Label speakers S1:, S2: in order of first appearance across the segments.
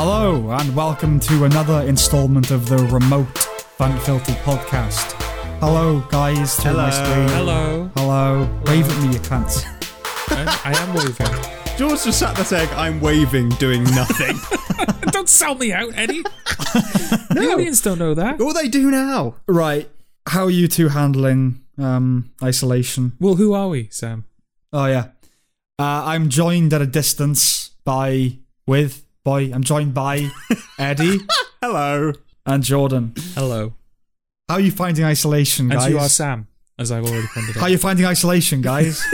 S1: and welcome to another installment of the Remote Fan Filtered Podcast. Hello, guys, through my screen.
S2: Hello.
S1: Hello. Wave at me, you cunts.
S2: I, I am waving.
S3: George just sat there saying, I'm waving, doing nothing.
S2: Don't sell me out, Eddie. The audience don't know that.
S3: All they do now.
S1: Right, how are you two handling um, isolation?
S2: Well, who are we, Sam?
S1: Oh, yeah. Uh, I'm joined at a distance by, with, by, I'm joined by Eddie
S3: Hello.
S1: and Jordan.
S2: Hello.
S1: How are you finding isolation,
S2: And
S1: guys?
S2: you are Sam, as I've already pointed
S1: how are
S2: out.
S1: you finding isolation, guys?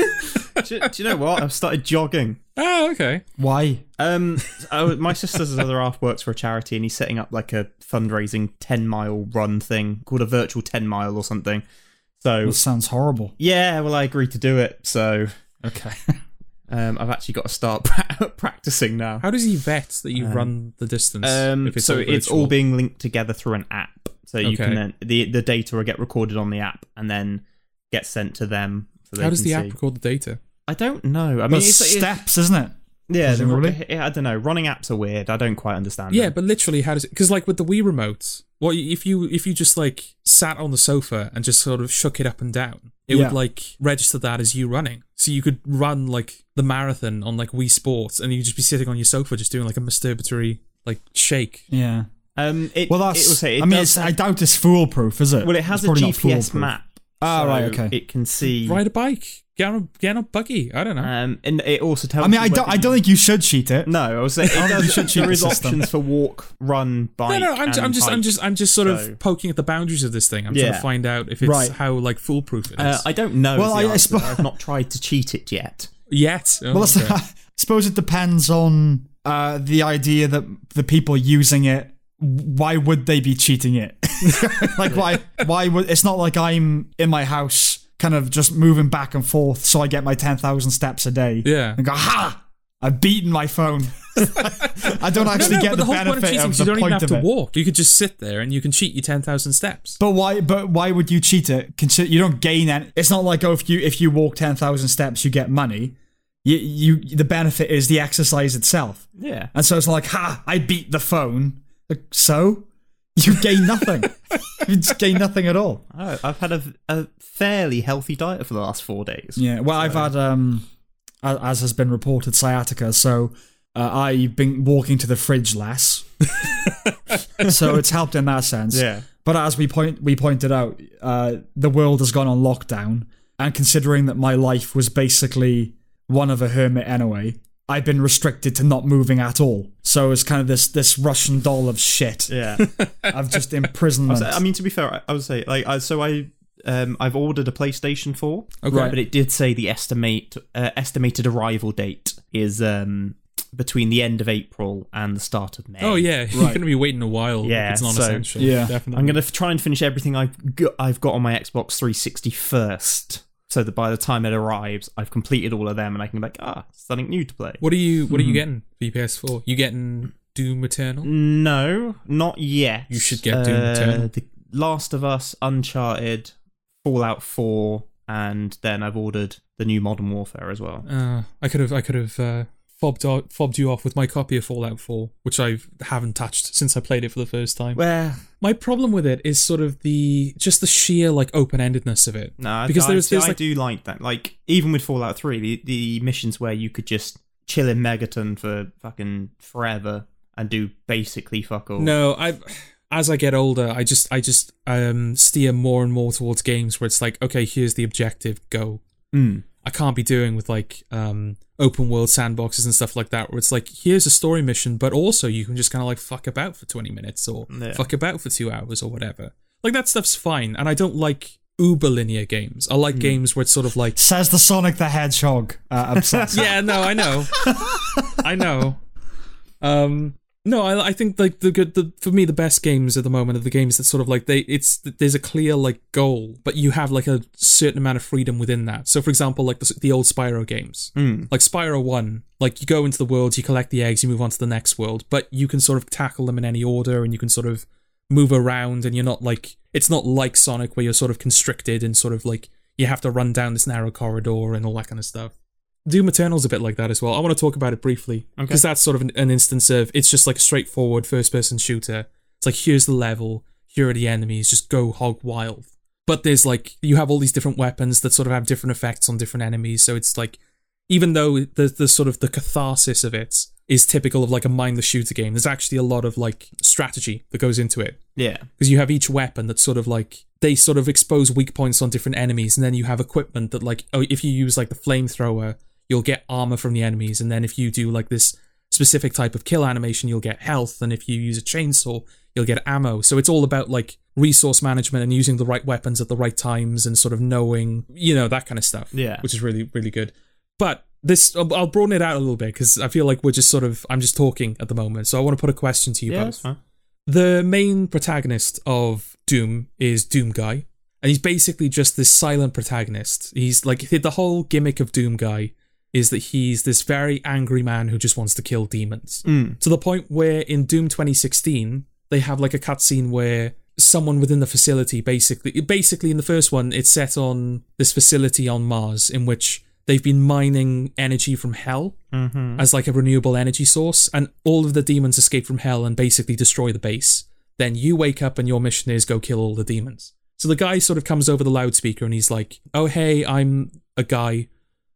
S3: Do, do you know what? I've started jogging.
S2: Oh, okay.
S1: Why?
S3: Um, I, my sister's other half works for a charity, and he's setting up like a fundraising ten mile run thing called a virtual ten mile or something. So
S1: That sounds horrible.
S3: yeah, well, I agreed to do it. So
S1: Okay.
S3: um, I've actually got to start pra- practicing now.
S2: How does he vet that you run the distance?
S3: Um,
S2: if
S3: so it's all
S2: virtual?
S3: being linked together through an app. So you
S2: Okay.
S3: can then the the data will get recorded on the app and then get sent to them. So they
S2: How does
S3: can
S2: the
S3: see.
S2: app record the data?
S3: I don't know. I mean,
S1: But
S3: it's, it's-
S1: steps, isn't it?
S3: yeah, the,
S1: presumably.
S3: yeah, I don't know. Running apps are weird. I don't quite understand.
S2: Yeah,
S3: them.
S2: but literally, how does it? Because like with the Wii remote, well, if you if you just like sat on the sofa and just sort of shook it up and down, it
S1: Yeah.
S2: would like register that as you running. So you could run like the marathon on like Wii Sports, and you'd just be sitting on your sofa just doing like a masturbatory like shake.
S1: Yeah.
S3: um, it,
S1: Well, that's.
S3: It will say it
S1: I mean,
S3: does
S1: it's,
S3: have-
S1: I doubt it's foolproof, is it?
S3: well, it has
S1: It's
S3: a
S1: probably not
S3: GPS
S1: foolproof.
S3: map.
S1: Ah,
S3: so
S1: right, okay.
S3: It can
S1: Mm.
S3: see.
S2: Ride a bike, get on a, get on a buggy. I don't know.
S3: Um, and it also tells.
S1: I mean,
S3: you
S1: I don't.
S3: whether
S1: I don't
S3: you-
S1: think you should cheat it.
S3: No, I was saying it does,
S1: should cheat
S3: there
S1: the
S3: is
S1: system.
S3: options for walk, run,
S2: no,
S3: bike.
S2: no, I'm, ju-
S3: and
S2: I'm just, I'm
S3: hike.
S2: just, I'm just sort
S3: So-
S2: of poking at the boundaries of this thing. I'm trying
S3: Yeah.
S2: to find out if it's
S1: Right.
S2: how like foolproof it is
S3: Uh, I don't know.
S1: Well,
S3: Well,
S1: I- I
S3: I,
S1: spo-
S3: I've not tried to cheat it yet.
S2: yet. Oh,
S1: Well, that's,
S2: okay.
S1: I suppose it depends on uh, the idea that the people using it. Why would they be cheating it? like, why? Why would? It's not like I'm in my house, kind of just moving back and forth, so I get my ten thousand steps a day.
S2: Yeah.
S1: And go ha! I've beaten my phone. I don't
S2: No,
S1: actually
S2: no,
S1: get
S2: but
S1: the,
S2: the whole point of
S1: benefit
S2: cheating
S1: of
S2: is
S1: the
S2: you don't
S1: point
S2: even have
S1: of
S2: to
S1: it.
S2: walk. You could just sit there and you can cheat your ten thousand steps.
S1: But why? But why would you cheat it? Consider you don't gain any. It's not like oh, if you if you walk ten thousand steps, you get money. You, you the benefit is the exercise itself,
S3: Yeah.
S1: and so it's not like ha, I beat the phone. Like, So you gain nothing. you just gain nothing at all.
S3: Oh, I've had a, a fairly healthy diet for the last four days.
S1: Yeah. Well, I've had um, a- as has been reported, sciatica. So uh, I've been walking to the fridge less. so it's helped in that sense.
S3: Yeah.
S1: But as we point we pointed out, uh, the world has gone on lockdown, and considering that my life was basically one of a hermit anyway, I've been restricted to not moving at all. So it's kind of this this Russian doll of shit.
S3: Yeah.
S1: I've just imprisonment.
S3: I mean, to be fair, I, I would say like I, so. I um I've ordered a PlayStation Four,
S2: Okay.
S3: but it did say the estimate uh, estimated arrival date is um between the end of April and the start of May.
S2: Oh yeah, you're going to be waiting a while.
S3: Yeah,
S2: if it's not
S3: so-
S2: essential.
S1: Yeah.
S2: definitely.
S3: I'm gonna f- try and finish everything I've got, I've got on my Xbox 360 first, so that by the time it arrives, I've completed all of them, and I can be like, ah, something new to play.
S2: What are you? What are you
S1: Hmm.
S2: getting for your PS4? You getting Doom Eternal?
S1: Mm.
S3: No, not yet. Uh,
S2: You should get Doom Eternal.
S3: The Last of Us, Uncharted, Fallout 4, and then I've ordered the new Modern Warfare as well.
S2: Uh, I could have. I could have uh, fobbed o- fobbed you off with my copy of Fallout 4, which I haven't touched since I played it for the first time.
S3: Well,
S2: my problem with it is sort of the just the sheer like open endedness of it.
S3: no,
S2: because
S3: because I,
S2: there's there's
S3: I
S2: like
S3: do like that. Like even with Fallout 3, the, the missions where you could just chill in Megaton for fucking forever and do basically fuck all.
S2: No, I as I get older, I just I just um steer more and more towards games where it's like, okay, here's the objective, go.
S3: Mm.
S2: I can't be doing with like um open world sandboxes and stuff like that where it's like here's a story mission but also you can just kind of like fuck about for 20 minutes or
S3: Yeah.
S2: fuck about for 2 hours or whatever. Like that stuff's fine and I don't like uber linear games. I like games where it's sort of like
S1: says the Sonic the Hedgehog uh, obsessed.
S2: yeah, no, I know. I know. Um no, I, I think like the good the for me the best games at the moment are the games that sort of like they it's there's a clear like goal, but you have like a certain amount of freedom within that. So for example, like the, the old Spyro games. Like Spyro 1, like you go into the world, you collect the eggs, you move on to the next world, but you can sort of tackle them in any order and you can sort of move around and you're not like it's not like Sonic where you're sort of constricted and sort of like you have to run down this narrow corridor and all that kind of stuff. Doom Eternal's a bit like that as well. I want to talk about it briefly because that's sort of an, an instance of it's just like a straightforward first-person shooter. It's like here's the level, here are the enemies, just go hog wild. But there's like you have all these different weapons that sort of have different effects on different enemies. So it's like even though the the sort of the catharsis of it is typical of like a mindless shooter game, there's actually a lot of like strategy that goes into it
S3: Yeah.
S2: because you have each weapon that's sort of like they sort of expose weak points on different enemies and then you have equipment that like oh if you use like the flamethrower you'll get armor from the enemies and then if you do like this specific type of kill animation you'll get health and if you use a chainsaw you'll get ammo so it's all about like resource management and using the right weapons at the right times and sort of knowing you know that kind of stuff
S3: Yeah.
S2: which is really really good but this i'll I'll broaden it out a little bit because i feel like we're just sort of i'm just talking at the moment so i want to put a question to you
S3: Yeah, that's
S2: both
S3: fine.
S2: the main protagonist of Doom is Doom Guy, and he's basically just this silent protagonist. He's like the whole gimmick of Doom Guy is that he's this very angry man who just wants to kill demons to the point where in Doom 2016 they have like a cutscene where someone within the facility basically basically in the first one it's set on this facility on Mars in which they've been mining energy from hell
S3: Mm-hmm.
S2: as like a renewable energy source and all of the demons escape from hell and basically destroy the base then you wake up and your mission is go kill all the demons so the guy sort of comes over the loudspeaker and he's like oh hey i'm a guy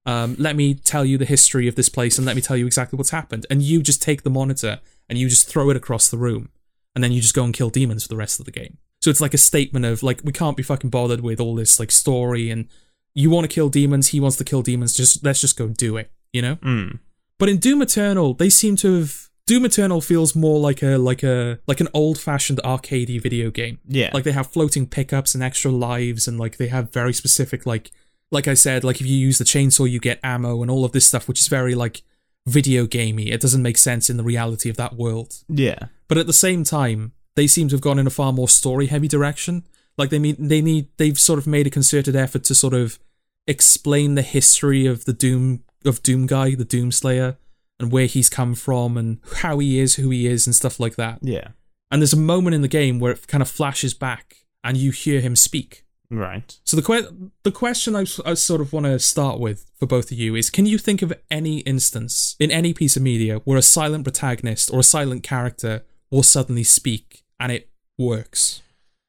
S2: um, let me tell you the history of this place and let me tell you exactly what's happened. And you just take the monitor and you just throw it across the room. And then you just go and kill demons for the rest of the game. So it's like a statement of like we can't be fucking bothered with all this like story and you want to kill demons, he wants to kill demons, just let's just go do it, you know?
S3: Mm.
S2: But in Doom Eternal, they seem to have Doom Eternal feels more like a like a like an old-fashioned arcadey video game.
S3: Yeah.
S2: Like they have floating pickups and extra lives and like they have very specific like like I said, like if you use the chainsaw you get ammo and all of this stuff, which is very like video gamey. It doesn't make sense in the reality of that world.
S3: yeah.
S2: But at the same time, they seem to have gone in a far more story heavy direction. Like they mean they need they've sort of made a concerted effort to sort of explain the history of the Doom of Doom guy, the Doom Slayer, and where he's come from and how he is, who he is, and stuff like that.
S3: Yeah.
S2: And there's a moment in the game where it kind of flashes back and you hear him speak.
S3: Right.
S2: So the que- the question I, s- I sort of want to start with for both of you is: Can you think of any instance in any piece of media where a silent protagonist or a silent character will suddenly speak and it works?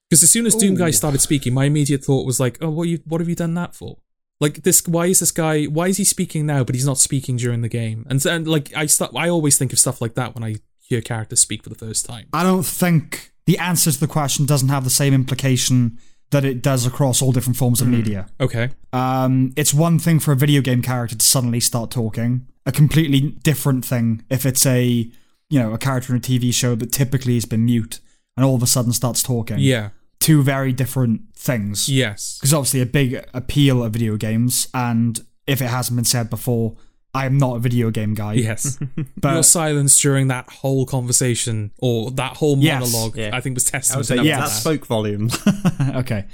S2: Because as soon as Doom Guy
S3: Ooh.
S2: started speaking, my immediate thought was like, "Oh, what you what have you done that for? Like this? Why is this guy? Why is he speaking now, but he's not speaking during the game?" And and like I start, I always think of stuff like that when I hear characters speak for the first time.
S1: I don't think the answer to the question doesn't have the same implication that it does across all different forms of media.
S2: Okay.
S1: Um, it's one thing for a video game character to suddenly start talking, a completely different thing if it's a you know a character in a TV show that typically has been mute and all of a sudden starts talking.
S2: Yeah.
S1: two very different things.
S2: Yes.
S1: because obviously a big appeal of video games, and if it hasn't been said before, I am not a video game guy.
S2: Yes. your
S1: but
S2: silence during that whole conversation or that whole
S1: Yes.
S2: monologue,
S3: Yeah.
S2: I think, was testament
S3: So
S2: to
S1: yeah,
S3: yeah,
S2: that.
S3: that spoke volumes.
S1: okay,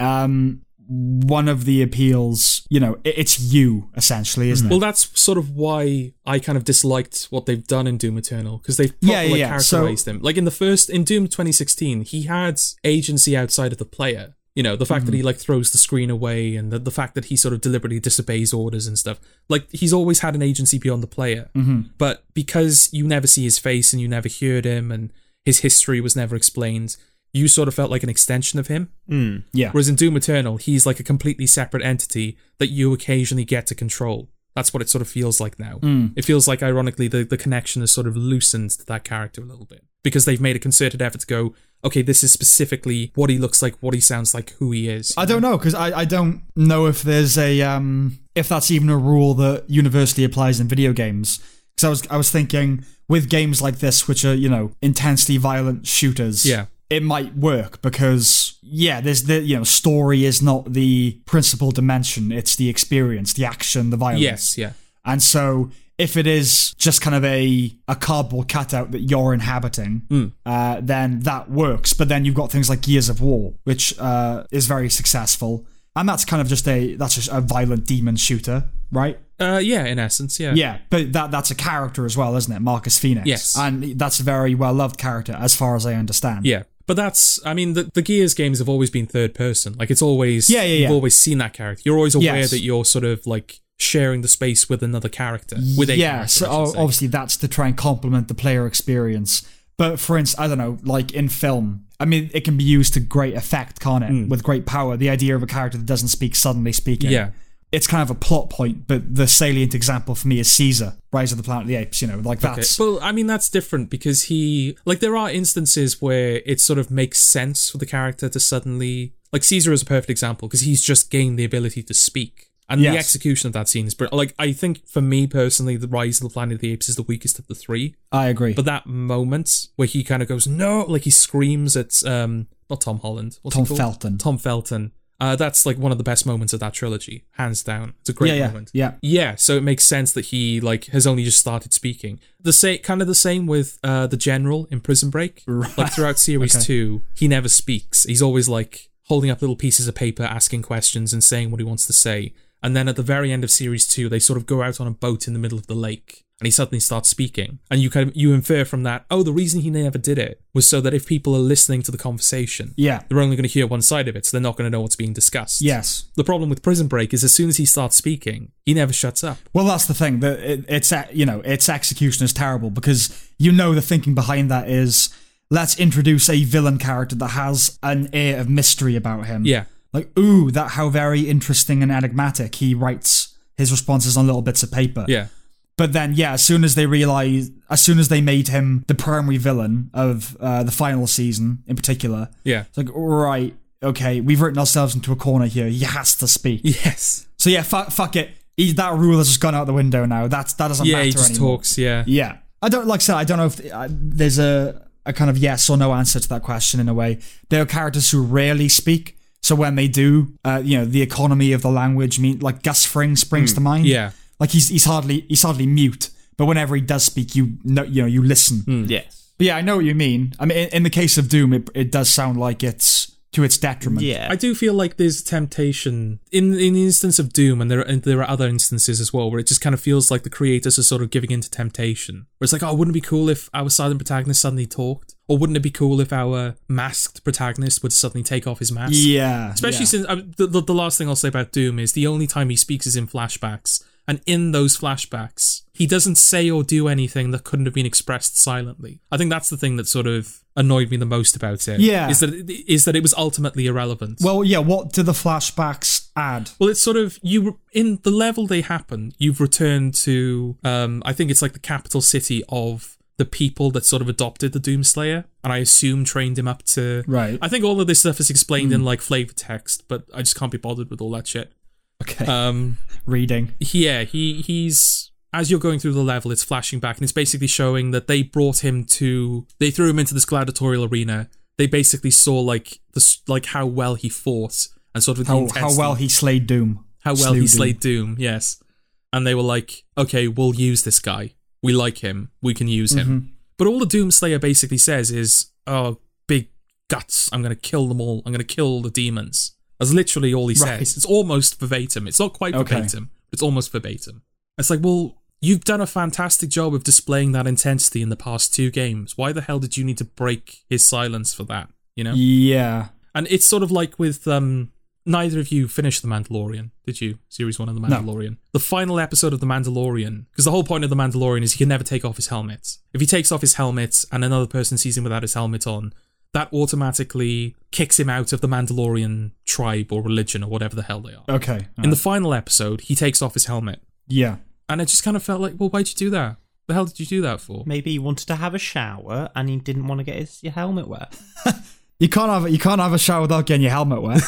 S1: um, one of the appeals, you know, it, it's you essentially, isn't
S2: Well,
S1: it?
S2: that's sort of why I kind of disliked what they've done in Doom Eternal because they've properly
S1: Yeah, yeah, yeah. So-
S2: characterized him. Like in the first, in Doom 2016, he had agency outside of the player. You know, the fact
S1: Mm-hmm.
S2: that he like throws the screen away and the, the fact that he sort of deliberately disobeys orders and stuff. Like he's always had an agency beyond the player.
S1: Mm-hmm.
S2: But because you never see his face and you never heard him and his history was never explained, you sort of felt like an extension of him.
S1: yeah,
S2: Whereas in Doom Eternal, he's like a completely separate entity that you occasionally get to control. That's what it sort of feels like now.
S1: Hmm.
S2: It feels like, ironically, the, the connection is sort of loosened to that character a little bit because they've made a concerted effort to go, okay, this is specifically what he looks like, what he sounds like, who he is.
S1: I don't know because I, I don't know if there's a um if that's even a rule that universally applies in video games. Because I was I was thinking with games like this, which are you know intensely violent shooters,
S2: Yeah.
S1: it might work because yeah, there's the you know story is not the principal dimension; it's the experience, the action, the violence.
S2: Yes, yeah.
S1: And so if it is just kind of a a cardboard cutout that you're inhabiting, uh, then that works. But then you've got things like Gears of War, which uh, is very successful, and that's kind of just a that's just a violent demon shooter, right?
S2: Uh, yeah, in essence, yeah.
S1: Yeah, but that that's a character as well, isn't it? Marcus Phoenix.
S2: Yes.
S1: and that's a very well loved character, as far as I understand.
S2: Yeah. But that's, I mean, the, the Gears games have always been third person. Like, it's always,
S1: Yeah, yeah, yeah.
S2: you've always seen that character. You're always aware
S1: Yes.
S2: that you're sort of like sharing the space with another character. With a
S1: yeah,
S2: character,
S1: so
S2: I should
S1: o-
S2: say.
S1: obviously that's to try and complement the player experience. But for instance, I don't know, like in film, I mean, it can be used to great effect, can't it?
S2: Hmm.
S1: With great power, the idea of a character that doesn't speak suddenly speaking.
S2: Yeah.
S1: It's kind of a plot point, but the salient example for me is Caesar, Rise of the Planet of the Apes. You know, like that's
S2: Well, I mean that's different because he like there are instances where it sort of makes sense for the character to suddenly like Caesar is a perfect example because he's just gained the ability to speak. And
S1: Yes.
S2: the execution of that scene is br- like I think for me personally, the Rise of the Planet of the Apes is the weakest of the three.
S1: I agree.
S2: But that moment where he kind of goes no, like he screams at um not Tom Holland, what's he
S1: Tom
S2: called?
S1: Felton.
S2: Tom Felton. Uh, that's like one of the best moments of that trilogy, hands down. It's a great
S1: yeah, yeah,
S2: moment.
S1: yeah.
S2: Yeah, so it makes sense that he like has only just started speaking. The same kind of the same with uh the general in Prison Break. Like throughout series 2, he never speaks. He's always like holding up little pieces of paper asking questions and saying what he wants to say. And then at the very end of series 2, they sort of go out on a boat in the middle of the lake and he suddenly starts speaking. And you kind of you infer from that, oh, the reason he never did it was so that if people are listening to the conversation,
S1: Yeah.
S2: they're only going to hear one side of it, so they're not going to know what's being discussed.
S1: Yes.
S2: The problem with Prison Break is as soon as he starts speaking, he never shuts up.
S1: Well, that's the thing that it, it's a- you know its execution is terrible because you know the thinking behind that is let's introduce a villain character that has an air of mystery about him.
S2: Yeah.
S1: like ooh, that how very interesting and enigmatic he writes his responses on little bits of paper.
S2: Yeah.
S1: But then, yeah, as soon as they realize, as soon as they made him the primary villain of uh, the final season in particular,
S2: Yeah.
S1: it's like right, okay, we've written ourselves into a corner here. He has to speak.
S2: Yes.
S1: So yeah, fuck, fuck it. He, that rule has just gone out the window now. That's that doesn't
S2: Yeah,
S1: matter
S2: he just
S1: anymore.
S2: talks. Yeah.
S1: Yeah, I don't like I said. I don't know if uh, there's a a kind of yes or no answer to that question in a way. There are characters who rarely speak, so when they do, uh, you know, the economy of the language mean like Gus Fring springs to mind.
S2: Hmm, Yeah.
S1: like he's he's hardly he's hardly mute, but whenever he does speak, you know you know you listen.
S2: Hmm.
S3: Yes.
S1: But yeah, I know what you mean. I mean, in, in the case of Doom, it it does sound like it's to its detriment.
S3: Yeah.
S2: I do feel like there's a temptation in in the instance of Doom, and there and there are other instances as well where it just kind of feels like the creators are sort of giving in to temptation. Where it's like, oh, wouldn't it be cool if our silent protagonist suddenly talked, or wouldn't it be cool if our masked protagonist would suddenly take off his mask?
S1: yeah,
S2: Especially since uh, the, the the last thing I'll say about Doom is the only time he speaks is in flashbacks, and in those flashbacks, he doesn't say or do anything that couldn't have been expressed silently. I think that's the thing that sort of annoyed me the most about it.
S1: Yeah.
S2: is that it- is that it was ultimately irrelevant.
S1: Well, yeah. What do the flashbacks add?
S2: Well, it's sort of you in the level they happen. You've returned to, um, I think it's like the capital city of the people that sort of adopted the Doomslayer, and I assume trained him up to.
S1: Right. Hmm.
S2: I think all of this stuff is explained in like flavor text, but I just can't be bothered with all that shit.
S1: Okay.
S2: Um,
S1: Reading.
S2: yeah, he he's as you're going through the level, it's flashing back and it's basically showing that they brought him to they threw him into this gladiatorial arena. They basically saw like this like how well he fought and sort of the
S1: How, how
S2: intensity-
S1: well he slayed Doom.
S2: how well
S1: Slew
S2: he
S1: Doom.
S2: slayed Doom. Yes, and they were like, okay, we'll use this guy. We like him. We can use
S1: Mm-hmm.
S2: him. But all the Doomslayer basically says is, oh, big guts. I'm gonna kill them all. I'm gonna kill the demons. That's literally all he
S1: Right.
S2: says. It's almost verbatim. It's not quite
S1: Okay.
S2: verbatim. but It's almost verbatim. It's like, well, you've done a fantastic job of displaying that intensity in the past two games. Why the hell did you need to break his silence for that? You know.
S1: Yeah.
S2: And it's sort of like with um neither of you finished The Mandalorian, did you? Series one of The Mandalorian. The final episode of The Mandalorian, because the whole point of The Mandalorian is he can never take off his helmet. If he takes off his helmet and another person sees him without his helmet on, that automatically kicks him out of the Mandalorian tribe or religion or whatever the hell they are.
S1: Okay. Uh,
S2: In the final episode, he takes off his helmet.
S1: yeah.
S2: And it just kind of felt like, well, why'd you do that? The hell did you do that for?
S3: Maybe he wanted to have a shower and he didn't want to get his your helmet wet.
S1: You can't have you can't have a shower without getting your helmet wet.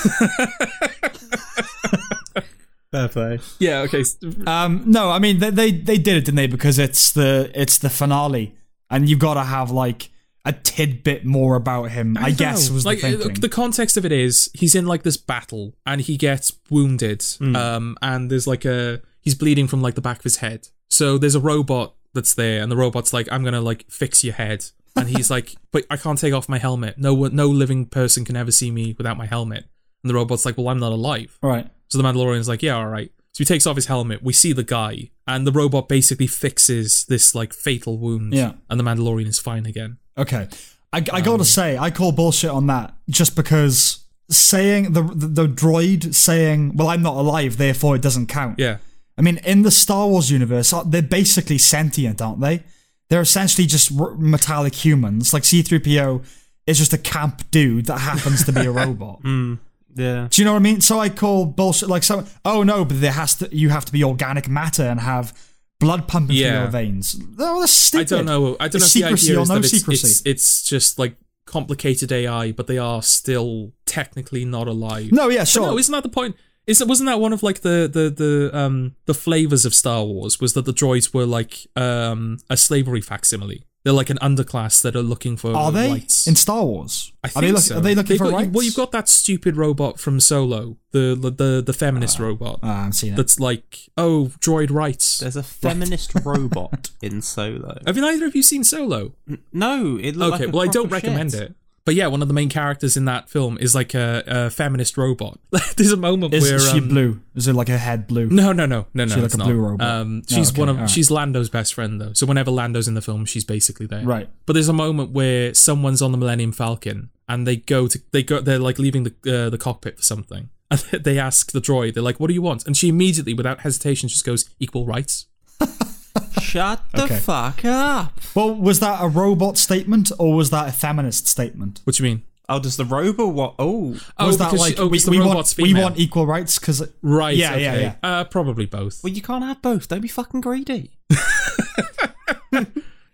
S3: Fair play.
S2: Yeah, okay.
S1: um, no, I mean they, they they did it, didn't they? Because it's the it's the finale, and you've got to have like a tidbit more about him. I, guess
S2: know.
S1: was
S2: like uh,
S1: the thinking.
S2: the context of it is he's in like this battle and he gets wounded
S1: Hmm.
S2: um and there's like a he's bleeding from like the back of his head so there's a robot that's there and the robot's like i'm gonna like fix your head and he's like but i can't take off my helmet no one no living person can ever see me without my helmet and the robot's like well i'm not alive
S1: right.
S2: so the Mandalorian's like, yeah, all right. So he takes off his helmet. We see the guy, and the robot basically fixes this like fatal wound.
S1: Yeah.
S2: And the Mandalorian is fine again.
S1: Okay. I, I
S2: Um,
S1: gotta say, I call bullshit on that just because saying the, the the droid saying, "Well, I'm not alive, therefore it doesn't count."
S2: Yeah.
S1: I mean, in the Star Wars universe, uh, they're basically sentient, aren't they? They're essentially just r- metallic humans. Like C3PO is just a camp dude that happens to be a robot.
S2: Hmm.
S3: Yeah.
S1: Do you know what I mean? So I call bullshit like so. Oh no, but there has to you have to be organic matter and have blood pumping through
S2: Yeah.
S1: your veins. Oh, that's
S2: I
S1: stupid.
S2: don't know. I don't
S1: It's
S2: know if
S1: secrecy
S2: the idea
S1: or
S2: is
S1: no
S2: that it's,
S1: secrecy.
S2: it's it's just like complicated AI, but they are still technically not alive.
S1: No, yeah,
S2: But
S1: sure.
S2: No, isn't that the point? Is it wasn't that one of like the the the um the flavors of Star Wars was that the droids were like um a slavery facsimile. They're like an underclass that are looking for
S1: are they
S2: rights.
S1: in Star Wars?
S2: I
S1: are
S2: think
S1: they look-
S2: so.
S1: Are they looking
S2: They've
S1: for
S2: got,
S1: rights?
S2: Well, you've got that stupid robot from Solo, the the the, the feminist robot.
S1: Ah, I haven't seen it.
S2: that's like, oh, droid rights.
S3: There's a feminist robot in Solo.
S2: Have either of you seen Solo?
S3: No, it looked
S2: Okay,
S3: like a
S2: well, I don't
S3: crock of
S2: recommend
S3: shit.
S2: it. But yeah, one of the main characters in that film is like a, a feminist robot. There's a moment
S1: Is
S2: where
S1: she
S2: um,
S1: blue? Is it like her head blue?
S2: No, no, no, no, no.
S1: like
S2: it's
S1: a
S2: not.
S1: blue robot?
S2: Um,
S1: No,
S2: she's
S1: okay,
S2: one of
S1: alright.
S2: she's Lando's best friend though. So whenever Lando's in the film, she's basically there.
S1: Right.
S2: But there's a moment where someone's on the Millennium Falcon and they go to they go they're like leaving the uh, the cockpit for something. And they ask the droid, they're like, "What do you want?" And she immediately, without hesitation, just goes, "Equal rights."
S3: Shut the
S1: Okay.
S3: fuck up.
S1: Well, was that a robot statement or was that a feminist statement?
S2: What do you mean?
S3: Oh, does the robot what? Oh,
S2: Oh,
S1: was that
S2: because
S1: like
S2: she- oh,
S1: we,
S2: because the
S1: we want
S2: robot's
S1: we
S2: female.
S1: want equal rights because
S2: Right.
S1: Yeah,
S2: okay.
S1: yeah,
S2: Uh, probably both.
S3: well, you can't have both. Don't be fucking greedy.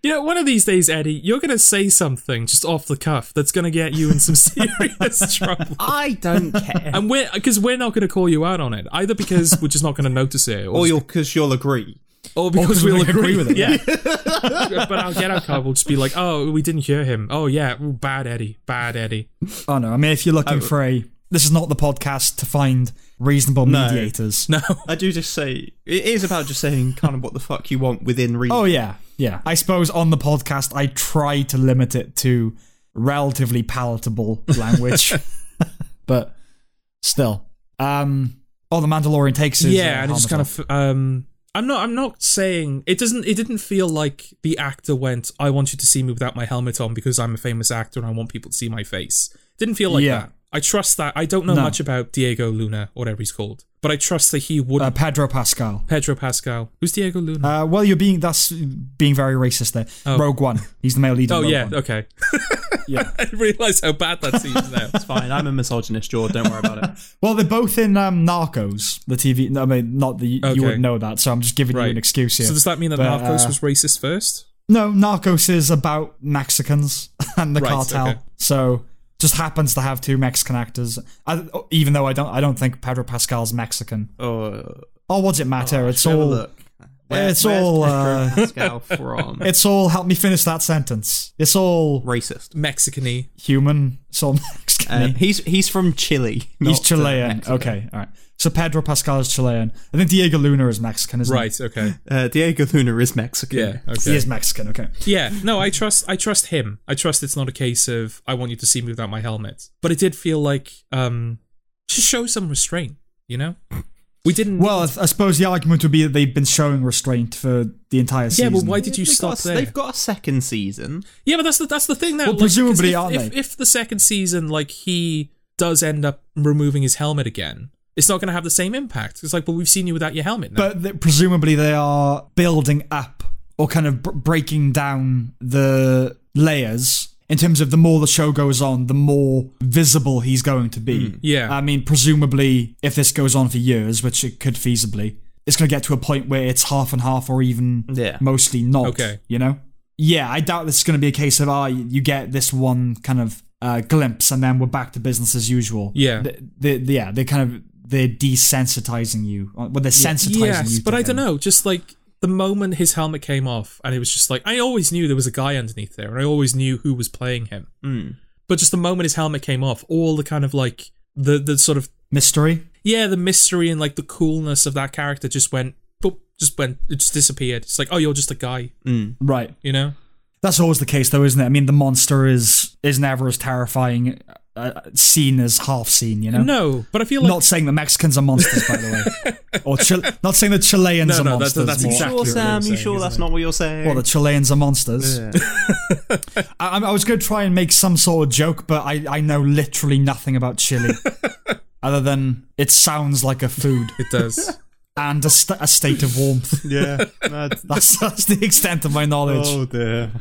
S2: You know, one of these days, Eddie, you're gonna say something just off the cuff that's gonna get you in some serious trouble.
S3: I don't care.
S2: And we're because we're not going to call you out on it either because we're just not going to notice it,
S3: or you'll because you'll agree.
S2: or because
S1: 'cause
S2: we'll
S1: we
S2: agree,
S1: agree
S2: with
S1: with
S2: it.
S1: it,
S2: Yeah, but our get out card will just be like, "Oh, we didn't hear him. Oh yeah, Ooh, bad Eddie, bad Eddie."
S1: oh no, I mean if you're looking for a this is not the podcast to find reasonable mediators.
S2: No,
S3: I do just say it is about just saying kind of what the fuck you want within reason.
S1: Oh yeah, yeah. I suppose on the podcast I try to limit it to relatively palatable language, but still. Um, oh, the Mandalorian takes his
S2: yeah,
S1: uh,
S2: and it just
S1: helmet
S2: kind
S1: off.
S2: of. Um, I'm not. I'm not saying it doesn't. It didn't feel like the actor went. I want you to see me without my helmet on because I'm a famous actor and I want people to see my face. Didn't feel like
S1: Yeah.
S2: that. I trust that. I don't know much about Diego Luna, whatever he's called, but I trust that he wouldn't.
S1: uh, Pedro Pascal.
S2: Pedro Pascal. Who's Diego Luna? Oh,
S1: Uh, well, you're being that's being very racist there. Rogue One. He's the male lead. in
S2: Oh
S1: Rogue
S2: yeah,
S1: One.
S2: okay.
S1: Yeah.
S2: I realise how bad that seems now.
S3: It's fine. I'm a misogynist, George. Don't worry about it.
S1: Well, they're both in um, Narcos, the TV. No, I mean, not the
S2: Okay.
S1: you would know that, so I'm just giving
S2: Right.
S1: you an excuse here.
S2: So does that mean that
S1: But,
S2: Narcos
S1: uh,
S2: was racist first?
S1: no, Narcos is about Mexicans and the
S2: Right,
S1: cartel,
S2: okay.
S1: so just happens to have two Mexican actors. I, even though I don't, I don't think Pedro Pascal's Mexican.
S3: Oh,
S1: Oh, what's it matter? it's
S3: have a
S1: all.
S3: look.
S1: it's all, uh,
S3: Pedro Pascal from?
S1: It's all. Help me finish that sentence. It's all
S3: racist.
S2: Mexicany.
S1: human. It's all Mexican.
S3: Um, he's he's from Chile.
S1: He's
S3: not, uh,
S1: Chilean.
S3: Mexico.
S1: Okay, all right. So Pedro Pascal is Chilean. I think Diego Luna is Mexican, isn't
S2: Right, okay.
S3: Uh, Diego Luna is Mexican. Uh,
S2: Yeah,
S1: he? He
S2: okay.
S1: is Mexican. Okay.
S2: Yeah, no, I trust I trust him. I trust it's not a case of I want you to see me without my helmet. But it did feel like um just show some restraint, you know? We didn't
S1: Well, I, I suppose the argument would be that they've been showing restraint for the entire
S2: Yeah,
S1: season.
S2: but why did you
S3: They've
S2: stop
S3: got a,
S2: there?
S3: They've got a second season.
S2: Yeah, but that's the that's the thing now.
S1: Well,
S2: like, 'cause
S1: presumably,
S2: if,
S1: aren't
S2: if,
S1: they?
S2: if the second season, like he does end up removing his helmet again, it's not going to have the same impact. It's like, well, we've seen you without your helmet now.
S1: But th- presumably they are building up or kind of br- breaking down the layers in terms of the more the show goes on, the more visible he's going to be.
S2: yeah.
S1: I mean, presumably if this goes on for years, which it could feasibly, it's going to get to a point where it's half and half or even
S3: Yeah.
S1: mostly not.
S2: Okay.
S1: You know? Yeah, I doubt this is going to be a case of, ah, you get this one kind of uh, glimpse and then we're back to business as usual.
S2: Yeah.
S1: Th- they, they, yeah, they kind of. They're desensitizing you. uh, Well, they're sensitizing
S2: yes,
S1: you. to
S2: but I
S1: him.
S2: don't know. Just like the moment his helmet came off, and it was just like I always knew there was a guy underneath there, and I always knew who was playing him.
S1: Hmm.
S2: But just the moment his helmet came off, all the kind of like the the sort of
S1: mystery.
S2: yeah, the mystery and like the coolness of that character just went, boop, just went, it just disappeared. It's like oh, you're just a guy,
S1: Hmm. Right.
S2: you know.
S1: That's always the case, though, isn't it? I mean, the monster is is never as terrifying uh, seen as half seen. You know.
S2: No, but I feel like
S1: Not saying the Mexicans are monsters, by the way, or Chil- not saying the Chileans
S2: No,
S1: are
S2: no, that's-
S1: monsters.
S2: that's
S1: more.
S2: exactly
S3: sure,
S2: what I'm
S3: Sam. You
S2: saying,
S3: sure
S2: isn't
S3: that's
S2: it?
S3: not what you're saying?
S1: Well, the Chileans are monsters.
S3: Yeah.
S1: I, I was going to try and make some sort of joke, but I, I know literally nothing about Chile, other than it sounds like a food.
S2: it does.
S1: and a, st- a state of warmth.
S3: Yeah. that's-
S1: That's, that's the extent of my knowledge.
S3: oh dear.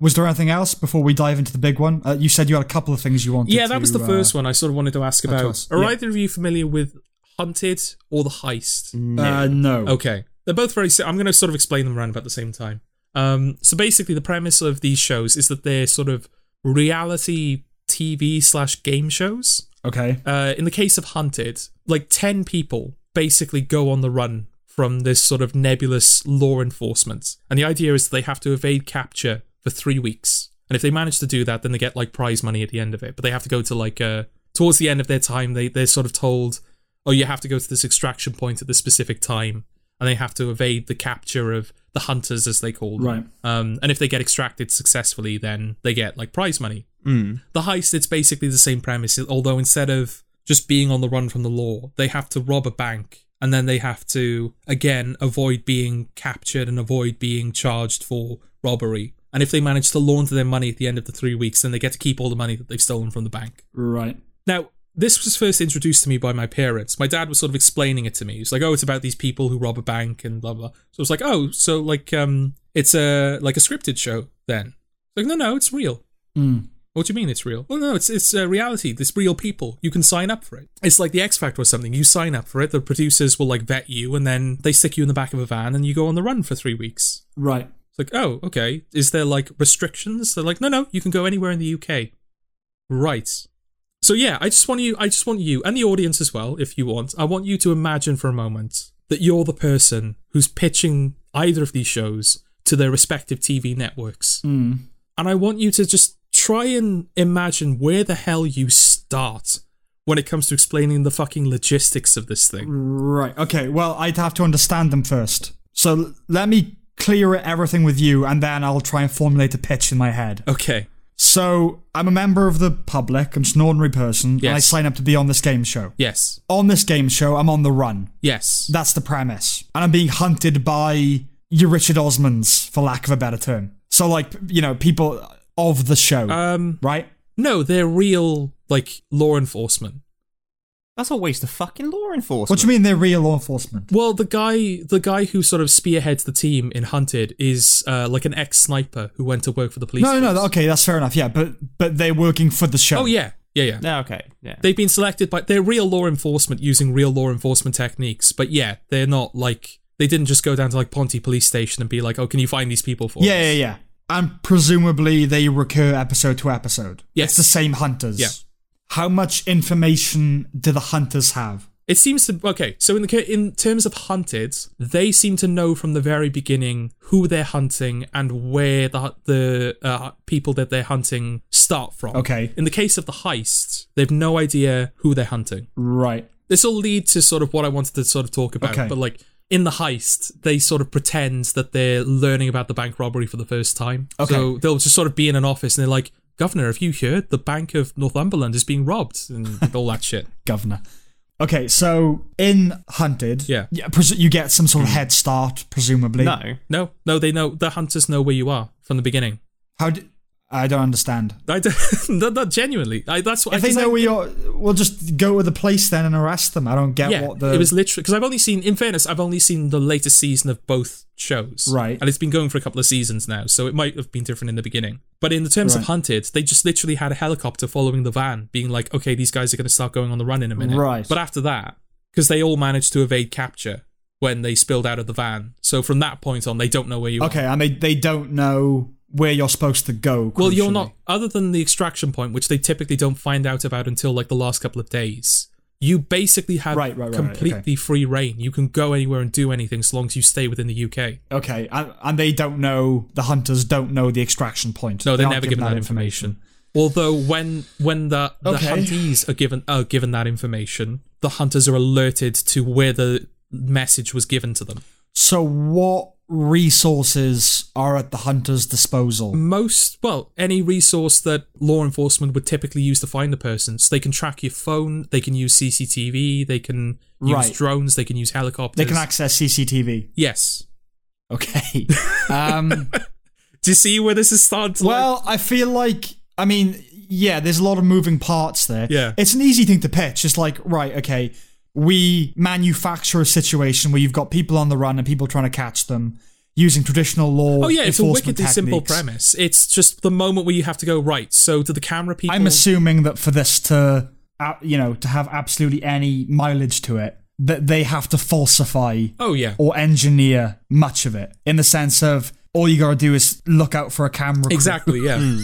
S1: Was there anything else before we dive into the big one? Uh, you said you had a couple of things you wanted.
S2: Yeah, that was the
S1: to,
S2: first
S1: uh,
S2: one I sort of wanted to ask
S1: to
S2: about.
S1: us.
S2: Are
S1: Yeah.
S2: either of you familiar with Hunted or The Heist?
S1: Uh, no.
S2: Okay. They're both very. si- I'm going to sort of explain them around about the same time. Um, so basically, the premise of these shows is that they're sort of reality TV slash game shows.
S1: Okay.
S2: Uh, in the case of Hunted, like 10 people basically go on the run from this sort of nebulous law enforcement. And the idea is they have to evade capture for three weeks. And if they manage to do that, then they get like prize money at the end of it. But they have to go to like, uh, towards the end of their time, they, they're sort of told, oh, you have to go to this extraction point at this specific time. And they have to evade the capture of the hunters, as they call them.
S1: Right.
S2: Um, and if they get extracted successfully, then they get like prize money
S3: Hmm.
S2: the heist it's basically the same premise although instead of just being on the run from the law they have to rob a bank and then they have to again avoid being captured and avoid being charged for robbery and if they manage to launder their money at the end of the three weeks then they get to keep all the money that they've stolen from the bank
S1: Right.
S2: now, this was first introduced to me by my parents. My dad was sort of explaining it to me. He's like, "Oh, it's about these people who rob a bank and blah blah." So I was like, "Oh, so like um, it's a like a scripted show then?" Like, no, no, it's real.
S1: Mm.
S2: What do you mean it's real? Well, no, it's it's uh, reality. It's real people. You can sign up for it. It's like the X Factor or something. You sign up for it. The producers will like vet you, and then they stick you in the back of a van, and you go on the run for three weeks.
S1: Right.
S2: It's like, oh, okay. Is there like restrictions? They're like, no, no, you can go anywhere in the UK. Right. So yeah, I just want you, I just want you and the audience as well, if you want. I want you to imagine for a moment that you're the person who's pitching either of these shows to their respective TV networks,
S1: Mm.
S2: and I want you to just try and imagine where the hell you start when it comes to explaining the fucking logistics of this thing.
S1: Right. Okay. Well, I'd have to understand them first. So l- let me clear everything with you, and then I'll try and formulate a pitch in my head.
S2: Okay.
S1: So I'm a member of the public. I'm just an ordinary person, and I
S2: Yes.
S1: sign up to be on this game show.
S2: Yes.
S1: On this game show, I'm on the run.
S2: Yes.
S1: That's the premise, and I'm being hunted by your Richard Osmonds, for lack of a better term. So, like, you know, people of the show,
S2: Um.
S1: right?
S2: No, they're real, like, law enforcement.
S3: That's a waste of fucking law enforcement.
S1: What do you mean they're real law enforcement?
S2: Well, the guy, the guy who sort of spearheads the team in Hunted is uh, like an ex-sniper who went to work for the police.
S1: No, no, no.
S2: force.
S1: Okay, that's fair enough. Yeah, but but they're working for the show.
S2: Oh yeah, yeah, yeah.
S3: No, okay. Yeah.
S2: They've been selected by they're real law enforcement using real law enforcement techniques, but yeah, they're not like they didn't just go down to like Ponty police station and be like, "Oh, can you find these people for
S1: Yeah,
S2: us?"
S1: yeah, yeah. And presumably they recur episode to episode.
S2: Yes.
S1: It's the same hunters.
S2: Yeah.
S1: How much information do the hunters have?
S2: It seems to okay. So in the ca- in terms of hunted, they seem to know from the very beginning who they're hunting and where the the uh, people that they're hunting start from.
S1: Okay.
S2: In the case of the heist, they've no idea who they're hunting.
S1: Right.
S2: This will lead to sort of what I wanted to sort of talk about.
S1: Okay.
S2: But like in the heist, they sort of pretend that they're learning about the bank robbery for the first time.
S1: Okay.
S2: So they'll just sort of be in an office and they're like, "Governor, have you heard the Bank of Northumberland is being robbed?" and all that shit.
S1: Governor. Okay, so in Hunted,
S2: Yeah.
S1: pres- you get some sort of head start, presumably.
S3: No.
S2: No, no, they know the hunters know where you are from the beginning.
S1: How do I don't understand.
S2: I don't, not, not genuinely. I, that's what
S1: If they
S2: because I,
S1: know where you're, we'll just go to the police then and arrest them. I don't get
S2: Yeah,
S1: what the.
S2: it was literally because I've only seen. In fairness, I've only seen the latest season of both shows.
S1: Right.
S2: and it's been going for a couple of seasons now, so it might have been different in the beginning. But in the terms
S1: Right.
S2: of hunted, they just literally had a helicopter following the van, being like, "Okay, these guys are going to start going on the run in a minute."
S1: Right.
S2: But after that, because they all managed to evade capture when they spilled out of the van, so from that point on, they don't know where you are.
S1: okay, and they they don't know where you're supposed to go.
S2: Well, you're
S1: crucially.
S2: not. Other than the extraction point, which they typically don't find out about until like the last couple of days, you basically have
S1: Right, right, right, right,
S2: completely
S1: okay.
S2: free reign. You can go anywhere and do anything so long as you stay within the UK.
S1: Okay, and, and they don't know. The hunters don't know the extraction point.
S2: No, they're,
S1: not
S2: never given that information. Although when when the the
S1: Okay.
S2: huntees are given are given that information, the hunters are alerted to where the message was given to them.
S1: So, what resources are at the hunter's disposal?
S2: most well any resource that law enforcement would typically use to find a person so they can track your phone they can use cctv they can use
S1: Right.
S2: drones they can use helicopters
S1: They can access CCTV.
S2: yes
S1: Okay. Um,
S2: do you see where this is starting to like-
S1: well, I feel like I mean, yeah, there's a lot of moving parts there.
S2: Yeah.
S1: it's an easy thing to pitch. It's like, right, okay, we manufacture a situation where you've got people on the run and people trying to catch them using traditional law.
S2: Oh yeah, it's a wickedly
S1: enforcement
S2: simple
S1: techniques.
S2: premise. It's just the moment where you have to go right. So do the camera people?
S1: I'm assuming that for this to, uh, you know, to have absolutely any mileage to it, that they have to falsify
S2: oh yeah,
S1: or engineer much of it in the sense of all you gotta do is look out for a camera. crew.
S2: exactly. Yeah,
S1: Hmm.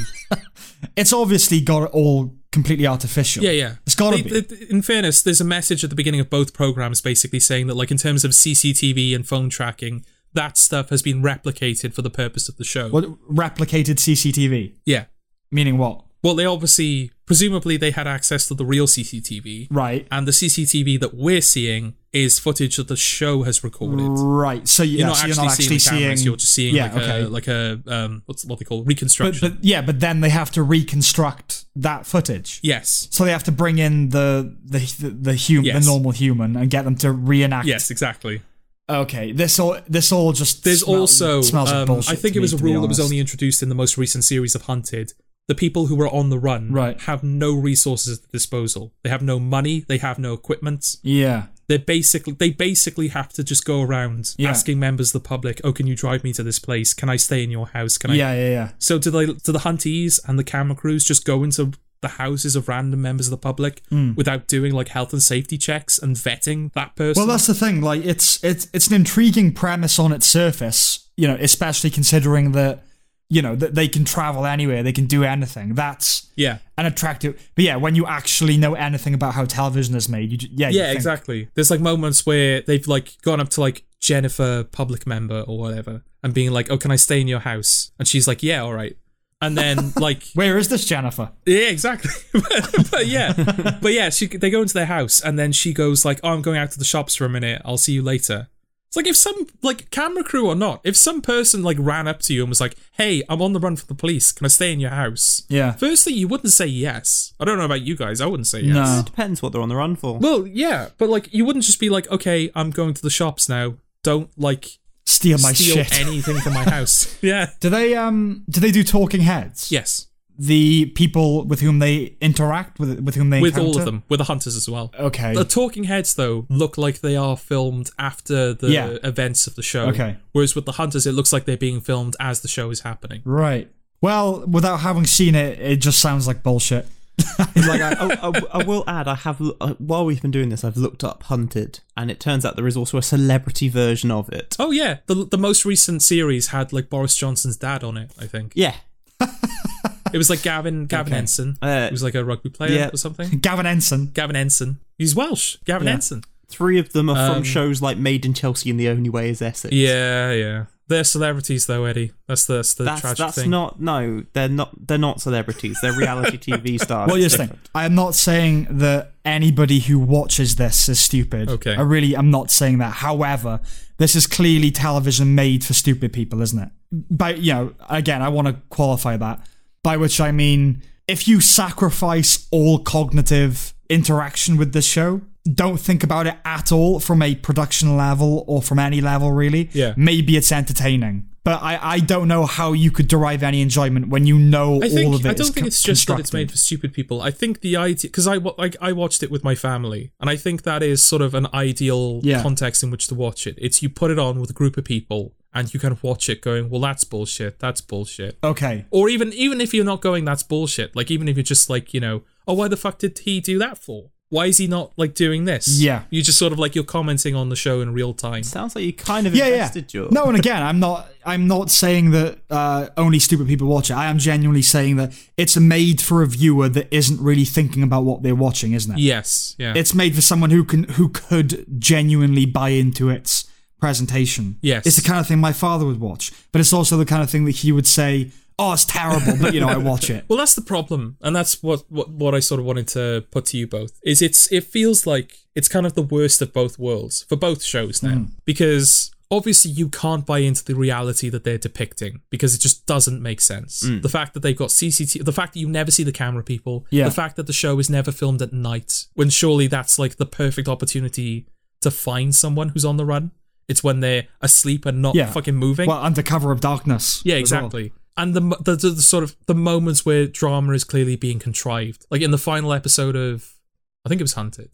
S1: It's obviously got it all completely artificial.
S2: yeah, yeah.
S1: It's gotta
S2: They-
S1: be.
S2: they- in fairness, there's a message at the beginning of both programs basically saying that, like, in terms of CCTV and phone tracking, that stuff has been replicated for the purpose of the show.
S1: What replicated CCTV?
S2: Yeah.
S1: Meaning what?
S2: Well, they obviously, presumably, they had access to the real CCTV,
S1: Right.
S2: and the CCTV that we're seeing is footage that the show has recorded.
S1: Right. So yeah,
S2: You're not
S1: so
S2: actually
S1: Mm, you're not actually
S2: seeing the cameras.
S1: seeing-
S2: You're just seeing
S1: yeah,
S2: like
S1: okay.
S2: a like a um what's what they call
S1: but,
S2: reconstruction.
S1: but yeah, but then they have to reconstruct that footage.
S2: yes,
S1: So they have to bring in the the the, the, hum-
S2: Yes.
S1: the normal human and get them to reenact.
S2: yes, exactly.
S1: Okay. This all this all just
S2: There's
S1: smell-
S2: also
S1: smells of
S2: um,
S1: bullshit
S2: I think
S1: to
S2: it was
S1: me,
S2: a
S1: to be
S2: rule that was
S1: honest.
S2: only introduced in the most recent series of Hunted. The people who were on the run
S1: Right.
S2: have no resources at their disposal. They have no money. They have no equipment.
S1: yeah.
S2: They basically they basically have to just go around
S1: Yeah.
S2: asking members of the public, "Oh, can you drive me to this place? Can I stay in your house? Can I
S1: Yeah, yeah, yeah.
S2: So do they do the huntees and the camera crews just go into the houses of random members of the public without doing like health and safety checks and vetting that person?
S1: Hmm. Well, that's the thing. Like, it's it's it's an intriguing premise on its surface. You know, especially considering that you know that they can travel anywhere, they can do anything. That's
S2: yeah.
S1: an attractive. But yeah, when you actually know anything about how television is made, you ju- yeah, you
S2: Yeah,
S1: think,
S2: exactly. There's like moments where they've like gone up to like Jennifer public member or whatever and being like, "Oh, can I stay in your house?" And she's like, "Yeah, all right." And then like
S1: Where is this Jennifer?
S2: Yeah, exactly. but, but yeah, but yeah, she they go into their house and then she goes like, "Oh, I'm going out to the shops for a minute. I'll see you later." It's like if some like camera crew or not, if some person like ran up to you and was like, "Hey, I'm on the run from the police. Can I stay in your house?"
S1: Yeah.
S2: Firstly, you wouldn't say yes. I don't know about you guys. I wouldn't say yes.
S1: No.
S3: It depends what they're on the run for.
S2: Well, yeah, but like you wouldn't just be like, "Okay, I'm going to the shops now. Don't like
S1: Steal my
S2: steal
S1: shit.
S2: anything from my house." yeah.
S1: do they um do they do talking heads?
S2: Yes.
S1: The people with whom they interact with with whom they
S2: With all of
S1: encounter?
S2: them, with the hunters as well.
S1: Okay.
S2: The talking heads, though, look like they are filmed after the
S1: Yeah.
S2: events of the show.
S1: Okay.
S2: Whereas with the hunters, it looks like they're being filmed as the show is happening.
S1: right. Well, without having seen it, it just sounds like bullshit.
S3: like I, I, I- I will add, I have l- uh, while we've been doing this, I've looked up Hunted, and it turns out there is also a celebrity version of it.
S2: Oh yeah, the the most recent series had like Boris Johnson's dad on it. I think
S3: Yeah,
S2: it was like Gavin Gavin
S1: Okay.
S2: Ensign.
S3: Uh,
S2: he was like a rugby player
S3: yeah.
S2: or something.
S1: Gavin Ensign.
S2: Gavin Ensign. He's Welsh. Gavin
S1: Yeah.
S2: Ensign.
S3: three of them are from
S2: Um,
S3: shows like Made in Chelsea and The Only Way Is Essex.
S2: Yeah, yeah. They're celebrities though, Eddie. That's the that's the
S3: that's
S2: tragic
S3: that's
S2: thing.
S3: not no, they're not they're not celebrities. They're reality TV stars.
S1: Well, here's the thing. I am not saying that anybody who watches this is stupid.
S2: Okay.
S1: I really am not saying that. However, this is clearly television made for stupid people, isn't it? By you know, again, I want to qualify that. By which I mean, if you sacrifice all cognitive interaction with this show, don't think about it at all from a production level or from any level really.
S2: Yeah.
S1: Maybe it's entertaining. But I, I don't know how you could derive any enjoyment when you know
S2: I think
S1: all of it
S2: I don't
S1: is
S2: think
S1: con-
S2: it's just that it's
S1: constructed.
S2: made for stupid people. I think the idea because I wa- like I watched it with my family, and I think that is sort of an ideal
S1: Yeah.
S2: context in which to watch it. It's you put it on with a group of people, and you kind of watch it, going, "Well, that's bullshit. That's bullshit."
S1: Okay.
S2: Or even even if you're not going, "That's bullshit." Like even if you're just like you know, "Oh, why the fuck did he do that for? Why is he not like doing this?"
S1: Yeah.
S2: you just sort of like you're commenting on the show in real time.
S3: Sounds like you kind of
S1: yeah,
S3: invested,
S1: yeah.
S3: George.
S1: No, and again, I'm not. I'm not saying that uh, only stupid people watch it. I am genuinely saying that it's made for a viewer that isn't really thinking about what they're watching, isn't it?
S2: Yes, yeah,
S1: It's made for someone who can who could genuinely buy into its presentation.
S2: Yes.
S1: it's the kind of thing my father would watch, but it's also the kind of thing that he would say, "Oh, it's terrible," but you know, I watch it.
S2: Well, that's the problem, and that's what, what what I sort of wanted to put to you both. Is it's it feels like it's kind of the worst of both worlds for both shows now,
S1: Hmm.
S2: because obviously you can't buy into the reality that they're depicting because it just doesn't make sense. The fact that they've got CCTV, the fact that you never see the camera people,
S1: Yeah.
S2: the fact that the show is never filmed at night, when surely that's like the perfect opportunity to find someone who's on the run. It's when they're asleep and not
S1: Yeah.
S2: fucking moving.
S1: Well, under cover of darkness.
S2: Yeah,
S1: as well.
S2: exactly. And the, mo- the the the sort of the moments where drama is clearly being contrived, like in the final episode of, I think it was Hunted.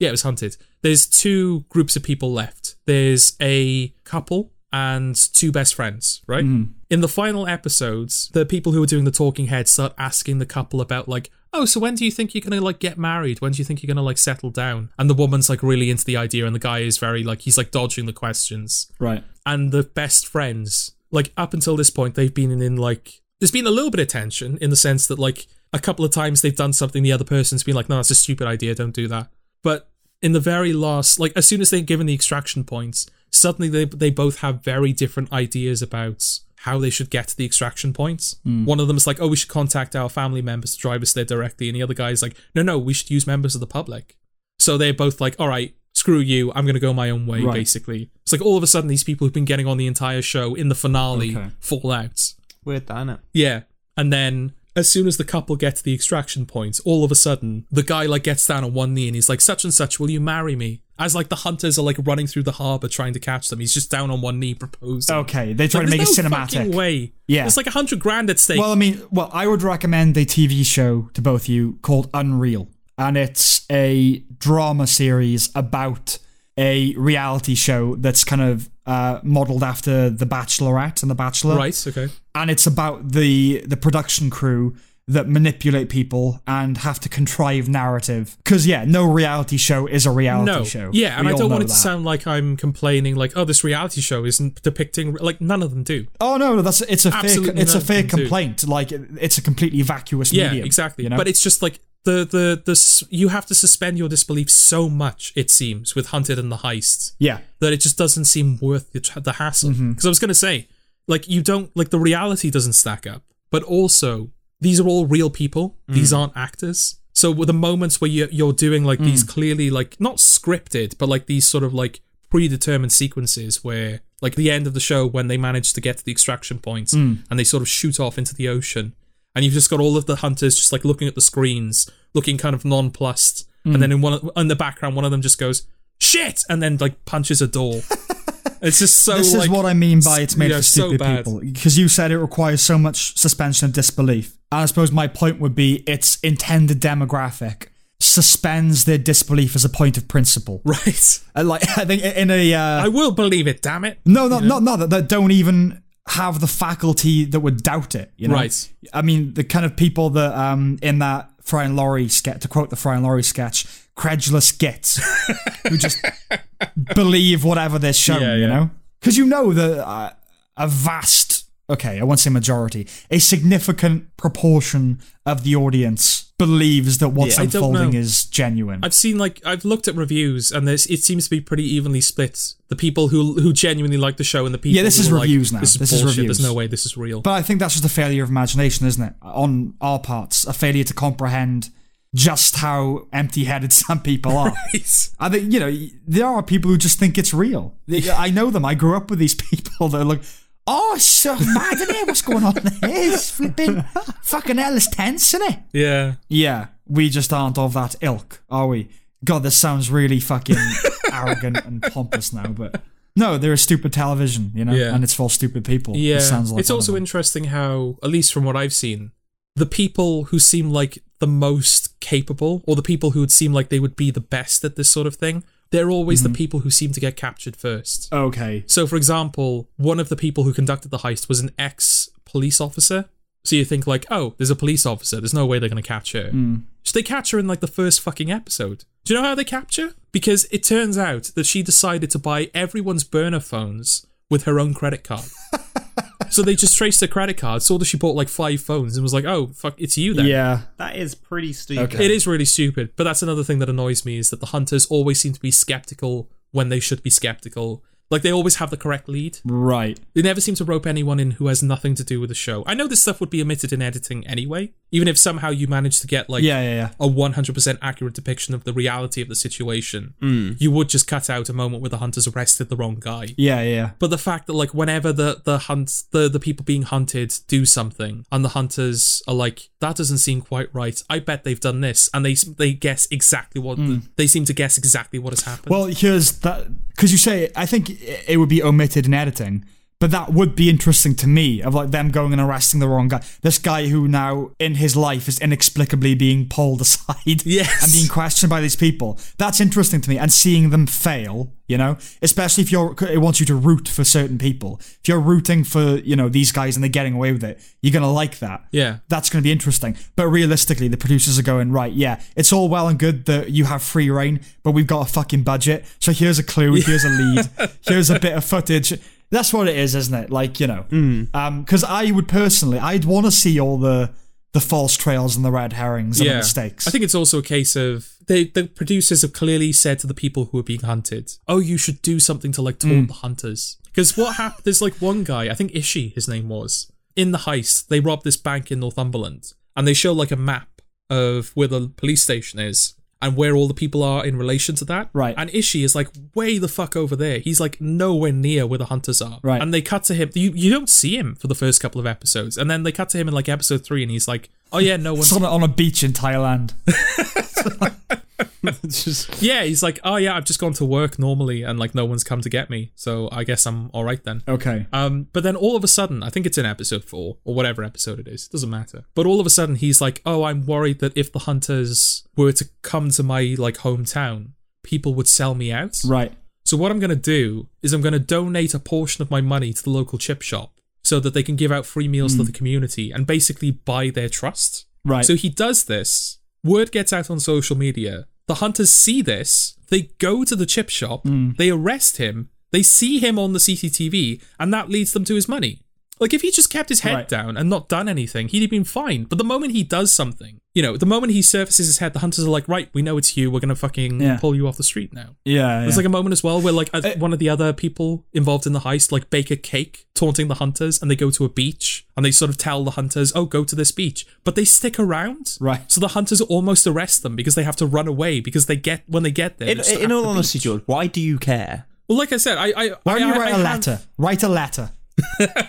S2: Yeah, it was hunted. There's two groups of people left. There's a couple and two best friends, right?
S1: Mm-hmm.
S2: In the final episodes, the people who are doing the talking heads start asking the couple about like, oh, so when do you think you're gonna like get married? When do you think you're gonna like settle down? And the woman's like really into the idea, and the guy is very like he's like dodging the questions
S1: Right.
S2: and the best friends. Like up until this point, they've been in, in like there's been a little bit of tension in the sense that like a couple of times they've done something the other person's been like, no, that's a stupid idea, don't do that. But in the very last, like as soon as they're given the extraction points, suddenly they they both have very different ideas about how they should get to the extraction points. One of them is like, oh, we should contact our family members to drive us there directly, and the other guy is like, no, no, we should use members of the public. So they're both like, all right, screw you, I'm going to go my own way,
S1: Right.
S2: basically. It's like all of a sudden these people who've been getting on the entire show in the finale
S1: Okay.
S2: fall out.
S3: Weird, that, innit?
S2: Yeah. And then as soon as the couple get to the extraction point, all of a sudden the guy like gets down on one knee and he's like, such and such, will you marry me? As like the hunters are like running through the harbour trying to catch them, he's just down on one knee proposing.
S1: Okay, they try to
S2: Like,
S1: Oh, make it
S2: there's no
S1: cinematic.
S2: fucking way.
S1: Yeah.
S2: It's like a hundred grand at stake.
S1: Well, I mean, well, I would recommend a TV show to both you called Unreal, and it's a drama series about a reality show that's kind of uh, modeled after The Bachelorette and The Bachelor,
S2: right, okay.
S1: and it's about the the production crew that manipulate people and have to contrive narrative. Because yeah, no reality show is a reality
S2: no.
S1: show.
S2: Yeah, and
S1: We
S2: I
S1: all
S2: don't want
S1: know
S2: it to
S1: that.
S2: sound like I'm complaining, like, oh, this reality show isn't depicting, like, none of them do.
S1: Oh no, no, that's it's a fair,
S2: Absolutely
S1: it's a fair
S2: nothing to do.
S1: complaint. Like it- it's a completely vacuous
S2: Yeah,
S1: medium.
S2: exactly.
S1: You know?
S2: But it's just like the the the s- you have to suspend your disbelief so much it seems with Hunted and the heist
S1: yeah.
S2: that it just doesn't seem worth the, tr- the hassle. Because
S1: Mm-hmm.
S2: I was gonna say, like, you don't like the reality doesn't stack up, but also these are all real people.
S1: Mm.
S2: These aren't actors. So with the moments where you you're doing like
S1: Mm.
S2: these clearly like not scripted, but like these sort of like predetermined sequences where like the end of the show when they manage to get to the extraction point
S1: Mm.
S2: and they sort of shoot off into the ocean and you've just got all of the hunters just like looking at the screens looking kind of nonplussed and
S1: Hmm.
S2: then in one in the background one of them just goes shit and then like punches a door it's just so
S1: This
S2: like,
S1: is what I mean by it's made
S2: yeah,
S1: for
S2: so
S1: stupid
S2: bad.
S1: people. Because you said it requires so much suspension of disbelief. And I suppose my point would be its intended demographic suspends their disbelief as a point of principle.
S2: right
S1: Uh, Like I think in a uh,
S2: i will believe it damn it
S1: no, no, not not that that don't even have the faculty that would doubt it. You know?
S2: Right.
S1: I mean, the kind of people that um in that Fry and Laurie sketch, to quote the Fry and Laurie sketch, credulous gits who just believe whatever they're shown.
S2: Yeah, yeah.
S1: You know, because you know that uh, a vast, okay, I won't say majority, a significant proportion of the audience believes that what's
S2: I don't
S1: unfolding
S2: know.
S1: is genuine.
S2: I've seen like I've looked at reviews and there's it seems to be pretty evenly split. The people who who genuinely like the show and the people
S1: Yeah, this
S2: who
S1: is
S2: are like,
S1: reviews now.
S2: This is
S1: This is
S2: bullshit.
S1: reviews.
S2: There's no way this is real.
S1: But I think that's just a failure of imagination, isn't it? On our parts, a failure to comprehend just how empty headed some people are. I think, you know, there are people who just think it's real. They- I know them. I grew up with these people that are like, oh, it's so mad, isn't it? What's going on here? It's flipping fucking hell, it's tense, isn't it?
S2: yeah.
S1: Yeah, we just aren't of that ilk, are we? God, this sounds really fucking arrogant and pompous now, but. No, there is stupid television, you know,
S2: Yeah.
S1: and it's for stupid people.
S2: Yeah,
S1: it sounds like
S2: it's
S1: one of
S2: also
S1: them.
S2: interesting how, at least from what I've seen, the people who seem like the most capable, or the people who would seem like they would be the best at this sort of thing, they're always
S1: Mm-hmm.
S2: the people who seem to get captured first.
S1: okay.
S2: So, for example, one of the people who conducted the heist was an ex police officer. So you think like, oh, there's a police officer. There's no way they're gonna catch her. So they catch her in like the first fucking episode. Do you know how they capture? Because it turns out that she decided to buy everyone's burner phones with her own credit card. so they just traced her credit card, saw that she bought like five phones, and was like, oh fuck, it's you then.
S1: Yeah.
S3: That is pretty stupid.
S1: Okay.
S2: It is really stupid, but that's another thing that annoys me is that the hunters always seem to be skeptical when they should be skeptical. Like they always have the correct lead.
S1: Right.
S2: They never seem to rope anyone in who has nothing to do with the show. I know this stuff would be omitted in editing anyway, even if somehow you manage to get like
S1: Yeah, yeah, yeah.
S2: a 100% accurate depiction of the reality of the situation. You would just cut out a moment where the hunters arrested the wrong guy.
S1: Yeah, yeah, yeah.
S2: But the fact that like whenever the the hunt the the people being hunted do something and the hunters are like that doesn't seem quite right. I bet they've done this and they s- they guess exactly what they seem to guess exactly what has happened.
S1: Well, here's that because you say I think it would be omitted in editing, But that would be interesting to me of like them going and arresting the wrong guy. This guy who now in his life is inexplicably being pulled aside
S2: Yes.
S1: and being questioned by these people. That's interesting to me and seeing them fail, you know, especially if you're it wants you to root for certain people. If you're rooting for, you know, these guys and they're getting away with it, you're going to like that
S2: Yeah.
S1: that's going to be interesting. But realistically, the producers are going, right, yeah, it's all well and good that you have free reign, but we've got a fucking budget. So here's a clue, here's a lead, here's a bit of footage. That's what it is, isn't it? Like, you know.
S2: Hmm.
S1: Because I would personally, I'd want to see all the the false trails and the red herrings and the mistakes.
S2: I think it's also a case of they the producers have clearly said to the people who are being hunted, "Oh, you should do something to like
S1: Mm.
S2: taunt the hunters." Because what happened? There's like one guy, I think Ishi, his name was, in the heist. They robbed this bank in Northumberland, and they show like a map of where the police station is and where all the people are in relation to that.
S1: Right.
S2: And Ishi is like way the fuck over there. He's like nowhere near where the hunters are.
S1: Right.
S2: And they cut to him. You you don't see him for the first couple of episodes, and then they cut to him in like episode three, and he's like, "Oh yeah, no one's
S1: it's on a, on a beach in Thailand.
S3: It's just-
S2: Yeah, he's like, oh yeah, I've just gone to work normally, and like no one's come to get me, so I guess I'm all right then.
S1: Okay.
S2: Um, but then all of a sudden, I think it's in episode four or whatever episode it is, doesn't matter. But all of a sudden, he's like, oh, I'm worried that if the hunters were to come to my like hometown, people would sell me out.
S1: Right.
S2: So what I'm gonna do is I'm gonna donate a portion of my money to the local chip shop so that they can give out free meals to the community and basically buy their trust.
S1: Right.
S2: So he does this. Word gets out on social media. The hunters see this. They go to the chip shop.
S1: Hmm.
S2: They arrest him. They see him on the CCTV, and that leads them to his money. Like if he just kept his head
S1: Right.
S2: down and not done anything, he'd have been fine. But the moment he does something, you know, the moment he surfaces his head, the hunters are like, "Right, we know it's you. We're gonna fucking
S1: Yeah.
S2: pull you off the street now."
S1: yeah. yeah.
S2: There's like a moment as well where like
S1: Uh,
S2: a, one of the other people involved in the heist like bake a cake, taunting the hunters, and they go to a beach and they sort of tell the hunters, "Oh, go to this beach," but they stick around.
S1: Right.
S2: So the hunters almost arrest them because they have to run away because they get when they get there.
S3: in,
S2: they're just
S3: in
S2: at
S3: all
S2: the
S3: honesty,
S2: beach.
S3: George, why do you care?
S2: Well, like I said, I I
S1: Why don't
S2: I,
S1: you write
S2: a
S1: a letter? Write a letter.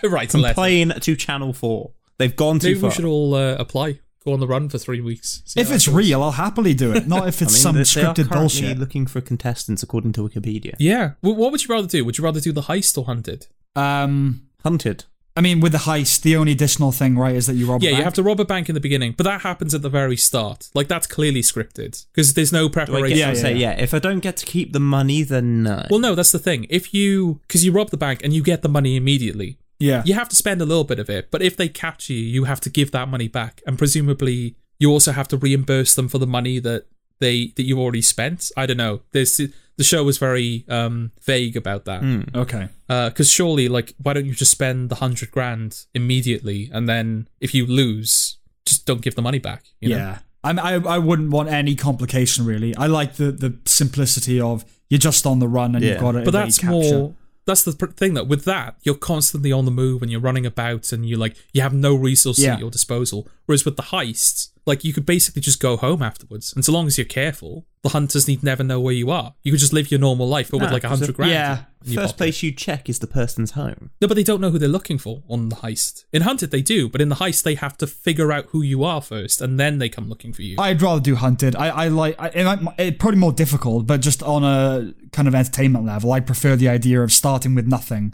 S2: right, a letter.
S3: Playing to Channel Four. They've gone too
S2: Maybe
S3: far.
S2: we should all uh, apply. Go on the run for three weeks. See
S1: If
S2: how
S1: it's
S2: that goes.
S1: real, I'll happily do it. Not if
S3: I
S1: it's
S3: mean,
S1: some
S3: they, they are
S1: scripted
S3: currently
S1: bullshit.
S3: looking for contestants according to Wikipedia.
S2: yeah. Well, what would you rather do? Would you rather do the heist or hunted?
S1: um.
S3: Hunted.
S1: I mean, with the heist, the only additional thing, right, is that you rob. a
S2: Yeah, you
S1: bank.
S2: have to rob a bank in the beginning, but that happens at the very start. Like that's clearly scripted because there's no
S3: Do I
S2: preparation.
S3: get
S1: Yeah,
S3: to
S1: yeah,
S3: say, yeah. if I don't get to keep the money, then no.
S2: Well, no, that's the thing. If you because you rob the bank and you get the money immediately,
S1: Yeah.
S2: you have to spend a little bit of it. But if they capture you, you have to give that money back, and presumably you also have to reimburse them for the money that they that you already spent. I don't know. There's the show was very um, vague about that
S1: Hmm. Okay.
S2: because surely, like, why don't you just spend the hundred grand immediately, and then if you lose, just don't give the money back. You know?
S1: Yeah. I'm, I I wouldn't want any complication really. I like the the simplicity of you're just on the run and
S3: Yeah.
S1: you've got it.
S2: but that's more that's the pr- thing that with that you're constantly on the move and you're running about and you like you have no resources
S1: Yeah.
S2: at your disposal whereas with the heists like you could basically just go home afterwards and so long as you're careful the hunters need never know where you are you could just live your normal life but with
S3: No,
S2: like a
S3: 'cause
S2: hundred
S3: if-
S2: grand
S1: Ah, yeah,
S2: in your
S3: First
S2: pocket.
S3: place you check is the person's home.
S2: no but they don't know who they're looking for on the heist in hunted they do but in the heist they have to figure out who you are first and then they come looking for you
S1: I'd rather do hunted. I I like I, it might, it probably more difficult, but just on a kind of entertainment level, I prefer the idea of starting with nothing,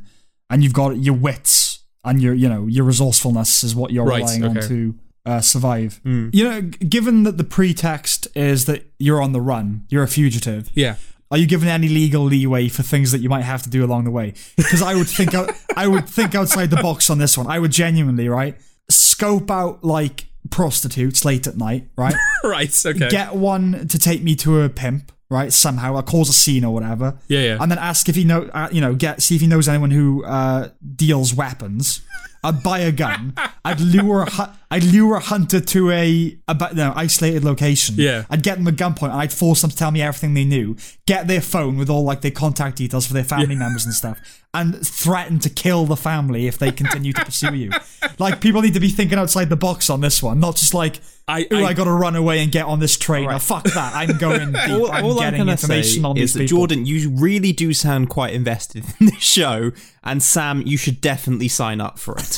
S1: and you've got your wits and your you know your resourcefulness is what you're
S2: Right,
S1: relying on
S2: okay. Hmm.
S1: to uh, survive. You know, g- given that the pretext is that you're on the run, you're a fugitive.
S2: yeah
S1: Are you given any legal leeway for things that you might have to do along the way? Because I would think out, I would think outside the box on this one. I would genuinely right scope out like prostitutes late at night, right?
S2: right okay
S1: Get one to take me to a pimp, right? Somehow, or cause a scene or whatever.
S2: Yeah, yeah.
S1: And then ask if he know, uh, you know, get see if he knows anyone who uh, deals weapons. I'd buy a gun. I'd lure a hu- I'd lure a hunter to a, a ba- no, isolated location.
S2: Yeah.
S1: I'd get them at gunpoint and I'd force them to tell me everything they knew. Get their phone with all like their contact details for their family members and stuff, and threaten to kill the family if they continue to pursue you. Like people need to be thinking outside the box on this one, not just like
S2: I-
S1: "Ooh,
S2: I-
S1: I got to run away and get on this train. Now, fuck that. I'm going deep.
S3: All,
S1: I'm
S3: all
S1: getting
S3: gonna
S1: information
S3: say
S1: on
S3: is
S1: these
S3: that
S1: people.
S3: Jordan, you really do sound quite invested in this show, and Sam, you should definitely sign up for it.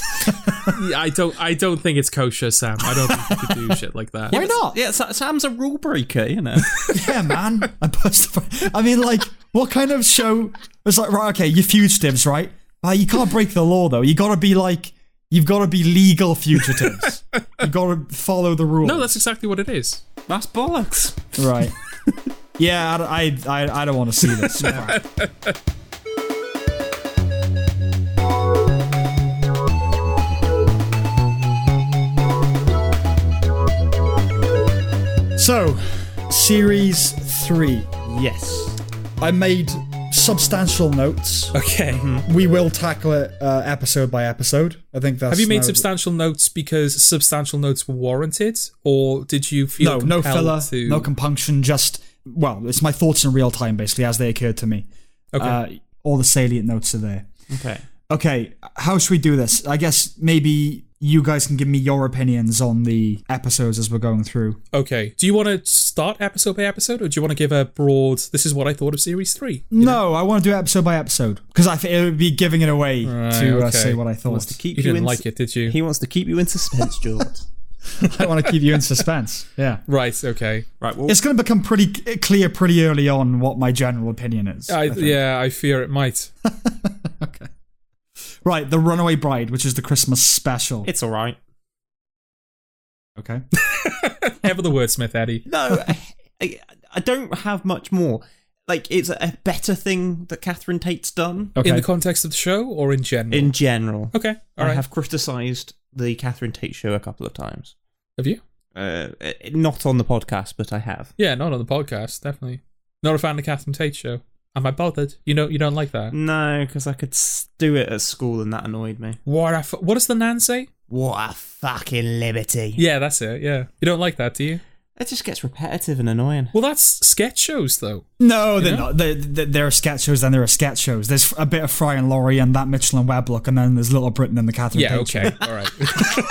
S2: i don't i don't think it's kosher sam i don't think you could do shit like that
S1: Why not?
S3: yeah, Sa- Sam's a rule breaker, you know.
S1: yeah, man. I burst. I mean, like, what kind of show? It's like, right, okay, you're fugitives, right? Uh, you can't break the law though. You gotta be like, you've gotta be legal fugitives. you gotta follow the rules.
S2: No, that's exactly what it is.
S3: That's bollocks.
S1: right. Yeah, I, I, I, I don't want to see this. so, series three.
S3: Yes.
S1: I made substantial notes.
S2: Okay.
S1: We will tackle it uh, episode by episode. I think that's.
S2: Have you made
S1: now-
S2: substantial notes because substantial notes were warranted, or did you feel
S1: No, no
S2: compelled
S1: filler,
S2: to?
S1: no compunction. Just well, it's my thoughts in real time, basically, as they occurred to me.
S2: Okay.
S1: Uh, all the salient notes are there.
S3: Okay.
S1: Okay, how should we do this? I guess maybe you guys can give me your opinions on the episodes as we're going through.
S2: okay. Do you want to start episode by episode, or do you want to give a broad? This is what I thought of series three.
S1: No, I want to do episode by episode because I think it would be giving it away to uh,
S2: okay.
S1: say what I thought.
S3: Wants to keep
S2: You
S3: you,
S2: didn't
S3: in
S2: like it, did you?
S3: He wants to keep you in suspense, George.
S1: I want to keep you in suspense. Yeah.
S2: Right. Okay.
S3: right. Well,
S1: It's going to become pretty c- clear pretty early on what my general opinion is.
S2: I,
S1: think.
S2: yeah, I fear it might.
S1: Right, The Runaway Bride, which is the Christmas special.
S3: it's all right.
S1: okay.
S2: Ever the wordsmith, Eddie.
S3: No, I, I, I don't have much more. Like, it's a better thing that Catherine Tate's done
S1: Okay.
S2: In the context of the show, or in general?
S3: in general.
S2: Oh. okay. All right.
S3: I
S2: Have,
S3: have criticised the Catherine Tate show a couple of times.
S2: you?
S3: Uh, eh, not on the podcast, but I have.
S2: Yeah, not on the podcast. Definitely not a fan of the Catherine Tate show. Am I bothered? You know, you don't like that.
S3: No, because I could s- do it at school and that annoyed me.
S2: What? a f- what does the nan say?
S3: What a fucking liberty.
S2: Yeah, that's it. Yeah, you don't like that, do you?
S3: It just gets repetitive and annoying.
S2: Well, that's sketch shows, though.
S1: No, they're
S2: Yeah.
S1: not. They, they, there are sketch shows, then there are sketch shows. There's a bit of Fry and Laurie and that Mitchell and Webb look, and then there's Little Britain and the Catherine
S2: Yeah.
S1: Tate show.
S2: Okay. All right.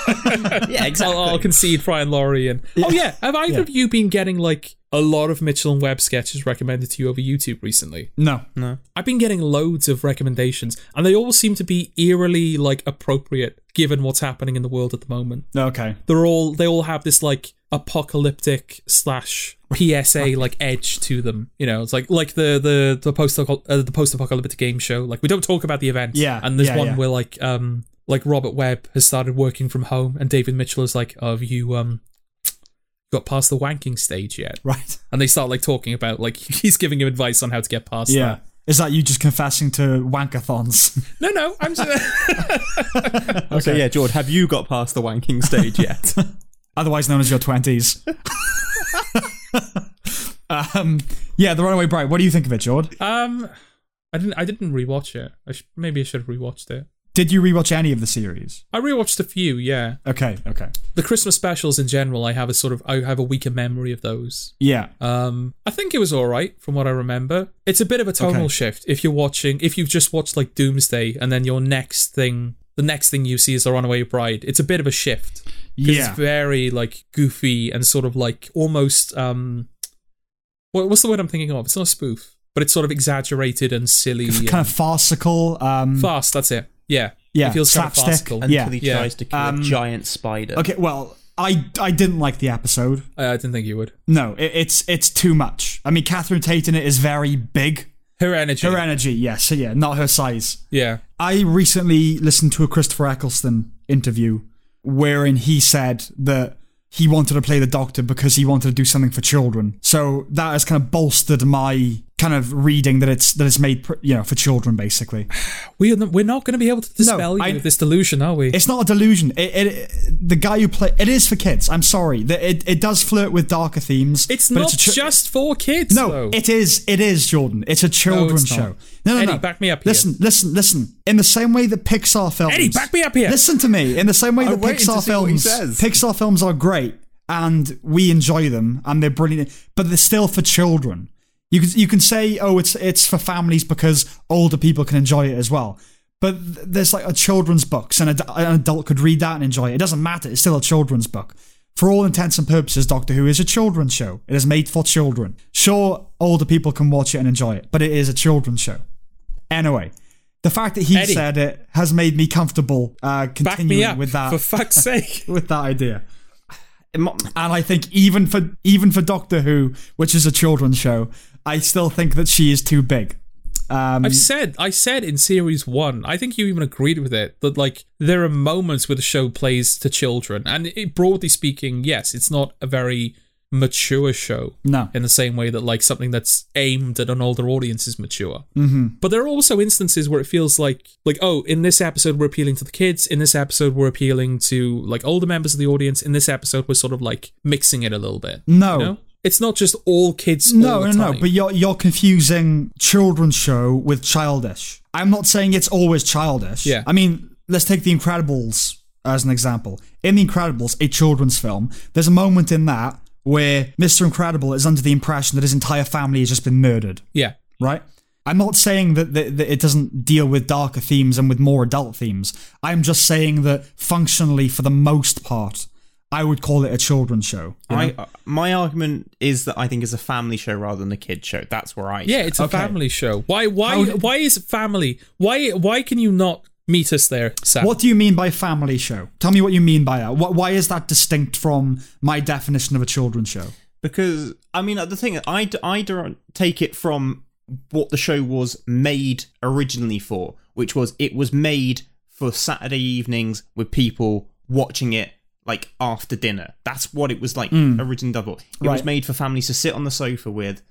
S3: yeah, exactly.
S2: I'll, I'll concede Fry and Laurie. And oh yeah, have either
S1: Yeah.
S2: of you been getting like a lot of Mitchell and Webb sketches recommended to you over YouTube recently?
S1: No.
S2: I've been getting loads of recommendations, and they all seem to be eerily like appropriate given what's happening in the world at the moment.
S1: Okay.
S2: They're all they all have this like apocalyptic slash PSA like edge to them. You know, it's like like the the the post uh, the post apocalyptic game show. Like we don't talk about the event.
S1: Yeah,
S2: and there's
S1: yeah,
S2: one
S1: yeah.
S2: where like um like Robert Webb has started working from home, and David Mitchell is like, "Have you um got past the wanking stage yet?"
S1: Right.
S2: And they start like talking about like he's giving him advice on how to get past
S1: Yeah.
S2: that.
S1: Is that you just confessing to wankathons?
S2: No, no, I'm just.
S3: So yeah, George, have you got past the wanking stage yet?
S1: otherwise known as your 20s? um, yeah, The Runaway Bride. What do you think of it, Jord?
S2: um, I didn't. I didn't rewatch it. I sh- maybe I should have rewatched it.
S1: Did you rewatch any of the series?
S2: I rewatched a few. Yeah,
S1: Okay, okay.
S2: the Christmas specials in general. I have a sort of. I have a weaker memory of those.
S1: Yeah.
S2: Um, I think it was all right from what I remember. It's a bit of a tonal
S1: Okay.
S2: shift if you're watching. If you've just watched like Doomsday, and then your next thing, the next thing you see is The Runaway Bride. It's a bit of a shift. 'Cause
S1: Yeah.
S2: It's very like goofy and sort of like almost um, what, what's the word I'm thinking of? It's not a spoof, but it's sort of exaggerated and silly. and-
S1: Kind of farcical. Um,
S2: Fast, that's it. Yeah.
S1: yeah.
S2: It feels kind of
S1: slapstick.
S2: farcical.
S3: Until
S1: Yeah.
S3: he
S2: Yeah.
S3: tries to kill
S1: Um,
S3: a giant spider.
S1: Okay, well, I I didn't like the episode.
S2: Uh, I, I didn't think you would.
S1: No, it, it's it's too much. I mean, Catherine Tate in it is very big.
S2: Her energy.
S1: Her energy, yes, so yeah, not her size.
S2: yeah.
S1: I recently listened to a Christopher Eccleston interview wherein he said that he wanted to play the doctor because he wanted to do something for children. So that has kind of bolstered my kind of reading that it's that it's made pr- you know for children basically.
S2: We are not, we're not going to be able to dispel you
S1: I-
S2: of this delusion, are we?
S1: It's not a delusion. It, it the guy who play it is for kids. I'm sorry. The- It it does flirt with darker themes.
S2: It's
S1: but
S2: not
S1: a chi-
S2: just for kids,
S1: No,
S2: though.
S1: it is. It is Jordan. It's a children's
S2: not.
S1: show. No, no,
S2: Eddie,
S1: no.
S2: back me up here.
S1: Listen, listen, listen. In the same way that Pixar films.
S2: Eddie, back me up here.
S1: Listen to me. In the same way that
S3: waiting to
S1: Pixar
S3: see what he
S1: films,
S3: says.
S1: Pixar films are great, and we enjoy them, and they're brilliant, but they're still for children. You can you can say, oh, it's it's for families because older people can enjoy it as well. But th- there's like a children's books, and ad- an adult could read that and enjoy it. It doesn't matter. It's still a children's book. For all intents and purposes, Doctor Who is a children's show. It is made for children. Sure, older people can watch it and enjoy it, but it is a children's show. Anyway, the fact that he
S2: Eddie.
S1: said it has made me comfortable uh,
S2: back me
S1: continuing
S2: up.
S1: with that
S2: For fuck's sake.
S1: with that idea.
S3: Mo-
S1: And I think even for even for Doctor Who, which is a children's show, I still think that she is too big. Um,
S2: I've said I said in series one, I think you even agreed with it, that like there are moments where the show plays to children. And it, broadly speaking, yes, it's not a very mature show.
S1: No.
S2: In the same way that like something that's aimed at an older audience is mature. Mm-hmm. But there are also instances where it feels like like, oh, in this episode we're appealing to the kids, in this episode we're appealing to like older members of the audience, in this episode we're sort of like mixing it a little bit.
S1: No.
S2: You know? It's not just all kids. all
S1: no, no,
S2: the
S1: no.
S2: time.
S1: But you're you're confusing children's show with childish. I'm not saying it's always childish.
S2: Yeah.
S1: I mean, let's take The Incredibles as an example. In The Incredibles, a children's film, there's a moment in that where Mr. Incredible is under the impression that his entire family has just been murdered.
S2: yeah,
S1: right? I'm not saying that, that, that it doesn't deal with darker themes and with more adult themes. I'm just saying that functionally, for the most part, I would call it a children's show.
S3: I, my argument is that I think it's a family show rather than a kid show. That's where I.
S2: yeah, it's a
S1: Okay.
S2: family show. Why, why,
S1: How-
S2: why is it family? Why, why can you not meet us there, Sam?
S1: What do you mean by family show? Tell me what you mean by that. Wh- Why is that distinct from my definition of a children's show?
S3: because I mean the thing I d- I don't take it from what the show was made originally for, which was it was made for Saturday evenings with people watching it like after dinner. That's what it was like originally done for. It was
S1: Hmm. Right.
S3: made for families to sit on the sofa with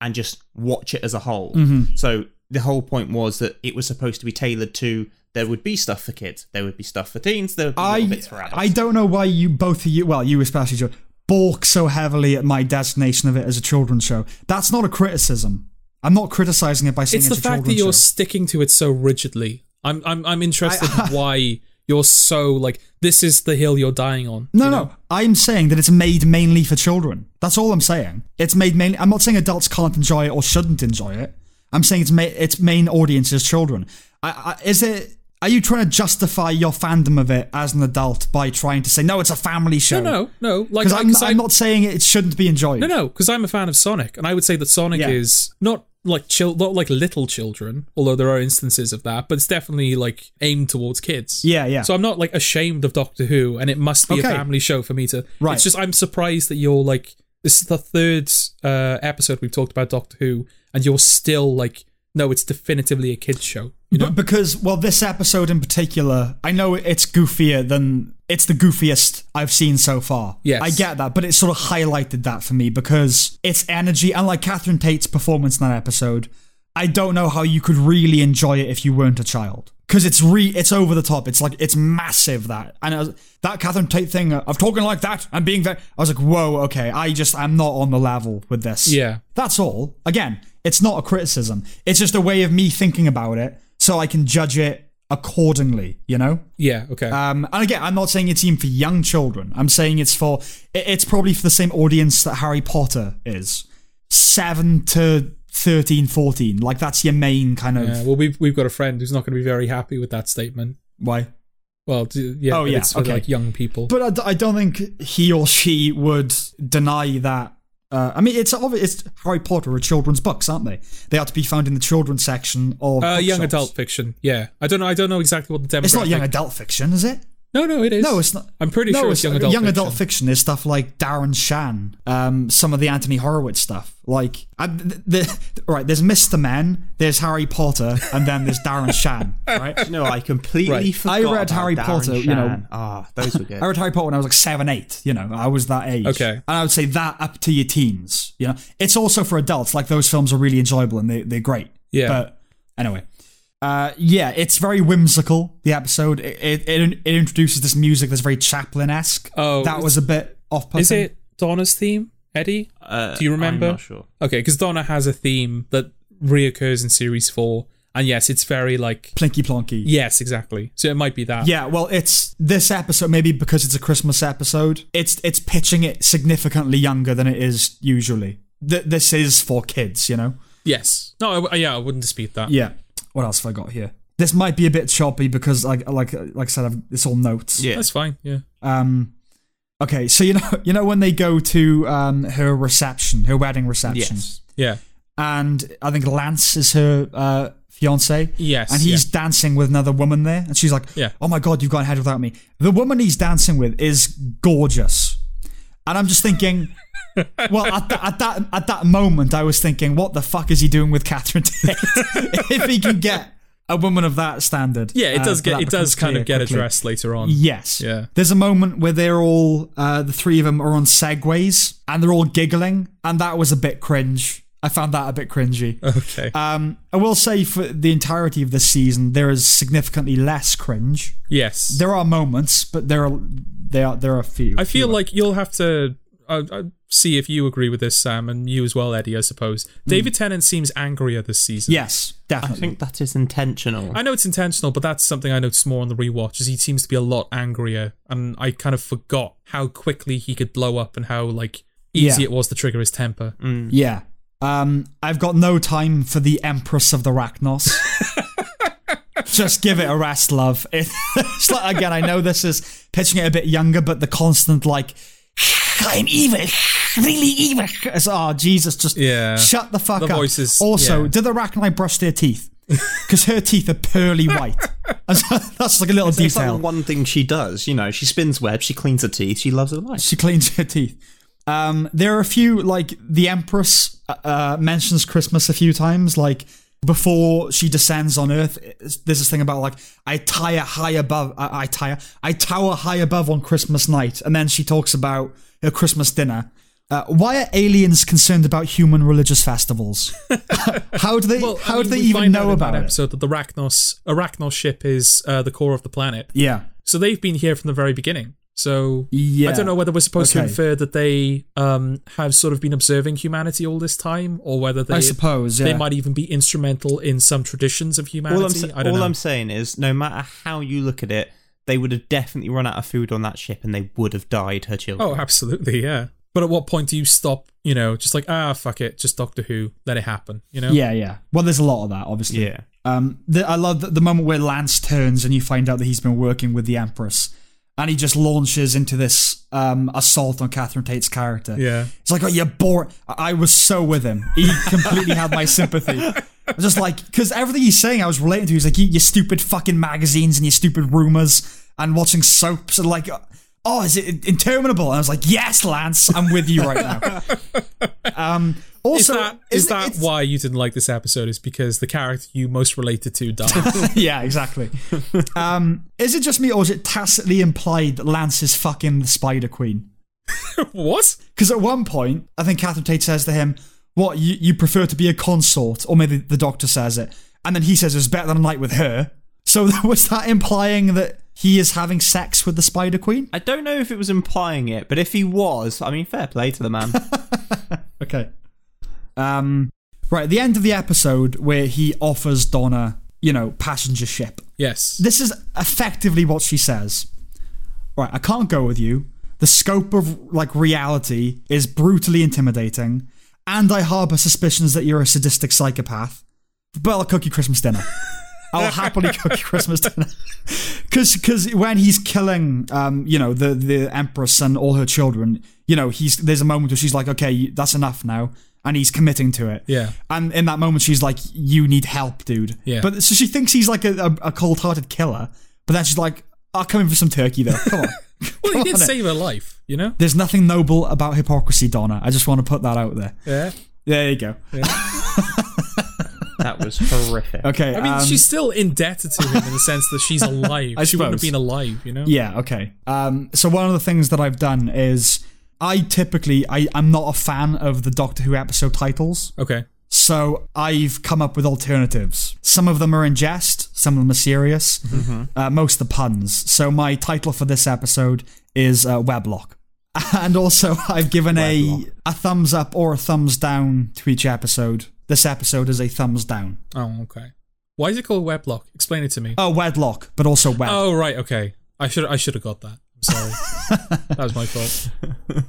S3: and just watch it as a whole.
S1: Mm-hmm.
S3: So the whole point was that it was supposed to be tailored to there would be stuff for kids, there would be stuff for teens, there would be little
S1: I
S3: bits for adults.
S1: I don't know why you both of you, well, you especially, Joe, balk so heavily at my designation of it as a children's show. That's not a criticism. I'm not criticizing it by saying
S2: it's
S1: it's,
S2: the
S1: a
S2: fact that
S1: children's
S2: you're
S1: show.
S2: sticking to it so rigidly. I'm, I'm, I'm interested why you're so like this is the hill you're dying on.
S1: No, no. I'm saying that it's made mainly for children. That's all I'm saying. It's made mainly. I'm not saying adults can't enjoy it or shouldn't enjoy it. I'm saying its ma- its main audience is children. I, I, is it? Are you trying to justify your fandom of it as an adult by trying to say no, it's a family show?
S2: No, no, no. Like,
S1: Because
S2: I-
S1: I'm,
S2: 'cause I-
S1: I'm not saying it shouldn't be enjoyed.
S2: No, no, because I'm a fan of Sonic, and I would say that Sonic
S3: Yeah.
S2: is not like chil- not like little children, although there are instances of that, but it's definitely like aimed towards kids.
S1: Yeah, yeah.
S2: So I'm not like ashamed of Doctor Who, and it must be
S1: Okay.
S2: a family show for me to.
S1: Right.
S2: It's just I'm surprised that you're like this is the third uh, episode we've talked about Doctor Who, and you're still like no, it's definitively a kids show. You know.
S1: But because well, this episode in particular, I know it's goofier than it's the goofiest I've seen so far.
S2: Yes.
S1: I get that, but it sort of highlighted that for me because its energy, and like Catherine Tate's performance in that episode, I don't know how you could really enjoy it if you weren't a child. Because it's re, it's over the top. It's like it's massive that, and I was, that Catherine Tate thing of talking like that and being very, I was like, whoa, okay, I just I'm not on the level with this.
S2: Yeah.
S1: That's all. Again, it's not a criticism. It's just a way of me thinking about it so I can judge it accordingly, you know?
S2: yeah. Okay.
S1: Um, and again, I'm not saying it's even for young children. I'm saying it's for, it- it's probably for the same audience that Harry Potter is 7 to 13, 14. Like, that's your main kind of.
S2: yeah. Well, we've we've got a friend who's not going to be very happy with that statement.
S1: Why?
S2: Well, d- yeah.
S1: Oh,
S2: but
S1: yeah,
S2: It's for
S1: okay.
S2: like young people.
S1: But I d- I, don't think he or she would deny that. Uh, I mean, it's obvious. It's Harry Potter are children's books, aren't they? They are to be found in the children's section of
S2: Uh, young
S1: bookshops.
S2: adult fiction. Yeah, I don't know. I don't know exactly what the demographic.
S1: It's not young adult fiction, is it?
S2: No, no, it is.
S1: No, it's not.
S2: I'm pretty
S1: no,
S2: sure it's young adult.
S1: Young
S2: fiction.
S1: adult fiction is stuff like Darren Shan, um, some of the Anthony Horowitz stuff. Like, I, the, the, right, there's Mr. Men, there's Harry Potter, and then there's Darren Shan, right?
S3: no, I completely
S2: Right. I
S3: forgot.
S1: read
S3: about
S1: Harry
S3: Darren
S1: Potter, you know.
S3: Shan. ah, those were good.
S1: I read Harry Potter when I was like seven, eight. You know, I was that age.
S2: Okay.
S1: And I would say that up to your teens. You know, it's also for adults. Like those films are really enjoyable and they they're great.
S2: Yeah.
S1: But anyway, uh, yeah, it's very whimsical. The episode it it, it, it introduces this music that's very Chaplin esque.
S2: Oh,
S1: that was a bit off.
S2: Is it Donna's theme, Eddie?
S3: Uh,
S2: Do you remember?
S3: I'm not sure.
S2: Okay, because Donna has a theme that reoccurs in series four, and yes, it's very like
S1: Plinky Plonky?
S2: yes, exactly. So it might be that.
S1: Yeah, well, it's this episode maybe because it's a Christmas episode. It's it's pitching it significantly younger than it is usually. Th- this is for kids, you know.
S2: Yes. No. I w yeah, I wouldn't dispute that.
S1: Yeah. What else have I got here? This might be a bit choppy because, like, like, like I said, I've, it's all notes.
S3: Yeah.
S2: That's fine. Yeah.
S1: Um. Okay, so you know, you know when they go to um her reception, her wedding reception,
S3: Yes.
S2: Yeah.
S1: and I think Lance is her uh fiance.
S2: Yes,
S1: And he's dancing with another woman there, and she's like,
S2: Yeah.
S1: "Oh my god, you've gone ahead without me." The woman he's dancing with is gorgeous, and I'm just thinking, well, at, tha- at that at that moment, I was thinking, what the fuck is he doing with Catherine Tate? if he can get a woman of that standard,
S2: Yeah, it
S1: uh,
S2: does get
S1: that
S2: it
S1: becomes
S2: does kind of
S1: clear
S2: get
S1: quickly.
S2: addressed later on.
S1: Yes.
S2: Yeah.
S1: There's a moment where they're all, uh, the three of them are on segways and they're all giggling, and that was a bit cringe. I found that a bit cringy.
S2: Okay.
S1: Um, I will say for the entirety of this season, there is significantly less cringe.
S2: yes.
S1: There are moments, but there are there are there are few.
S2: I feel like you'll have to uh, uh, see if you agree with this, Sam, and you as well, Eddie. I suppose David Tennant seems angrier this season.
S1: yes,
S3: I
S1: definitely.
S3: think that is intentional.
S2: I know it's intentional, but that's something I noticed more on the rewatch. Is he seems to be a lot angrier, and I kind of forgot how quickly he could blow up and how like easy
S1: Yeah.
S2: it was to trigger his temper.
S1: yeah. Um, I've got no time for the Empress of the Rachnos. Just give it a rest, love. It- It's like, again, I know this is pitching it a bit younger, but the constant like, I'm evil, really evil. It's, oh, Jesus, just
S2: Yeah.
S1: shut the fuck
S2: The
S1: up.
S2: voice is-
S1: also,
S2: yeah.
S1: did the Arachnid brush their teeth? Because her teeth are pearly white. And so That's like a little
S3: It's like
S1: detail.
S3: the one thing she does, you know, she spins web, she cleans her teeth, she loves her life.
S1: She cleans her teeth. Um, there are a few, like, the Empress uh, uh, mentions Christmas a few times. Like, before she descends on Earth, it's- there's this thing about, like, I tire high above, I, I tire, I tower high above on Christmas night. And then she talks about her Christmas dinner. Uh, why are aliens concerned about human religious festivals? how do they?
S2: Well, I
S1: how do
S2: mean,
S1: they
S2: we
S1: even
S2: find out
S1: know
S2: in
S1: about
S2: that
S1: it?
S2: episode that the Arachnos Arachnos ship is uh, the core of the planet?
S1: Yeah,
S2: So they've been here from the very beginning. So
S1: Yeah.
S2: I don't know whether we're supposed
S1: Okay.
S2: to infer that they um, have sort of been observing humanity all this time, or whether they
S1: I suppose. Yeah.
S2: they might even be instrumental in some traditions of humanity.
S3: All I'm, sa-
S2: I don't
S3: all
S2: know.
S3: I'm saying is, no matter how you look at it, they would have definitely run out of food on that ship and they would have died her children.
S2: oh, absolutely, yeah. But at what point do you stop? You know, just like ah, fuck it, just Doctor Who, let it happen. You know,
S1: Yeah, yeah. Well, there's a lot of that, obviously.
S3: Yeah.
S1: Um, the, I love the, the moment where Lance turns and you find out that he's been working with the Empress, and he just launches into this um, assault on Catherine Tate's character.
S2: Yeah.
S1: it's like, oh, you're boring. I I was so with him. He completely had my sympathy. I was just like, because everything he's saying, I was relating to. He's like, you, your stupid fucking magazines and your stupid rumors and watching soaps and like. Oh, is it interminable? And I was like, "Yes, Lance, I'm with you right now." um, also,
S2: Is that is
S1: isn't-
S2: that
S1: it's-
S2: why you didn't like this episode? Is because the character you most related to died.
S1: yeah, exactly. um, is it just me, or is it tacitly implied that Lance is fucking the Spider Queen?
S2: what?
S1: Because at one point, I think Catherine Tate says to him, "What you, you prefer to be a consort?" Or maybe the doctor says it, and then he says it's better than a night with her. So was that implying that he is having sex with the Spider Queen?
S3: I don't know if it was implying it, but if he was, I mean, fair play to the man.
S1: Okay. Um, right at the end of the episode where he offers Donna, you know, passenger ship.
S2: Yes.
S1: this is effectively what she says. Right, I can't go with you. The scope of like reality is brutally intimidating, and I harbour suspicions that you're a sadistic psychopath. But I'll cook you Christmas dinner. I'll happily cook you Christmas dinner. Because when he's killing, um, you know, the the empress and all her children, you know, he's there's a moment where she's like, okay, that's enough now, and he's committing to it.
S2: Yeah.
S1: And in that moment, she's like, "You need help, dude."
S2: Yeah.
S1: But so she thinks he's like a, a, a cold-hearted killer, but then she's like, "I'll come in for some turkey, though. Come on."
S2: Well,
S1: Come
S2: he did
S1: on in.
S2: save her life. You know.
S1: There's nothing noble about hypocrisy, Donna. I just want to put that out there.
S2: Yeah.
S1: There you go.
S3: that was horrific.
S1: Okay.
S2: I mean,
S1: um,
S2: she's still indebted to him in the sense that she's alive.
S1: I
S2: she wouldn't have
S1: suppose.
S2: been alive, you know.
S1: Yeah, okay. Um, so one of the things that I've done is I typically I, I'm not a fan of the Doctor Who episode titles.
S2: Okay.
S1: So I've come up with alternatives. Some of them are in jest, some of them are serious. Uh, most are puns. So my title for this episode is uh, Weblock. And also, I've given a, a thumbs up or a thumbs down to each episode. This episode is a thumbs down.
S2: Oh, okay. Why is it called Weblock? Explain it to me.
S1: Oh, wedlock, but also web.
S2: Oh, right. Okay. I should I should have got that. I'm sorry. that was my fault.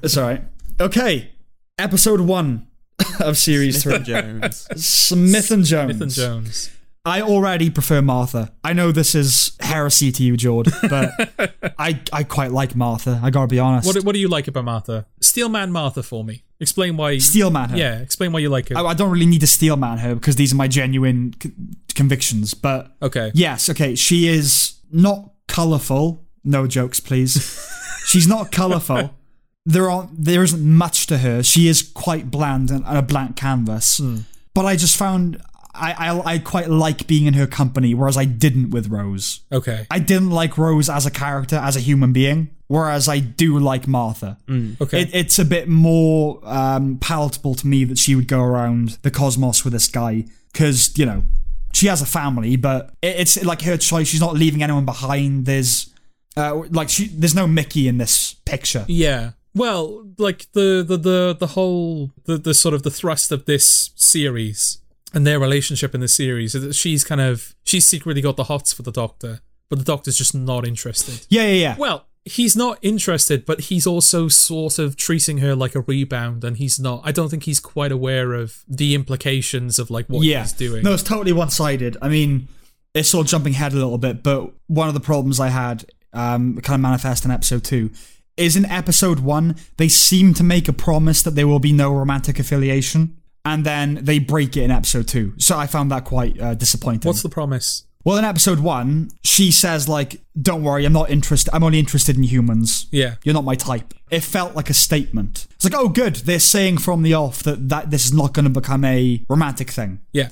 S1: It's all right. Okay, episode one of series three.
S3: Mr. Jones.
S1: Smith and Jones.
S2: Ethan Jones.
S1: I already prefer Martha. I know this is heresy to you, Jord, but I I quite like Martha. I gotta be honest.
S2: What what do you like about Martha? Steelman Martha for me. Explain why.
S1: steel man her.
S2: Yeah. Explain why you like her.
S1: I, I don't really need to steel man her because these are my genuine c- convictions. But
S2: okay.
S1: yes, okay, she is not colourful. No jokes, please. She's not colourful. there aren't there isn't much to her. She is quite bland and, and a blank canvas.
S2: Hmm.
S1: But I just found I, I I quite like being in her company, whereas I didn't with Rose.
S2: Okay.
S1: I didn't like Rose as a character, as a human being, whereas I do like Martha.
S2: Okay.
S1: It, it's a bit more um, palatable to me that she would go around the cosmos with this guy because you know she has a family, but it, it's like her choice. She's not leaving anyone behind. There's uh, like she, there's no Mickey in this picture.
S2: yeah. Well, like the the the, the whole the, the sort of the thrust of this series and their relationship in the series is that she's kind of she's secretly got the hots for the doctor, but the doctor's just not interested.
S1: Yeah, yeah, yeah.
S2: Well, he's not interested, but he's also sort of treating her like a rebound, and he's not. I don't think he's quite aware of the implications of like what
S1: yeah.
S2: he's doing.
S1: No, it's totally one sided. I mean, it's sort of jumping ahead a little bit, but one of the problems I had um, kind of manifest in episode two is in episode one, they seem to make a promise that there will be no romantic affiliation. And then they break it in episode two, so I found that quite uh, disappointing.
S2: What's the promise?
S1: well, in episode one, she says like, "Don't worry, I'm not interested. I'm only interested in humans.
S2: Yeah.
S1: You're not my type." It felt like a statement. It's like, "Oh, good, they're saying from the off that that this is not going to become a romantic thing."
S2: Yeah.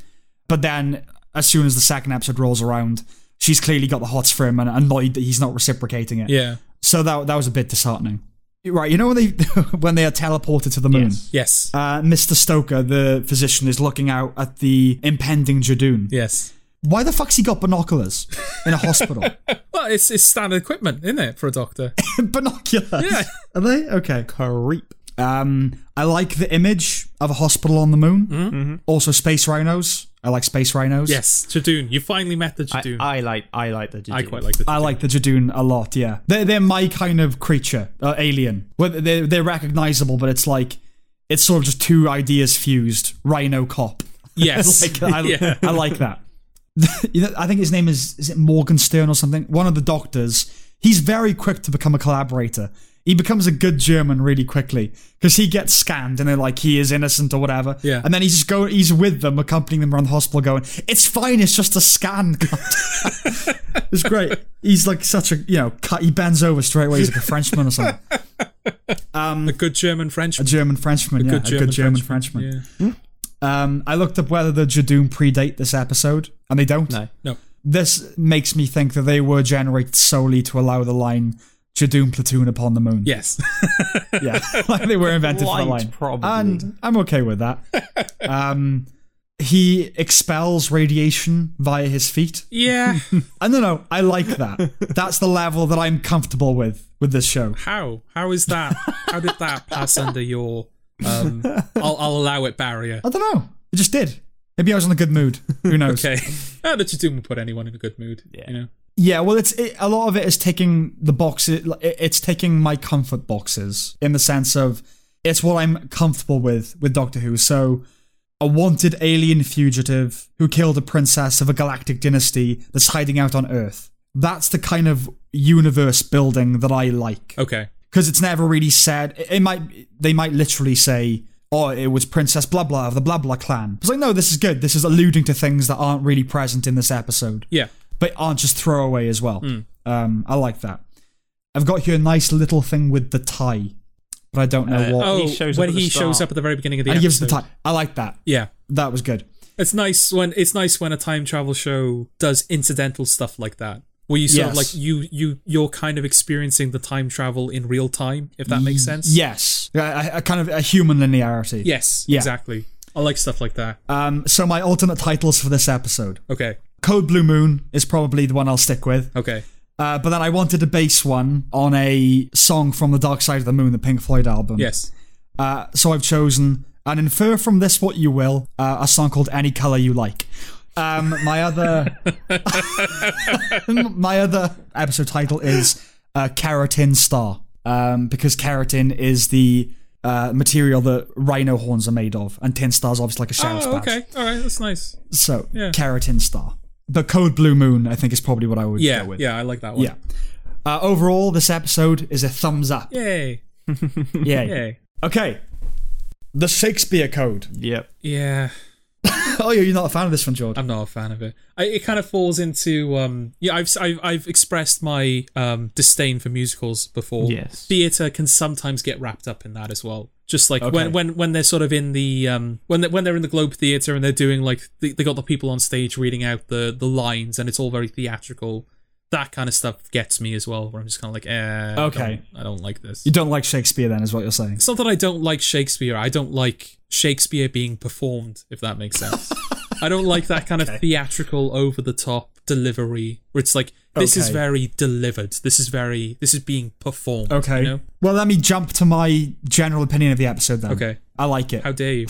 S1: But then, as soon as the second episode rolls around, she's clearly got the hots for him and annoyed that he's not reciprocating it.
S2: Yeah.
S1: So that that was a bit disheartening. Right, you know when they when they are teleported to the moon.
S2: Yes.
S1: Uh, Mr. Stoker, the physician, is looking out at the impending Jadoon.
S2: yes.
S1: Why the fuck's he got binoculars in a hospital?
S2: Well, it's it's standard equipment, isn't it, for a doctor?
S1: binoculars.
S2: Yeah.
S1: Are they? Okay.
S3: Creep.
S1: Um, I like the image of a hospital on the moon.
S2: Mm-hmm.
S1: Also, space rhinos. I like space rhinos.
S2: yes. Jadoon, you finally met the
S3: I,
S2: Jadoon. I,
S3: I like I like the. Jadoon.
S2: quite like the.
S1: I like the Jadoon a lot. Yeah, they're they're my kind of creature, uh, alien. Well, they're they're recognizable, but it's like it's sort of just two ideas fused: rhino cop.
S2: Yes.
S1: like, I,
S2: Yeah.
S1: I like that. You know, I think his name is is it Morgan Stern or something. One of the doctors. He's very quick to become a collaborator. He becomes a good German really quickly because he gets scanned and they're like he is innocent or whatever.
S2: Yeah.
S1: and then he just go. He's with them, accompanying them around the hospital, going, "It's fine. It's just a scan." It's great. He's like such a you know cut. He bends over straight away. He's like a Frenchman or something.
S2: a good German French.
S1: A German Frenchman. yeah, a good German Frenchman.
S2: Yeah.
S1: Um, I looked up whether the Jadoon predate this episode, and they don't.
S3: No.
S2: No.
S1: This makes me think that they were generated solely to allow the line Jadoon platoon upon the moon.
S2: Yes.
S1: yeah. like they were invented for
S3: Quite
S1: that line.
S3: probably.
S1: And I'm okay with that. um, he expels radiation via his feet.
S2: yeah.
S1: I don't know. I like that. That's the level that I'm comfortable with with this show.
S2: How? How is that? How did that pass under your? Um, I'll I'll allow it barrier.
S1: I don't know. It just did. Maybe I was in a good mood. Who knows?
S2: Okay. oh, the Jadoon will put anyone in a good mood. Yeah. You know.
S1: Yeah, well, it's it, a lot of it is taking the boxes. it- It's taking my comfort boxes in the sense of it's what I'm comfortable with with Doctor Who. So, a wanted alien fugitive who killed a princess of a galactic dynasty that's hiding out on Earth. That's the kind of universe building that I like
S2: Okay.
S1: because it's never really said. It, it might they might literally say, "Oh, it was Princess blah blah of the blah blah clan." It's like no, this is good. This is alluding to things that aren't really present in this episode,
S2: Yeah.
S1: but aren't just throwaway as well.
S2: Hmm.
S1: Um, I like that. I've got here a nice little thing with the tie, but I don't know what.
S2: Oh,
S3: shows up
S2: when
S3: at the
S2: he shows
S3: start.
S2: up at the very beginning of the
S1: and he gives
S2: episode.
S1: the tie. I like that.
S2: Yeah.
S1: That was good.
S2: It's nice when it's nice when a time travel show does incidental stuff like that. Where you sort of
S1: Yes.
S2: like you you you're kind of experiencing the time travel in real time, if that makes sense.
S1: Yes, a, a- a kind of a human linearity.
S2: Yes,
S1: Yeah.
S2: exactly. I like stuff like that.
S1: Um, so my alternate titles for this episode:
S2: okay.
S1: Code Blue Moon is probably the one I'll stick with.
S2: Okay.
S1: Uh, but then I wanted to base one on a song from the Dark Side of the Moon, the Pink Floyd album.
S2: Yes.
S1: Uh, so I've chosen and infer from this what you will, uh, a song called "Any Color You Like." Um, my other, my other episode title is uh, "Keratin Star," um, because keratin is the uh, material that rhino horns are made of, and tin stars obviously like a sheriff's
S2: Oh,
S1: badge.
S2: okay. All right. That's nice.
S1: So keratin star. But Code Blue Moon, I think, is probably what I would
S2: Yeah.
S1: go with.
S2: Yeah. I like that one.
S1: Yeah. Uh, overall, this episode is a thumbs up.
S2: Yay.
S1: Yeah.
S2: Yay.
S1: Okay. The Shakespeare Code.
S3: Yep.
S2: Yeah.
S1: oh, you're not a fan of this one, George.
S2: I'm not a fan of it. I, it kind of falls into um, yeah. I've, s- I've I've expressed my um disdain for musicals before.
S3: Yes.
S2: theater can sometimes get wrapped up in that as well. Just like when, when when they're sort of in the um when they, when they're in the Globe Theater and they're doing like they, they got the people on stage reading out the the lines and it's all very theatrical. That kind of stuff gets me as well. Where I'm just kind of like, eh, I
S1: Okay.
S2: don't, I don't like this.
S1: You don't like Shakespeare, then, is what you're saying.
S2: It's not that I don't like Shakespeare. I don't like Shakespeare being performed, if that makes sense. I don't like that kind of theatrical, over the top delivery where it's like, this is
S1: Okay.
S2: very delivered. This is very, this is being performed. you
S1: Okay.
S2: know?
S1: Well, let me jump to my general opinion of the episode then.
S2: Okay.
S1: I like it.
S2: How dare you?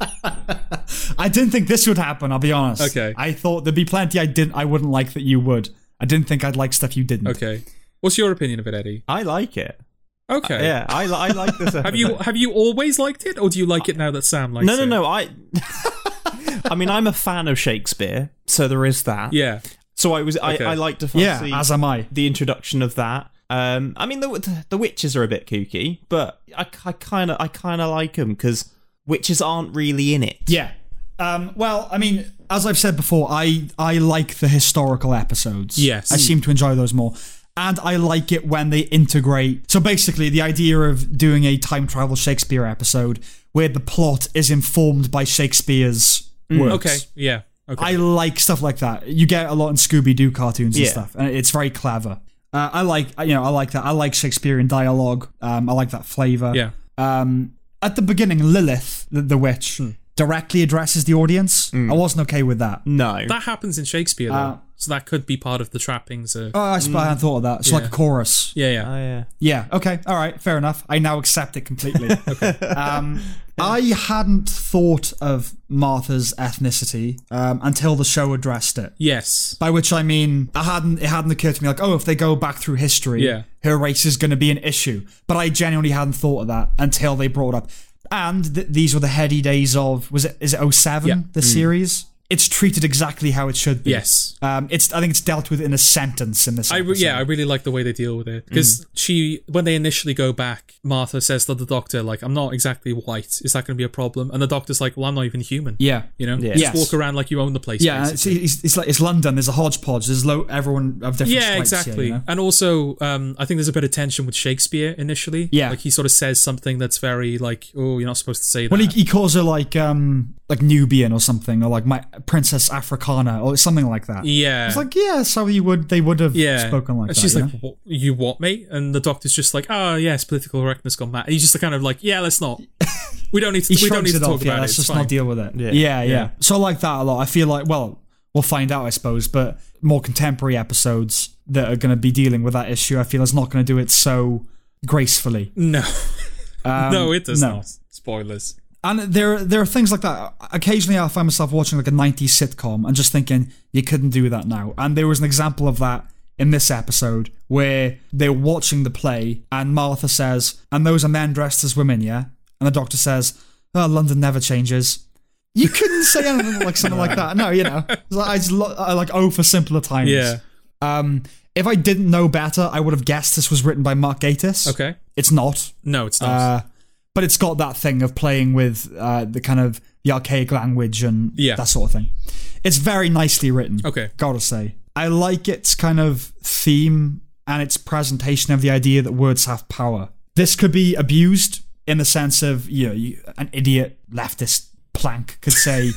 S1: I didn't think this would happen. I'll be honest.
S2: Okay.
S1: I thought there'd be plenty I didn't. I wouldn't like that you would. I didn't think I'd like stuff you didn't.
S2: Okay. What's your opinion of it, Eddie?
S3: I like it.
S2: Okay.
S3: Uh, Yeah, I, li- I like this.
S2: Have you have you always liked it, or do you like it now that Sam likes
S3: No, no,
S2: it?
S3: no. I. I mean, I'm a fan of Shakespeare, so there is that.
S2: Yeah.
S3: So I was. I,
S2: Okay.
S3: I like to
S1: Yeah,
S3: fancy
S1: as am I.
S3: the introduction of that. Um, I mean, the the, the witches are a bit kooky, but I kind of I kind of like them because witches aren't really in it.
S1: Yeah. Um, well, I mean, as I've said before, I I like the historical episodes.
S2: Yes.
S1: I seem to enjoy those more. And I like it when they integrate. So basically, the idea of doing a time travel Shakespeare episode where the plot is informed by Shakespeare's works.
S2: Mm, Okay. Yeah. Okay.
S1: I like stuff like that. You get a lot in Scooby Doo cartoons and
S3: Yeah.
S1: stuff, and it's very clever. Uh, I like, you know, I like that. I like Shakespearean dialogue. Um, I like that flavor.
S2: yeah.
S1: Um, at the beginning, Lilith, the, the witch, directly addresses the audience. I wasn't okay with that.
S3: No.
S2: That happens in Shakespeare, though,
S3: Uh,
S2: so that could be part of the trappings. Of,
S1: Oh, I, sp- I hadn't thought of that. It's like a chorus.
S2: yeah. Yeah.
S3: Oh, yeah.
S1: Yeah. Okay. All right. Fair enough. I now accept it completely. um, I hadn't thought of Martha's ethnicity um, until the show addressed it.
S2: yes.
S1: By which I mean, I hadn't it hadn't occurred to me like, oh, if they go back through history,
S2: Yeah.
S1: her race is going to be an issue. But I genuinely hadn't thought of that until they brought it up. And th- these were the heady days of was it is it 07,
S2: Yeah. Mm.
S1: the series? It's treated exactly how it should be.
S2: Yes.
S1: Um, it's I think it's dealt with in a sentence in this.
S2: I re-
S1: episode.
S2: yeah, I really like the way they deal with it because
S1: Mm.
S2: she, when they initially go back, Martha says to the doctor, "Like, I'm not exactly white. Is that going to be a problem?" And the doctor's like, "Well, I'm not even human.
S1: yeah.
S2: you know,
S1: Yes.
S2: just walk around like you own the place.
S1: Yeah, uh,
S2: basically.
S1: it's, it's, it's like it's London. There's a hodgepodge. There's low everyone of different.
S2: yeah,
S1: stripes here,
S2: exactly.
S1: you know?
S2: And also, um, I think there's a bit of tension with Shakespeare initially.
S1: Yeah.
S2: like he sort of says something that's very like, "Oh, you're not supposed to say that."
S1: Well, he, he calls her like um like Nubian or something, or like my Princess Africana or something like that.
S2: yeah,
S1: It's like, yeah, so you would they would have
S2: yeah,
S1: spoken like
S2: and
S1: that.
S2: She's
S1: you
S2: like,
S1: know?
S2: what, "You what, mate?" And the doctor's just like, "Oh, yes, political correctness gone mad." He's just kind of like, "Yeah, let's not. We don't need to.
S1: he
S2: we don't
S1: shrugs
S2: need to
S1: it
S2: talk
S1: off.
S2: about
S1: yeah,
S2: it.
S1: let's
S2: It's
S1: just
S2: fine."
S1: not deal with it.
S3: Yeah.
S1: Yeah. Yeah,
S2: Yeah.
S1: So I like that a lot. I feel like, well, we'll find out, I suppose, but more contemporary episodes that are going to be dealing with that issue, I feel is not going to do it so gracefully.
S2: No. no, it does
S1: Um, no.
S2: not. Spoilers.
S1: And there, there are things like that. Occasionally, I find myself watching like a '90s sitcom and just thinking you couldn't do that now. And there was an example of that in this episode where they're watching the play, and Martha says, "And those are men dressed as women, yeah." And the doctor says, "Oh, London never changes." You couldn't say anything like something like that. No, you know, It's like, I just lo- I like oh for simpler times.
S2: Yeah.
S1: Um, if I didn't know better, I would have guessed this was written by Mark Gatiss.
S2: Okay.
S1: It's not.
S2: No, it's not.
S1: Uh, but it's got that thing of playing with uh, the kind of the archaic language and
S2: Yeah.
S1: that sort of thing. It's very nicely written.
S2: Okay.
S1: Gotta say. I like its kind of theme and its presentation of the idea that words have power. This could be abused in the sense of, you know, you, an idiot leftist plank could say,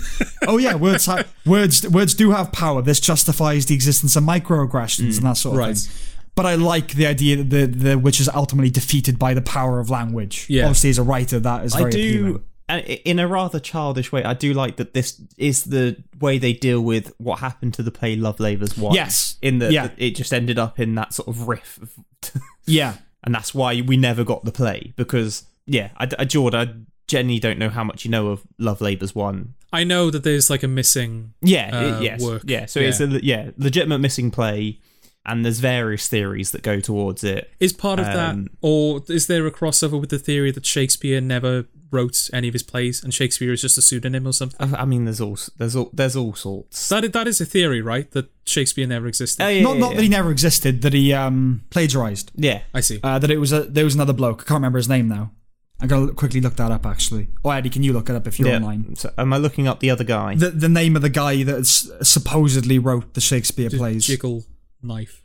S1: oh yeah, words have, words words do have power. This justifies the existence of microaggressions and that sort of
S2: Mm. right.
S1: thing. But I like the idea that the, the witch is ultimately defeated by the power of language.
S2: Yeah.
S1: Obviously, as a writer, that is very
S3: I
S1: appealing.
S3: do, and i- in a rather childish way, I do like that this is the way they deal with what happened to the play Love Labour's Wife.
S1: Yes.
S3: In that
S1: Yeah.
S3: that it just ended up in that sort of riff. of-
S1: Yeah.
S3: and that's why we never got the play because, yeah, I, I, Jord, I genuinely don't know how much you know of Love Labour's One.
S2: I know that there's like a missing.
S3: Yeah, it-
S2: uh,
S3: yes.
S2: work.
S3: Yeah, so
S2: Yeah.
S3: it's a le- yeah, legitimate missing play, and there's various theories that go towards it.
S2: Is part of
S3: Um,
S2: that, or is there a crossover with the theory that Shakespeare never wrote any of his plays and Shakespeare is just a pseudonym or something?
S3: I I mean, there's all there's all there's all sorts.
S2: That that is a theory, right? That Shakespeare never existed.
S3: Oh, yeah,
S1: Not,
S3: yeah,
S1: not
S3: yeah.
S1: that he never existed, that he um, plagiarized.
S3: yeah.
S2: I see.
S1: Uh, that it was a, there was another bloke. I can't remember his name now. I'm gonna quickly look that up actually. Or Eddie, can you look it up if you're online?
S3: So, am I looking up the other guy?
S1: The the name of the guy that s- supposedly wrote the Shakespeare
S2: Just
S1: plays.
S2: Jiggle knife.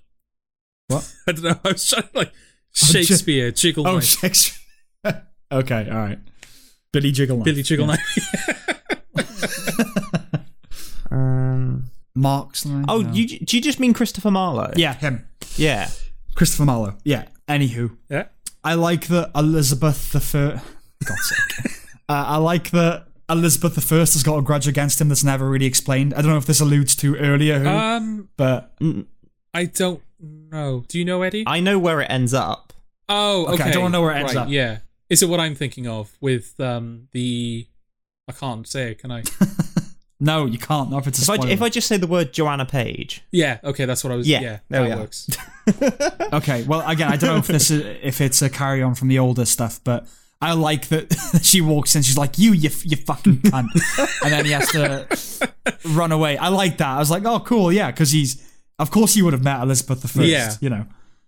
S1: What?
S2: I don't know. I was trying to like Shakespeare jiggle
S1: Oh,
S2: knife.
S1: Shakespeare. okay, all right. Billy Jiggle.
S2: Billy jiggle knife.
S3: um,
S1: Mark's line.
S3: oh,
S1: no.
S3: you, do you just mean Christopher Marlowe?
S1: yeah, him,
S3: Yeah.
S1: Christopher Marlowe. Yeah. Anywho,
S2: yeah.
S1: I like that Elizabeth the First. God's sake. Uh, I like that Elizabeth the First has got a grudge against him that's never really explained. I don't know if this alludes to earlier, who,
S3: Uh,
S2: Um,
S1: but
S2: I don't know. Do you know Eddie?
S3: I know where it ends up.
S2: oh, okay.
S1: Okay, I don't know where it ends
S2: Right,
S1: up.
S2: Yeah. Is it what I'm thinking of with um the? I can't say it, can I?
S1: no, you can't. Not if it's a
S3: If I,
S1: spoiler.
S3: if I just say the word Joanna Page,
S2: yeah. Okay, that's what I was.
S3: Yeah,
S2: Yeah.
S3: there we
S2: that
S3: are.
S2: works.
S1: Okay, well, again, I don't know if this is, if it's a carry on from the older stuff, but I like that she walks in. She's like, "You, you, f- you fucking cunt," and then he has to run away. I like that. I was like, "Oh, cool, yeah," because he's, of course, he would have met Elizabeth the first.
S2: Yeah.
S1: you know.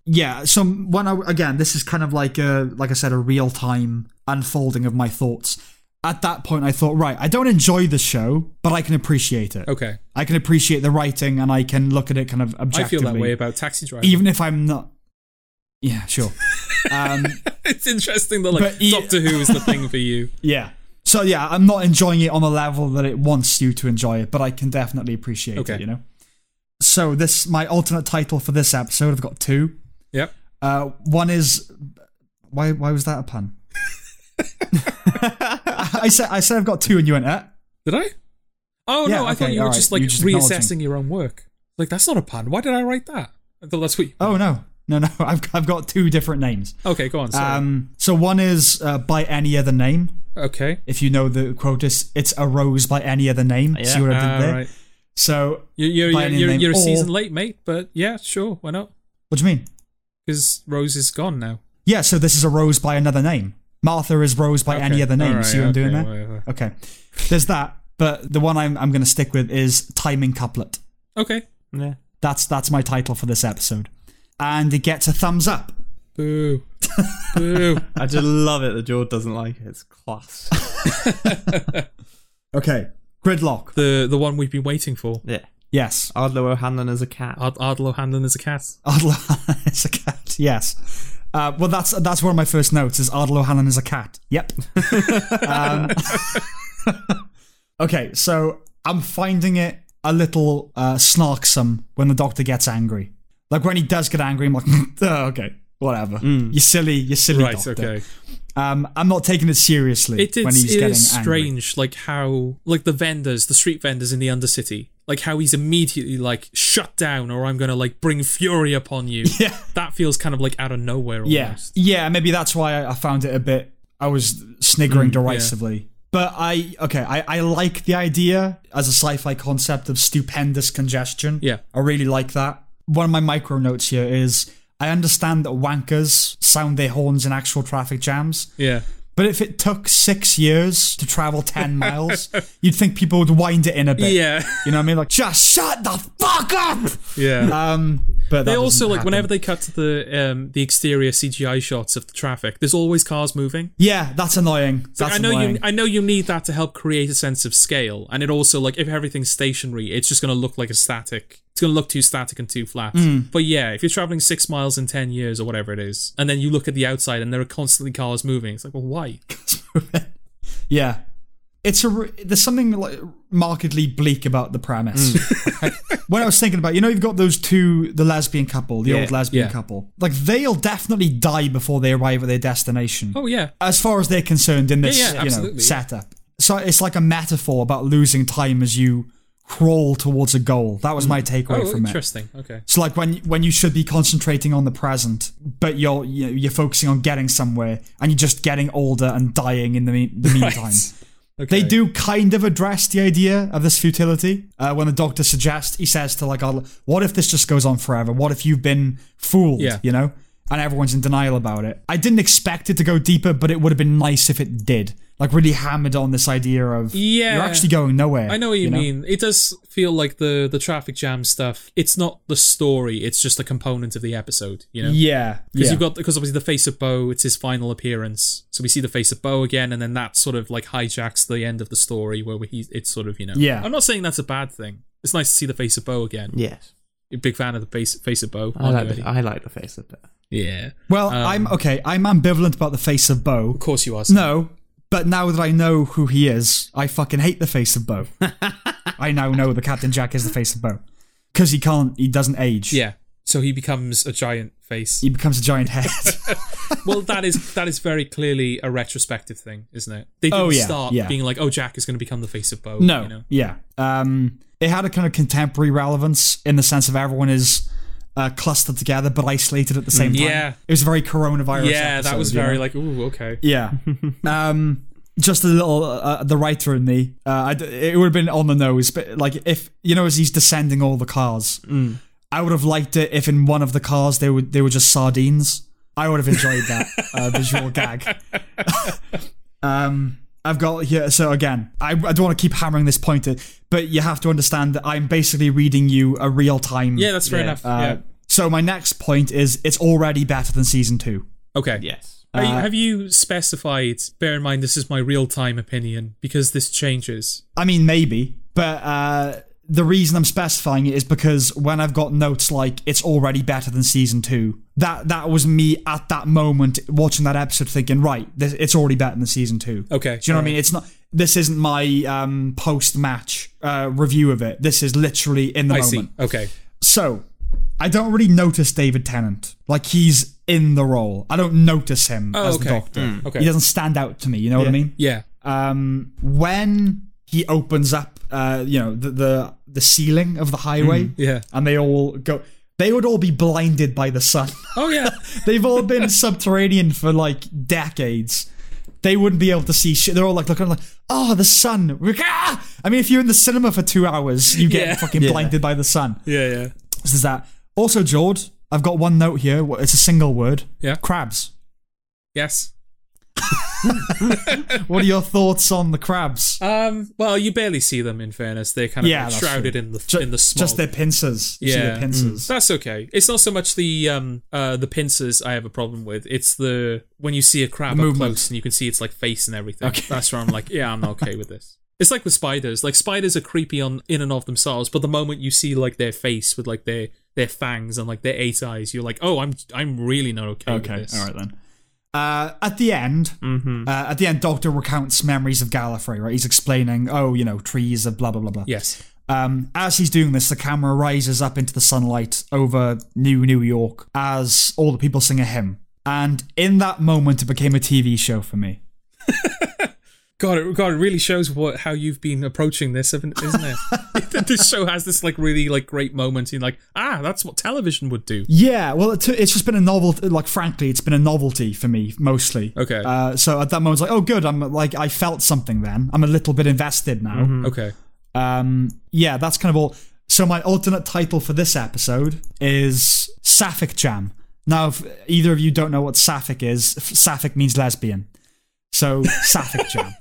S1: Yeah. So when I again, this is kind of like a like I said, a real time unfolding of my thoughts. At that point, I thought, right, I don't enjoy the show, but I can appreciate it.
S2: Okay.
S1: I can appreciate the writing, and I can look at it kind of
S2: I
S1: objectively
S2: feel that way about Taxi Driver.
S1: even if I'm not. Yeah, sure. um,
S2: it's interesting that like
S1: But e-
S2: Doctor Who is the thing for you.
S1: yeah. So yeah, I'm not enjoying it on the level that it wants you to enjoy it, but I can definitely appreciate
S2: Okay.
S1: it. You know. So this my alternate title for this episode. I've got two.
S2: Yep.
S1: Uh, one is why? Why was that a pun? I said I said I've got two, and you went eh?
S2: Did I? Oh
S1: Yeah,
S2: no, I thought
S1: okay,
S2: you were
S1: all
S2: just
S1: right,
S2: like
S1: you're just acknowledging.
S2: reassessing your own work. Like that's not a pun. Why did I write that? I thought that's what. You...
S1: Oh no, no, no. I've I've got two different names.
S2: Okay, go on. Sorry.
S1: Um, so one is uh, by any other name.
S2: okay.
S1: If you know the quote is, it's a rose by any other name. See what I did
S2: All
S1: there?
S2: Ah, right.
S1: So
S2: You- You're,
S1: by
S2: you're,
S1: any
S2: you're,
S1: name,
S2: you're a
S1: or-
S2: season late, mate. But yeah, sure. Why not?
S1: What do you mean?
S2: Because Rose is gone now.
S1: Yeah, so this is a rose by another name. Martha is rose by any
S2: Okay.
S1: other name.
S2: All
S1: See what I'm
S2: right,
S1: doing
S2: okay,
S1: there?
S2: whatever.
S1: Okay. There's that, but the one I'm I'm going to stick with is timing couplet.
S2: Okay.
S3: yeah.
S1: That's that's my title for this episode, and it gets a thumbs up.
S2: Boo. Boo.
S3: I just love it that George doesn't like it. It's class.
S1: Okay. Gridlock.
S2: The the one we've been waiting for.
S3: yeah.
S1: Yes.
S3: Ardlo O'Hanlon as a cat.
S2: Ard- Ardlo Hanlon is a cat.
S1: Ardlo is a cat. Yes. Uh, well, that's that's one of my first notes. Is Ardlo Hanlon is a cat? Yep. um, okay, so I'm finding it a little uh, snarksome when the doctor gets angry. Like when he does get angry, I'm like, oh, okay, whatever. You silly, you silly
S2: Mm. Right.
S1: doctor.
S2: Okay.
S1: Um, I'm not taking it seriously
S2: It is,
S1: when he's
S2: it
S1: getting
S2: is
S1: angry.
S2: strange, like how like the vendors, the street vendors in the Undercity, like how he's immediately like shut down, or I'm gonna like bring fury upon you.
S1: Yeah.
S2: that feels kind of like out of nowhere.
S1: Yeah,
S2: almost.
S1: yeah. Maybe that's why I- I found it a bit. I was sniggering
S2: Mm,
S1: derisively. But I okay, I, I like the idea as a sci-fi concept of stupendous congestion.
S2: Yeah.
S1: I really like that. One of my micro notes here is I understand that wankers sound their horns in actual traffic jams,
S2: yeah,
S1: but if it took six years to travel ten miles, you'd think people would wind it in a bit.
S2: yeah,
S1: You know what I mean? Like just shut the fuck up.
S2: yeah.
S1: Um, but
S2: they also like whenever they cut to the um the exterior CGI shots of the traffic, there's always cars moving.
S1: yeah, that's annoying.
S2: Like,
S1: That's
S2: I know
S1: annoying.
S2: you I know you need that to help create a sense of scale, and it also like if everything's stationary, it's just gonna look like a static. It's gonna look too static and too flat.
S1: Hmm.
S2: But yeah, if you're traveling six miles in ten years or whatever it is, and then you look at the outside and there are constantly cars moving, it's like, well, why?
S1: Yeah. It's a re- there's something like markedly bleak about the premise. when I was thinking about, you know, you've got those two, the lesbian couple, the
S3: Yeah,
S1: old lesbian
S2: Mm. yeah.
S1: couple. Like they'll definitely die before they arrive at their destination,
S2: Oh yeah,
S1: as far as they're concerned in this,
S2: yeah,
S1: you know,
S2: absolutely, yeah.
S1: setup. So it's like a metaphor about losing time as you crawl towards a goal. That was my takeaway
S2: oh
S1: from it.
S2: interesting. Okay,
S1: So like when when you should be concentrating on the present, but you're you- you're focusing on getting somewhere, and you're just getting older and dying in the, me- the meantime.
S2: okay.
S1: They do kind of address the idea of this futility. Uh, when the doctor suggests, he says to like, "Oh, "What if this just goes on forever? What if you've been fooled?
S2: Yeah.
S1: You know, and everyone's in denial about it. I didn't expect it to go deeper, but it would have been nice if it did. Like really hammered on this idea of
S2: Yeah.
S1: you're actually going nowhere.
S2: I know what you, mean. It does feel like the the traffic jam stuff. It's not the story. It's just a component of the episode. You know.
S1: Yeah,
S2: Because
S1: yeah.
S2: you've got because obviously the face of Bo, it's his final appearance. So we see the face of Bo again, and then that sort of like hijacks the end of the story where he it's sort of you know.
S1: Yeah.
S2: I'm not saying that's a bad thing. It's nice to see the face of Bo again.
S3: Yes.
S2: You're a Big fan of the face face of Bo.
S3: I like,
S2: aren't you,
S3: the, I like the face of it.
S2: Eddie? Yeah.
S1: well, I'm okay. I'm ambivalent about the face of Bo.
S2: Of course you are. Sam.
S1: No, but now that I know who he is, I fucking hate the face of Bo. I now know that Captain Jack is the face of Bo because he can't. He doesn't age.
S2: Yeah. So he becomes a giant face.
S1: he becomes a giant head.
S2: well, that is that is very clearly a retrospective thing, isn't it? They didn't
S1: Oh, yeah,
S2: start
S1: yeah.
S2: being like, "Oh, Jack is going to become the face of Bo."
S1: No.
S2: you know?
S1: Yeah. Um, it had a kind of contemporary relevance in the sense of everyone is uh, clustered together but isolated at the same time.
S2: Mm, Yeah.
S1: It was a very coronavirus.
S2: yeah, that
S1: episode,
S2: was
S1: you
S2: very
S1: know?
S2: like, "Ooh, okay."
S1: Yeah. um, just a little. Uh, the writer in me. Uh, I d it would have been on the nose, but like if you know, as he's descending all the cars,
S2: Mm.
S1: I would have liked it if in one of the cars they were they were just sardines. I would have enjoyed that uh, visual gag. um, I've got here. So again, I, I don't want to keep hammering this point, but you have to understand that I'm basically reading you a real time.
S2: Yeah, that's fair enough.
S1: Uh,
S2: yeah.
S1: So my next point is it's already better than season two.
S2: Okay.
S3: Yes.
S2: Are you, have you specified? Bear in mind, this is my real time opinion because this changes.
S1: I mean, maybe, but uh, the reason I'm specifying it is because when I've got notes like it's already better than season two, that that was me at that moment watching that episode thinking, right, this, it's already better than season two.
S2: Okay,
S1: do you know what I mean? It's not. This isn't my um, post-match uh, review of it. This is literally in the
S2: I
S1: moment.
S2: see. Okay.
S1: So, I don't really notice David Tennant. Like he's in the role. I don't notice him
S2: Oh,
S1: as
S2: okay.
S1: the Doctor.
S2: Okay.
S1: He doesn't stand out to me. You know what I mean?
S2: Yeah.
S1: um, when he opens up, uh, you know, the, the the ceiling of the highway,
S2: Mm, yeah.
S1: and they all go. They would all be blinded by the sun.
S2: Oh yeah.
S1: They've all been subterranean for like decades. They wouldn't be able to see shit. They're all like looking like, oh, the sun. We're- ah!" I mean, if you're in the cinema for two hours, you get
S2: Yeah.
S1: fucking blinded by the sun.
S2: yeah. Yeah.
S1: So there's that. Also, George, I've got one note here. Wh- It's a single word.
S2: Yeah.
S1: Crabs.
S2: Yes.
S1: What are your thoughts on the crabs?
S2: Um. Well, you barely see them. In fairness, they're kind of
S1: Yeah, that's
S2: shrouded in the
S1: Ju-
S2: in the smog.
S1: Just their pincers. You see
S2: Yeah.
S1: their pincers.
S2: That's okay. It's not so much the um uh the pincers I have a problem with. It's the when you see a crab up
S1: movement.
S2: close and you can see its like face and everything. That's where I'm like, yeah, I'm not okay with this. It's like with spiders. Like spiders are creepy on in and of themselves, but the moment you see like their face with like their their fangs and like their eight eyes, you're like, oh, I'm I'm really not okay.
S1: Okay,
S2: With this.
S1: all right then. Uh, at the end,
S2: Mm-hmm.
S1: uh, at the end, Doctor recounts memories of Gallifrey. Right, he's explaining, oh, you know, trees of blah blah blah blah.
S2: Yes.
S1: Um, as he's doing this, the camera rises up into the sunlight over New New York as all the people sing a hymn. And in that moment, it became a TV show for me.
S2: God, it, God, it really shows what how you've been approaching this, haven't- isn't it? this show has this like really like great moment. You're like, ah, that's what television would do.
S1: Yeah, well, it it's just been a novelty. Like, frankly, it's been a novelty for me mostly.
S2: Okay.
S1: Uh, so at that moment, it's like, oh, good. I'm like, I felt something. Then I'm a little bit invested now.
S2: Okay.
S1: Um, yeah, that's kind of all. So my alternate title for this episode is Sapphic Jam. Now, if either of you don't know what Sapphic is, f- Sapphic means lesbian. So Sapphic Jam.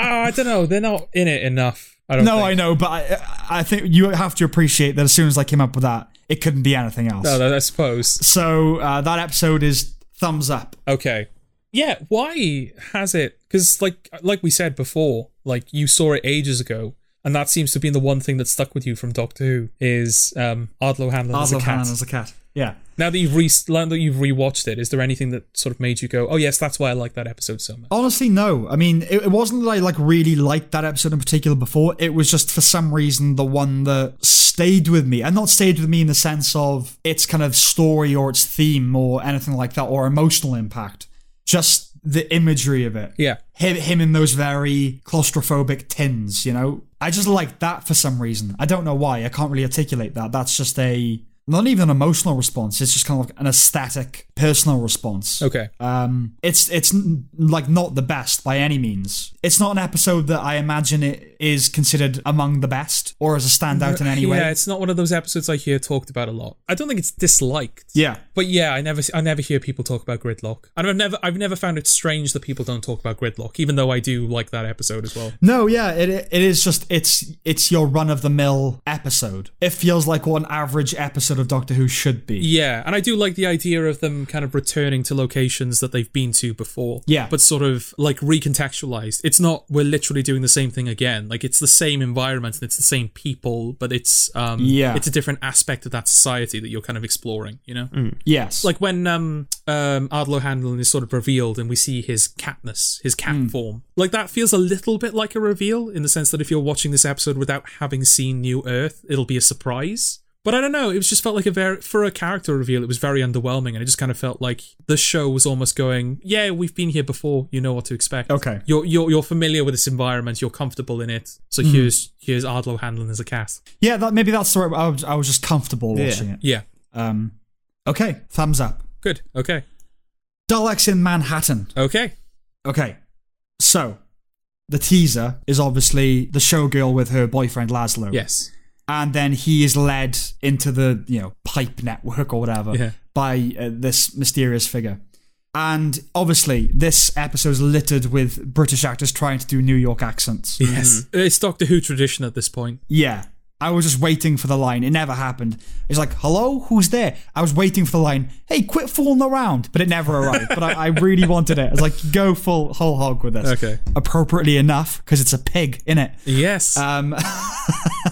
S2: Oh, I don't know. They're not in it enough. I don't.
S1: No,
S2: think.
S1: I know, but I, I think you have to appreciate that as soon as I came up with that, it couldn't be anything else.
S2: No, no, I suppose.
S1: So uh, that episode is thumbs up.
S2: Okay. Yeah. Why has it? Because like like we said before, like you saw it ages ago, and that seems to be the one thing that stuck with you from Doctor Who is um Ardlo Hanlon as a
S1: Arlo
S2: cat.
S1: Hannon as a cat. Yeah.
S2: Now that you've re- now that you've rewatched it, is there anything that sort of made you go, oh yes, that's why I like that episode so much?
S1: Honestly, no. I mean, it, it wasn't that I like really liked that episode in particular before. It was just for some reason the one that stayed with me, and not stayed with me in the sense of its kind of story or its theme or anything like that, or emotional impact. Just the imagery of it.
S2: Yeah.
S1: Him, him in those very claustrophobic tins, you know? I just like that for some reason. I don't know why. I can't really articulate that. That's just a, not even an emotional response. It's just kind of like an aesthetic personal response.
S2: Okay.
S1: Um, it's it's n- like not the best by any means. It's not an episode that I imagine it is considered among the best or as a standout in any
S2: Yeah,
S1: way.
S2: it's not one of those episodes I hear talked about a lot. I don't think it's disliked.
S1: Yeah,
S2: But yeah, I never I never hear people talk about gridlock. And I've never I've never found it strange that people don't talk about gridlock, even though I do like that episode as well.
S1: No, yeah, it it is just it's it's your run of the mill episode. It feels like what an average episode of Doctor Who should be.
S2: Yeah, and I do like the idea of them kind of returning to locations that they've been to before.
S1: Yeah.
S2: But sort of like recontextualized. It's not we're literally doing the same thing again. Like it's the same environment and it's the same people, but it's um
S1: Yeah.
S2: it's a different aspect of that society that you're kind of exploring, you know?
S1: Mm. Yes,
S2: Like when um um Ardlo Handlin is sort of revealed and we see his catness, his cat form. Like that feels a little bit like a reveal in the sense that if you're watching this episode without having seen New Earth, it'll be a surprise. But I don't know, it was just felt like a very for a character reveal, it was very underwhelming and it just kind of felt like the show was almost going, Yeah, we've been here before, you know what to expect.
S1: Okay.
S2: You're you're you're familiar with this environment, you're comfortable in it. So here's here's Ardlo Handlin as a cat.
S1: yeah, that maybe that's the right. I was I was just comfortable
S3: Yeah.
S1: watching it.
S2: Yeah.
S1: Um, okay, thumbs up.
S2: Good. Okay.
S1: Daleks in Manhattan.
S2: Okay.
S1: Okay, so the teaser is obviously the showgirl with her boyfriend Laszlo.
S2: Yes.
S1: and then he is led into the you know pipe network or whatever
S2: Yeah.
S1: by uh, this mysterious figure and obviously this episode is littered with british actors trying to do new york accents
S2: Yes. Mm-hmm. It's Doctor Who tradition at this point.
S1: yeah i was just waiting for the line it never happened it's like hello who's there i was waiting for the line hey quit fooling around but it never arrived but I, I really wanted it it's like go full whole hog with this
S2: Okay.
S1: appropriately enough because it's a pig in it
S2: Yes.
S1: Um, uh,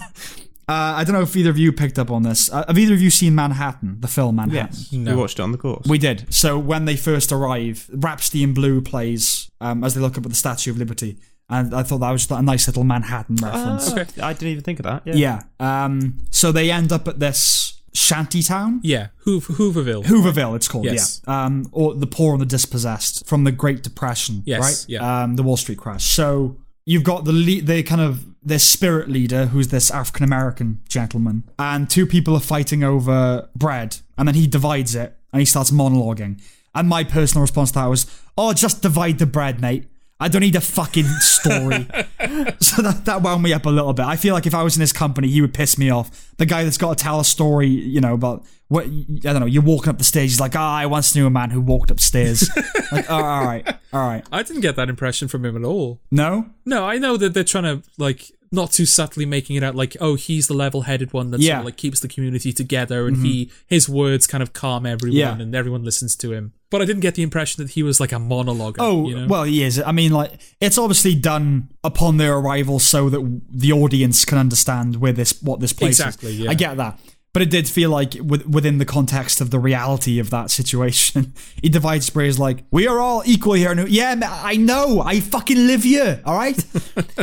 S1: I don't know if either of you picked up on this. Uh, have either of you seen Manhattan, the film Manhattan?
S2: No.
S3: We watched it on the course.
S1: We did. So when they first arrive, Rhapsody in Blue plays um, as they look up at the Statue of Liberty, and I thought that was a nice little Manhattan reference.
S2: okay.
S3: Oh, I didn't even think of that. Yeah.
S1: Yeah. Um, so they end up at this shanty town.
S2: yeah. Hoov- Hooverville.
S1: Hooverville, it's called,
S2: Yes.
S1: yeah. Um, or the poor and the dispossessed from the Great Depression,
S2: Yes,
S1: right?
S2: yeah.
S1: Um, the Wall Street crash. So you've got the le- the kind of their spirit leader, who's this African American gentleman, and two people are fighting over bread, and then he divides it and he starts monologuing. And my personal response to that was, "Oh, just divide the bread, mate." I don't need a fucking story. so that, that wound me up a little bit. I feel like if I was in his company, he would piss me off. The guy that's got to tell a story, you know, about what I don't know. You're walking up the stairs. He's like, "Ah, I once knew a man who walked upstairs." like, oh, all right, all right.
S2: I didn't get that impression from him at all.
S1: No,
S2: No, I know that they're trying to like not too subtly making it out like, oh, he's the level-headed one that sort
S1: Yeah. Mm-hmm.
S2: of, like keeps the community together, and he his words kind of calm everyone,
S1: Yeah.
S2: and everyone listens to him. But I didn't get the impression that he was like a monologue.
S1: Oh,
S2: you know?
S1: well, he is. I mean, like, it's obviously done upon their arrival so that the audience can understand where this, what this place
S2: Exactly,
S1: is.
S2: yeah.
S1: I get that. But it did feel like with, within the context of the reality of that situation, he divides sprays like, we are all equal here. And yeah, ma- I know. I fucking live here. All right.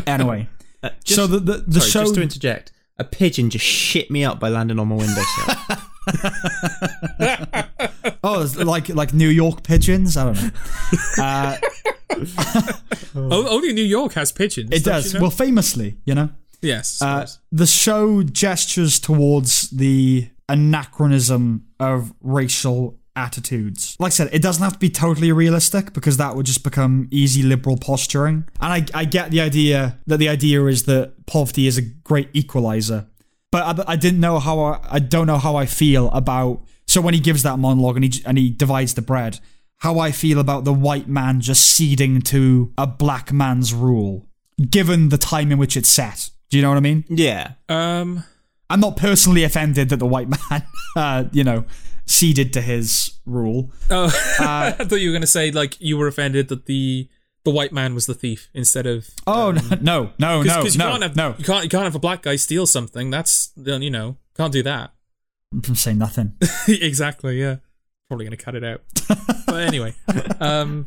S1: anyway.
S2: Uh,
S3: Uh, just-
S1: so the, the, the
S3: Sorry,
S1: show.
S3: just to interject, a pigeon just shit me up by landing on my windowsill.
S1: oh, it's like, like New York pigeons? I don't know.
S2: O- only New York has pigeons.
S1: It
S2: don't you
S1: does.
S2: know?
S1: Well, famously, you know?
S2: yes.
S1: Uh, the show gestures towards the anachronism of racial attitudes. Like I said, it doesn't have to be totally realistic because that would just become easy liberal posturing. And I, I get the idea that the idea is that poverty is a great equalizer. But I, I didn't know how I, I don't know how I feel about. So when he gives that monologue and he and he divides the bread, how I feel about the white man just ceding to a black man's rule, given the time in which it's set. Do you know what I mean?
S3: yeah.
S2: um.
S1: I'm not personally offended that the white man, uh, you know, ceded to his rule.
S2: Oh, I thought you were gonna say like you were offended that the the white man was the thief instead of
S1: Oh no, no, no,
S2: Cause,
S1: no,
S2: 'cause you
S1: no,
S2: can't have,
S1: no!
S2: You can't you can't have a black guy steal something. That's you know can't do that.
S1: I'm saying nothing.
S2: exactly. Yeah. Probably gonna cut it out. but anyway, um,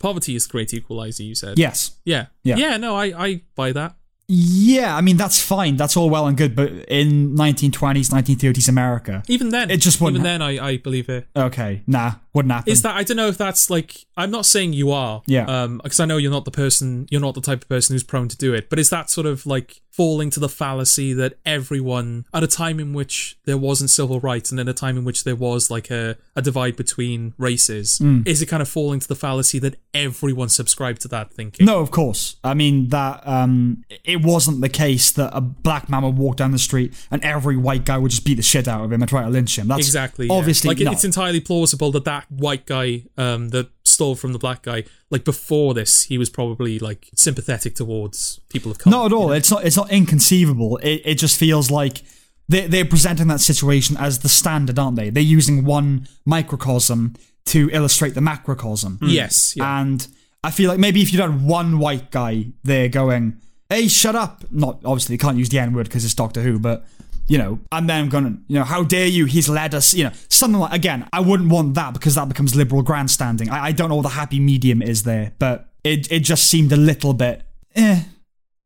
S2: poverty is a great equalizer. You said.
S1: Yes,
S2: Yeah.
S1: Yeah.
S2: no, I I buy that.
S1: yeah. I mean, that's fine. That's all well and good. But in 1920s, 1930s America,
S2: Even then,
S1: It just wouldn't
S2: even then I I believe it.
S1: okay, nah, Wouldn't happen.
S2: Is that I don't know if that's like I'm not saying you are,
S1: Yeah.
S2: um, because I know you're not the person, you're not the type of person who's prone to do it. But is that sort of like falling to the fallacy that everyone at a time in which there wasn't civil rights and in a time in which there was like a a divide between races,
S1: Mm.
S2: is it kind of falling to the fallacy that everyone subscribed to that thinking?
S1: No, of course. I mean that um, it wasn't the case that a black man would walk down the street and every white guy would just beat the shit out of him and try to lynch him. That's
S2: Exactly. yeah.
S1: Obviously,
S2: like it-
S1: not.
S2: it's entirely plausible that that white guy um, that stole from the black guy, like before this, he was probably like sympathetic towards people of color.
S1: Not at all. It's not. It's not inconceivable. It, it just feels like they they're presenting that situation as the standard, aren't they? They're using one microcosm to illustrate the macrocosm.
S2: Yes. Yeah.
S1: And I feel like maybe if you'd had one white guy there going, "Hey, shut up!" Not obviously you can't use the N word because it's Doctor Who, but you know, and then going, you know, how dare you? He's led us, you know, something like again. I wouldn't want that because that becomes liberal grandstanding. I, I don't know what the happy medium is there, but it it just seemed a little bit, eh.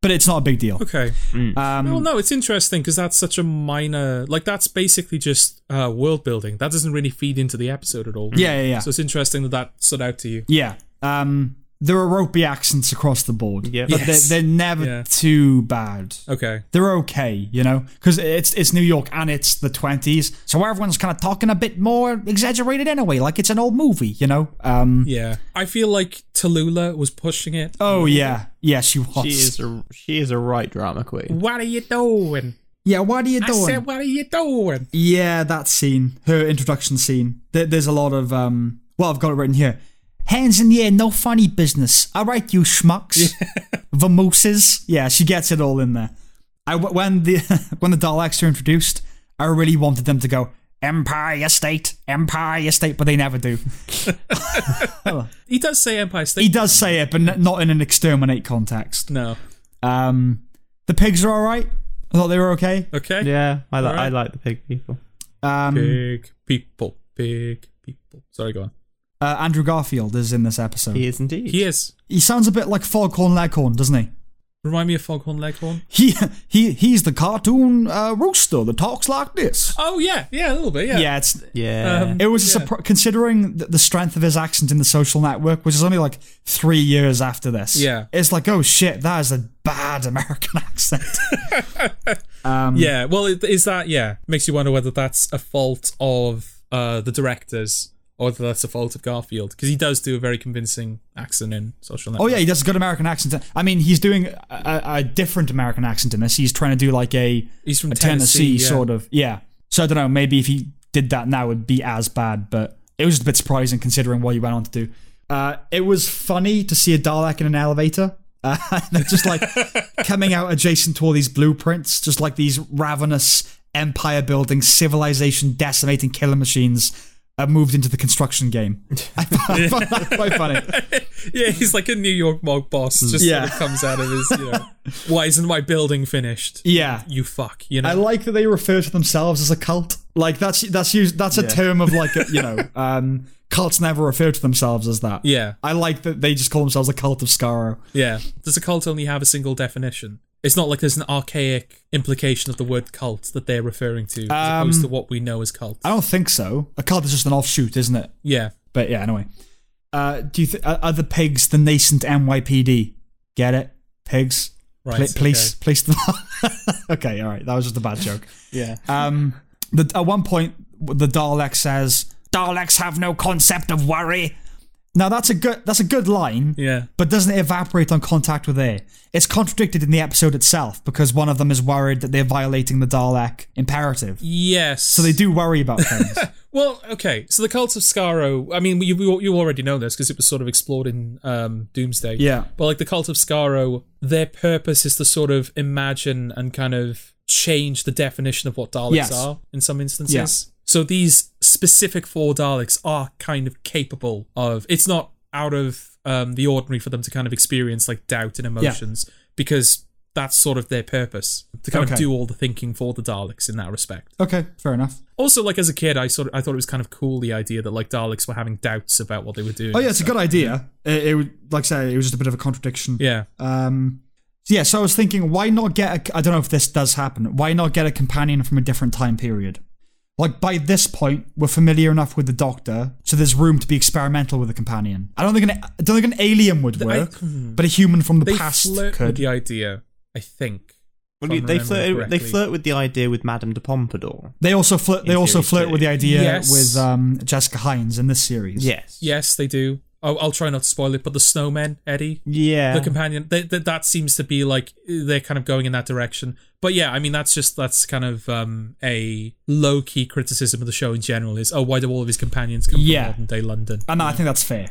S1: But it's not a big deal.
S2: okay.
S1: Mm.
S2: Um, well, no, it's interesting because that's such a minor. Like that's basically just uh, world building. That doesn't really feed into the episode at all.
S1: Yeah, yeah, yeah.
S2: So it's interesting that that stood out to you.
S1: Yeah. Um, there are ropey accents across the board,
S3: Yep.
S1: but
S2: Yes.
S1: they're, they're never
S2: Yeah.
S1: too bad.
S2: Okay.
S1: they're okay, you know, because it's it's New York and it's the twenties, so everyone's kind of talking a bit more exaggerated anyway, like it's an old movie, you know. Um,
S2: Yeah. I feel like Tallulah was pushing it.
S1: Oh yeah, yeah, she was.
S3: She is a she is a right drama queen.
S2: What are you doing?
S1: Yeah, what are you
S2: I
S1: doing?
S2: said, what are you doing?
S1: yeah, that scene, her introduction scene. There, there's a lot of um. Well, I've got it written here. Hands in the air, no funny business. All right, you schmucks, vamooses. Yeah, she gets it all in there. I when the when the Daleks are introduced, I really wanted them to go Empire State, Empire State, but they never do.
S2: He does say Empire State.
S1: He does say it, but n- not in an exterminate context.
S2: no.
S1: Um, the pigs are all right. I thought they were okay.
S2: Okay.
S3: Yeah, I like I
S2: Alright.
S3: like the pig people.
S1: Um,
S2: Big people. Big people. Sorry, go on.
S1: uh, Andrew Garfield is in this episode.
S3: He is indeed.
S2: He is.
S1: He sounds a bit like Foghorn Leghorn, doesn't he?
S2: Remind me of Foghorn Leghorn.
S1: He he he's the cartoon uh, rooster that talks like this.
S2: Oh yeah, yeah, a little bit. Yeah.
S1: Yeah, it's
S3: yeah.
S2: Um,
S1: it was a surpri- considering th- the strength of his accent in the Social Network, which is only like three years after this.
S2: Yeah.
S1: it's like oh shit, that is a bad American accent. Mm.
S2: Yeah, Well, it- is that yeah? Makes you wonder whether that's a fault of uh, the directors or whether that's a fault of Garfield because he does do a very convincing accent in Social
S1: Oh
S2: Network.
S1: yeah, he does a good American accent. I mean, he's doing a, a, a different American accent in this. He's trying to do like a,
S2: He's from
S1: a Tennessee,
S2: Tennessee, yeah.
S1: sort of. Yeah. So I don't know. Maybe if he did that now, it'd be as bad. But it was just a bit surprising considering what he went on to do. Uh, it was funny to see a Dalek in an elevator. Uh, and they're just like coming out adjacent to all these blueprints, just like these ravenous empire building, civilization decimating killer machines. Uh, moved into the construction game. I found, I found that quite funny.
S2: yeah. He's like a New York mob boss. Just
S1: Mm. Yeah.
S2: sort of comes out of his. You know, Why isn't my building finished?
S1: Yeah.
S2: You fuck. You know.
S1: I like that they refer to themselves as a cult. Like that's that's used that's a term of like a, you know um, cults never refer to themselves as that.
S2: yeah.
S1: I like that they just call themselves a cult of Skaro.
S2: Yeah. Does a cult only have a single definition? It's not like there's an archaic implication of the word cult that they're referring to, as opposed to what we know as cult.
S1: Um, I don't think so. A cult is just an offshoot, isn't it?
S2: Yeah.
S1: But yeah, anyway. Uh, do you th- are are the pigs the nascent NYPD? Get it, pigs.
S2: Right.
S1: Pl- police,
S2: okay.
S1: police. the- okay, all right. That was just a bad joke.
S2: Yeah.
S1: Um, the, at one point, the Dalek says, "Daleks have no concept of worry." Now that's a good that's a good line,
S2: Yeah.
S1: but doesn't it evaporate on contact with air? It's contradicted in the episode itself because one of them is worried that they're violating the Dalek imperative.
S2: Yes.
S1: So they do worry about things.
S2: Well, okay. So the cult of Skaro. I mean, you you you already know this because it was sort of explored in um, Doomsday.
S1: Yeah.
S2: But like the cult of Skaro, their purpose is to sort of imagine and kind of change the definition of what Daleks
S1: Yes.
S2: are in some instances.
S1: Yeah.
S2: So these specific four Daleks are kind of capable of. It's not out of um, the ordinary for them to kind of experience like doubt and emotions because that's sort of their purpose to kind of
S1: Okay.
S2: do all the thinking for the Daleks in that respect
S1: okay, fair enough.
S2: also like as a kid i sort of i thought it was kind of cool the idea that like daleks were having doubts about what they were doing
S1: Oh yeah, it's a good idea. It, it would- like I say, it was just a bit of a contradiction.
S2: yeah
S1: Um, so yeah, so I was thinking, why not get? A, I don't know if this does happen. Why not get a companion from a different time period? Like by this point, we're familiar enough with the Doctor, so there's room to be experimental with a companion. I don't think an I don't think an alien would
S2: I- hmm.
S1: work, but a human from the
S2: They
S1: past
S2: flirt with
S1: could.
S2: the idea, I think.
S3: Well,
S2: if I'm
S3: they
S2: remembering
S3: flirt. They
S2: correctly.
S3: flirt with the idea with Madame de Pompadour.
S1: They also flirt. They
S3: In
S1: also
S3: series
S1: flirt
S3: two.
S1: with the idea
S2: Yes.
S1: with um, Jessica Hines in this series.
S3: Yes.
S2: Yes, they do. I'll, I'll try not to spoil it, but the snowmen, Eddie,
S3: Yeah.
S2: the companion, they, they, that seems to be like they're kind of going in that direction. But yeah, I mean, that's just that's kind of um, a low key criticism of the show in general. Is oh, why do all of his companions come
S1: Yeah.
S2: from modern day London?
S1: and I think that's fair.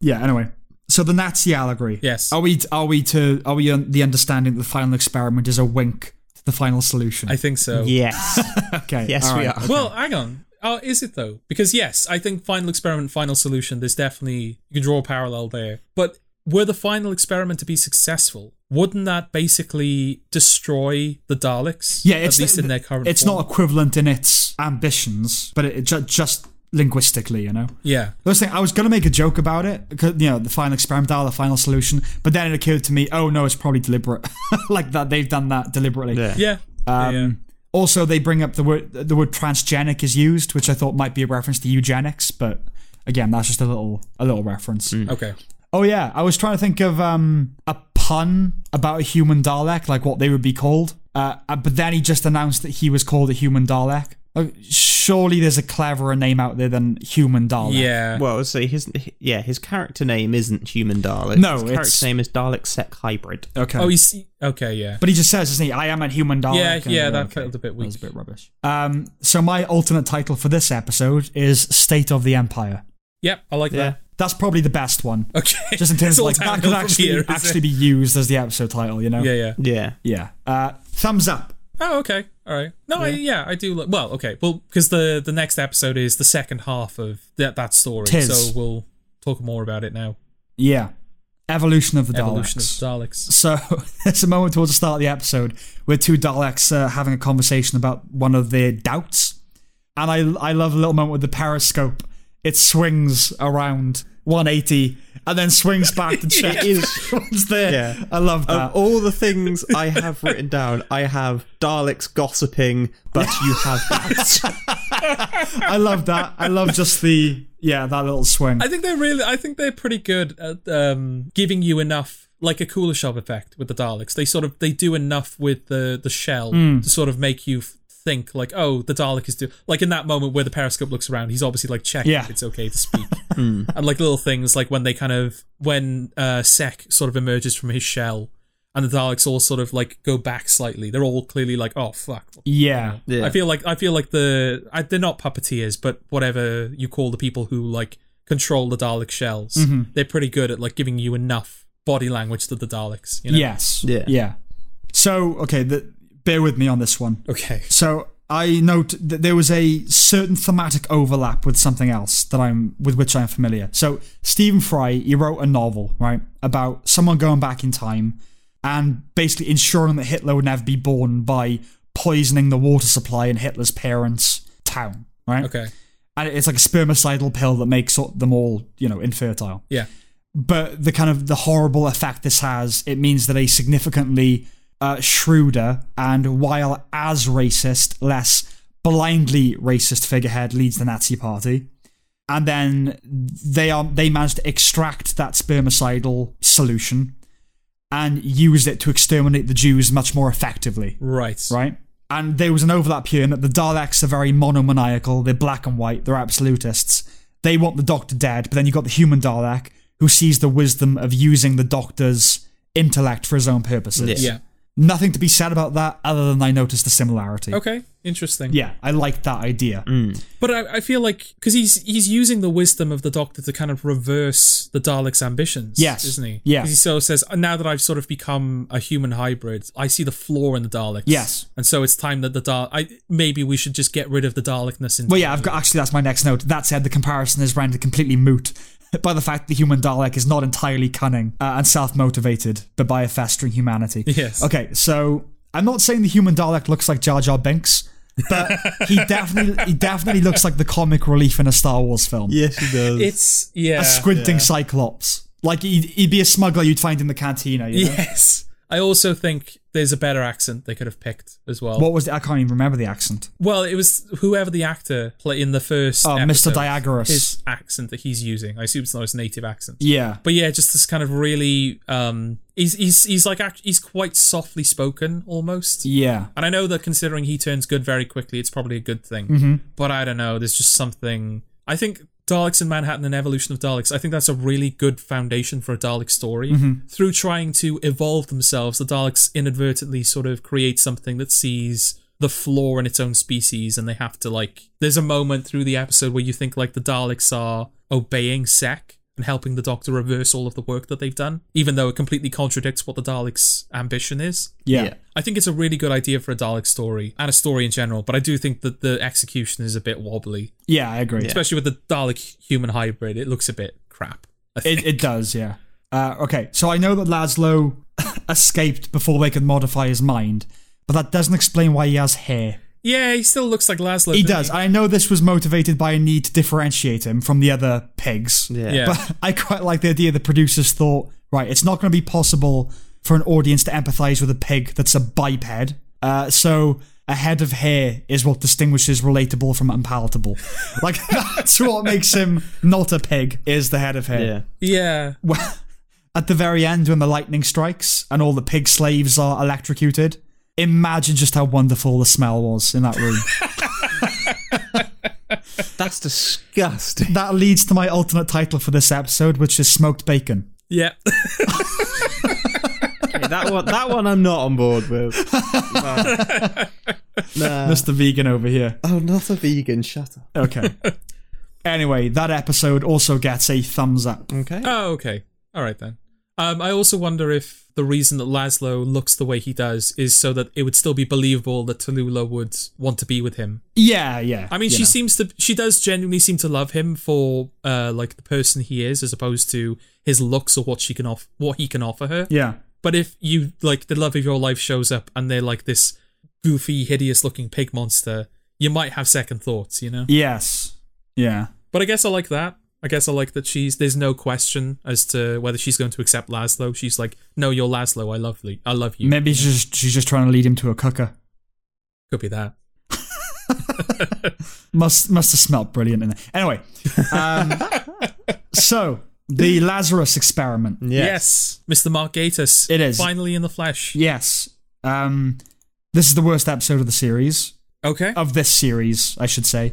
S1: Yeah. Anyway, so the Nazi allegory.
S2: Yes.
S1: Are we? Are we to? Are we on the understanding that the final experiment is a wink to the final solution?
S2: I think so.
S3: yes.
S1: okay.
S3: yes,
S1: all
S3: we
S1: right.
S3: are.
S2: Well, hang on. Oh, is it though? Because yes, I think final experiment, final solution. There's definitely you can draw a parallel there. But were the final experiment to be successful, wouldn't that basically destroy the Daleks?
S1: Yeah. It's
S2: at least in their current.
S1: It's
S2: form?
S1: not equivalent in its ambitions, but it, ju- just linguistically, you know.
S2: Yeah.
S1: I was, thinking, I was gonna make a joke about it, 'cause, you know, the final experiment, ah, the final solution. But then it occurred to me, oh no, it's probably deliberate, like that they've done that deliberately.
S3: Yeah.
S2: Yeah.
S1: Um,
S2: yeah.
S1: Also, they bring up the word the word transgenic is used, which I thought might be a reference to eugenics, but again, that's just a little a little
S3: Mm.
S1: reference.
S2: Okay.
S1: Oh yeah, I was trying to think of um a pun about a human Dalek, like what they would be called. Uh, uh, but then he just announced that he was called a human Dalek. Like, surely there's a cleverer name out there than human Dalek.
S2: Yeah.
S3: Well, so his yeah, his character name isn't Human Dalek.
S1: No,
S3: his character
S1: it's-
S3: name is Dalek Sec Hybrid.
S1: Okay.
S2: oh, he's okay. Yeah.
S1: But he just says, doesn't he? I am a human Dalek.
S2: Yeah,
S1: And,
S2: yeah,
S1: uh,
S2: that felt a bit
S1: That was a
S2: weak.
S1: bit rubbish. Um, so my alternate title for this episode is State of the Empire.
S2: Yep. I like
S3: Yeah.
S1: That's probably the best one.
S2: that. Okay.
S1: Just in terms
S2: It's
S1: of
S2: all
S1: like that
S2: downhill
S1: could
S2: from
S1: actually
S2: here, is it?
S1: actually be used as the episode title, you know?
S2: Yeah. Yeah.
S3: Yeah.
S1: Yeah. Uh, thumbs up.
S2: Oh, okay. All right. No, I, yeah, I do. Look, well, okay. Well, because the the next episode is the second half of that that story,
S1: Tis.
S2: so we'll talk more about it now.
S1: Yeah. Evolution of the
S2: Evolution of
S1: Daleks.
S2: Daleks.
S1: so there's a moment towards the start of the episode where two Daleks are having a conversation about one of their doubts. And I, I love a little moment with the periscope. It swings around 180 and then swings back to check
S3: It is.
S1: everyone's there.
S3: Yeah.
S1: I love that.
S3: Of Uh, all the things I have written down, I have Daleks gossiping, but you have that.
S1: I love that. I love just the, yeah, that little swing.
S2: I think they're really. I think they're pretty good at um, giving you enough, like a Kuleshov effect with the Daleks. They sort of they do enough with the the shell to sort of make you f- think like, oh, the Dalek is do like in that moment where the periscope looks around, he's obviously like checking
S1: Yeah.
S2: if it's okay to speak, and like little things like when they kind of when uh, Sek sort of emerges from his shell. And the Daleks all sort of like go back slightly. They're all clearly like, "Oh fuck,
S1: yeah.
S3: Yeah.
S2: I feel like I feel like the I, they're not puppeteers, but whatever you call the people who like control the Dalek shells,
S1: Mm-hmm.
S2: they're pretty good at like giving you enough body language to the Daleks. You know?
S1: Yes.
S3: Yeah.
S1: Yeah. So, okay, the, bear with me on this one.
S2: Okay.
S1: So I note that there was a certain thematic overlap with something else that I'm with which I'm familiar. So Stephen Fry, he wrote a novel, right, about someone going back in time and basically ensuring that Hitler would never be born by poisoning the water supply in Hitler's parents' town, right?
S2: Okay.
S1: And it's like a spermicidal pill that makes them all, you know, infertile
S2: Yeah.
S1: but the kind of the horrible effect this has, it means that a significantly uh, shrewder and while as racist, less blindly racist figurehead leads the Nazi Party, and then they are they manage to extract that spermicidal solution and use it to exterminate the Jews much more effectively
S2: Right.
S1: right? And there was an overlap here in that the Daleks are very monomaniacal. They're black and white. They're absolutists. They want the Doctor dead, but then you've got the human Dalek who sees the wisdom of using the Doctor's intellect for his own purposes.
S2: Yeah.
S1: Nothing to be said about that other than I noticed the similarity.
S2: Okay. Interesting.
S1: Yeah, I like that idea.
S2: But I, I feel like because he's he's using the wisdom of the Doctor to kind of reverse the Daleks' ambitions.
S1: Yes.
S2: Isn't he?
S1: Yeah.
S2: 'Cause He so says now that I've sort of become a human hybrid, I see the flaw in the Daleks.
S1: Yes.
S2: And so it's time that the Dalek. I maybe we should just get rid of the Dalekness.
S1: Well, yeah, I've got actually that's my next note. That said, the comparison is rendered completely moot by the fact the human Dalek is not entirely cunning uh, and self-motivated, but by a festering humanity.
S2: Yes.
S1: Okay, so I'm not saying the human Dalek looks like Jar Jar Binks, but he definitely he definitely looks like the comic relief in a Star Wars film.
S3: yes, he does.
S2: It's yeah.
S1: a squinting Cyclops. Like he'd, he'd be a smuggler you'd find in the cantina. You know?
S2: Yes. I also think there's a better accent they could have picked as well.
S1: What was the, I can't even remember the accent.
S2: Well, it was whoever the actor play in the first.
S1: Oh, Mr.
S2: episode,
S1: Diagoras.
S2: His accent that he's using. I assume it's not his native accent.
S1: yeah.
S2: But yeah, just this kind of really. Um, he's he's he's like act- he's quite softly spoken almost.
S1: Yeah.
S2: And I know that considering he turns good very quickly, it's probably a good thing. But I don't know. There's just something. I think Daleks in Manhattan and Evolution of Daleks, I think that's a really good foundation for a Dalek story. Through trying to evolve themselves, the Daleks inadvertently sort of create something that sees the flaw in its own species and they have to, like. There's a moment through the episode where you think, like, the Daleks are obeying Sec. And helping the Doctor reverse all of the work that they've done, even though it completely contradicts what the Daleks' ambition is.
S1: Yeah.
S3: Yeah.
S2: I think it's a really good idea for a Dalek story and a story in general, but I do think that the execution is a bit wobbly,
S1: Yeah, I agree.
S2: especially with the Dalek human hybrid. It looks a bit crap. I think.
S1: It, it does, yeah. Uh, okay, so I know that Laszlo escaped before they could modify his mind, but that doesn't explain why he has hair.
S2: yeah, he still looks like Laszlo.
S1: He
S2: doesn't
S1: does. I know this was motivated by a need to differentiate him from the other pigs.
S3: Yeah.
S2: Yeah.
S1: But I quite like the idea the producers thought, right, it's not going to be possible for an audience to empathize with a pig that's a biped. Uh, so a head of hair is what distinguishes relatable from unpalatable. like, that's what makes him not a pig, is the head of hair.
S3: Yeah.
S2: Yeah.
S1: Well, at the very end, when the lightning strikes and all the pig slaves are electrocuted, imagine just how wonderful the smell was in that room.
S3: That's disgusting.
S1: that leads to my alternate title for this episode, which is Smoked Bacon.
S2: Yeah.
S3: that one, that one, I'm not on board with. No.
S1: Mr. Vegan over here.
S3: Oh, not a vegan. Shut up.
S1: Okay. anyway, that episode also gets a thumbs up.
S3: Okay.
S2: oh, okay. All right then. Um, I also wonder if the reason that Laszlo looks the way he does is so that it would still be believable that Tallulah would want to be with him.
S1: Yeah, yeah.
S2: I mean,
S1: you
S2: she
S1: know.
S2: seems to. She does genuinely seem to love him for uh, like the person he is, as opposed to his looks or what she can off what he can offer her.
S1: Yeah.
S2: But if you like the love of your life shows up and they're like this goofy, hideous-looking pig monster, you might have second thoughts, you know.
S1: Yes. Yeah.
S2: But I guess I like that. I guess I like that she's. There's no question as to whether she's going to accept Laszlo. She's like, no, you're Laszlo. I love you. I love you.
S1: Maybe she's just, she's just trying to lead him to a cooker.
S2: Could be that.
S1: Must must have smelled brilliant in there. Anyway, um, so the Lazarus experiment.
S2: Yes, Mr. Mark Gatiss.
S1: It is.
S2: finally in the flesh.
S1: Yes. Um, this is the worst episode of the series
S2: Okay.
S1: of this series, I should say.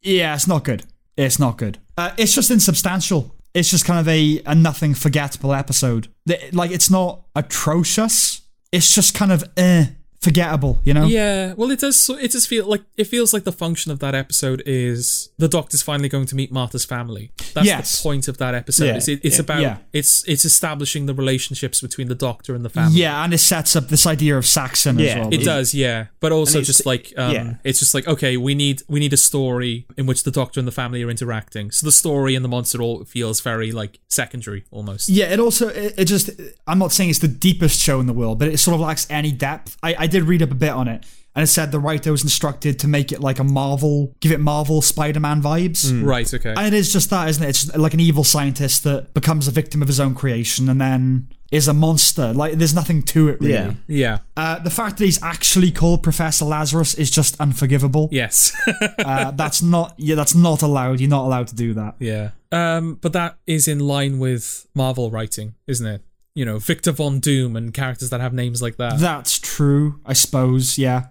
S1: Yeah, it's not good. It's not good. Uh, it's just insubstantial. It's just kind of a, a nothing forgettable episode. The- Like it's not atrocious. It's just kind of eh, forgettable. You know.
S2: Yeah, well, it does. so- It does feel like it feels like the function of that episode is the Doctor's finally going to meet Martha's family. That's
S1: Yes.
S2: the point of that episode.
S3: Yeah,
S2: It's, it, it's
S3: yeah,
S2: about
S1: yeah.
S2: it's it's establishing the relationships between the Doctor and the family.
S1: Yeah, and it sets up this idea of Saxon as
S3: Yeah,
S1: well.
S2: It does, yeah, but also
S3: it's-
S2: just like um,
S3: yeah.
S2: it's just like okay, we need we need a story in which the Doctor and the family are interacting. So the story and the monster all feels very like secondary almost.
S1: Yeah, it also it, it just I'm not saying it's the deepest show in the world, but it sort of lacks any depth. I, I did read up a bit on it, and it said the writer was instructed to make it like a Marvel, give it Marvel Spider-Man vibes.
S2: Right. Okay.
S1: And it is just that, isn't it? It's just like an evil scientist that becomes a victim of his own creation and then is a monster. Like there's nothing to it really.
S3: Yeah.
S2: yeah.
S1: Uh, the fact that he's actually called Professor Lazarus is just unforgivable.
S2: Yes.
S1: Uh, that's not yeah, that's not allowed. You're not allowed to do that.
S2: Yeah. Um, but that is in line with Marvel writing, isn't it? You know, Victor Von Doom and characters that have names like that.
S1: That's true, I suppose. Yeah.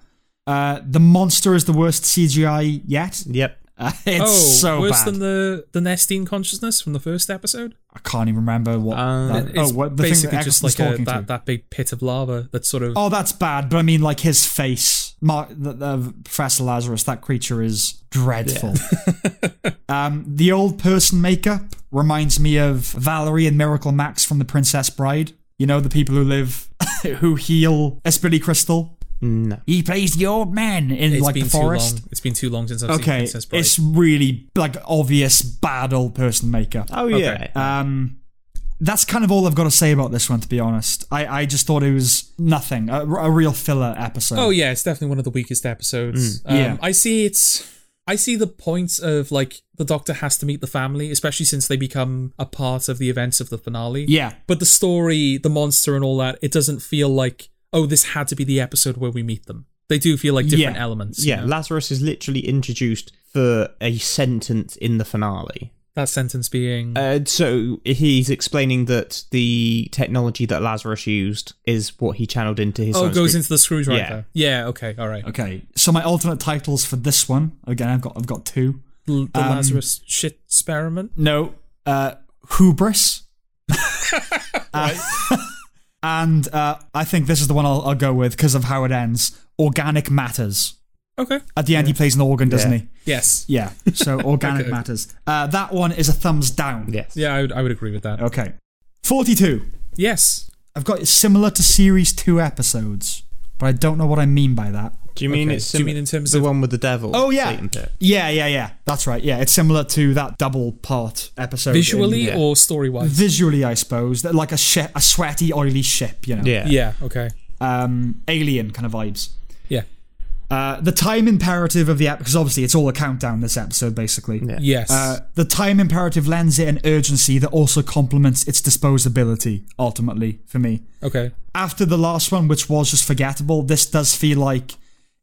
S1: Uh, the monster is the worst CGI yet.
S3: Yep.
S1: Uh, it's
S2: oh,
S1: so
S2: worse
S1: bad.
S2: than the the Nestine consciousness from the first episode.
S1: I can't even remember what.
S3: Um,
S1: that-
S2: Uh, It's
S1: oh, what the thing
S2: basically
S1: that X
S2: just
S1: was
S2: like a,
S1: talking
S2: that
S1: to.
S2: that big pit of lava that's sort of
S1: Oh, that's bad. But I mean, like his face, Mark, the, the Professor Lazarus. That creature is dreadful. um, the old person makeup reminds me of Valerie and Miracle Max from The Princess Bride. You know, the people who live, who heal Esprit Crystal.
S3: No.
S1: He plays the old man in
S2: it's
S1: like the
S2: been too
S1: forest.
S2: long. It's been too long since I've seen
S1: Okay,
S2: Princess Bride.
S1: it's really like obvious bad old person makeup.
S3: Oh yeah.
S1: Um, that's kind of all I've got to say about this one, to be honest. I, I just thought it was nothing, a, a real filler episode.
S3: Oh,
S2: Oh yeah, it's definitely one of the weakest episodes. Um,
S1: Mm, Yeah.
S2: I see it's I see the point of like the Doctor has to meet the family, especially since they become a part of the events of the finale.
S1: Yeah.
S2: But the story, the monster, and all that, it doesn't feel like oh, this had to be the episode where we meet them. They do feel like different
S1: Yeah.
S2: elements. you
S3: Yeah,
S2: know?
S3: Lazarus is literally introduced for a sentence in the finale.
S2: that sentence being oh,
S3: Uh, so he's explaining that the technology that Lazarus used is what he channeled into his.
S2: oh,
S3: own
S2: goes
S3: screen.
S2: into the screwdriver. Yeah. okay, all right.
S1: Okay. So my alternate titles for this one again, I've got I've got two.
S3: Um,
S2: L- the Lazarus shit experiment.
S1: No, uh, hubris. Uh, and uh, I think this is the one I'll, I'll go with because of how it ends. Organic matters.
S2: Okay.
S1: At the end, he plays an organ, doesn't
S3: Yeah.
S1: he?
S2: Yes.
S1: Yeah. So organic
S2: Okay.
S1: matters. Uh, that one is a thumbs down.
S3: Yes.
S2: Yeah, I would, I would agree with that.
S1: Okay. Forty-two.
S2: Yes.
S1: I've got it similar to series two episodes, but I don't know what I mean by that.
S3: Do you mean
S2: Okay.
S3: it's
S2: Do you
S3: sim-
S2: mean in terms
S3: the
S2: of-
S3: one with the devil?
S1: Oh yeah,
S3: Satan pit?
S1: yeah, yeah, yeah. That's right. Yeah, it's similar to that double part episode. in-
S2: Visually
S3: yeah.
S2: or story wise?
S1: visually, I suppose, that- like a shi a sweaty, oily ship. You know,
S3: Yeah.
S2: yeah, okay.
S1: um, alien kind of vibes.
S2: Yeah.
S1: Uh, the time imperative of the app, because obviously it's all a countdown. This episode, basically.
S3: Yeah.
S2: Yes.
S1: Uh, the time imperative lends it an urgency that also complements its disposability. Ultimately, for me,
S2: okay.
S1: after the last one, which was just forgettable, this does feel like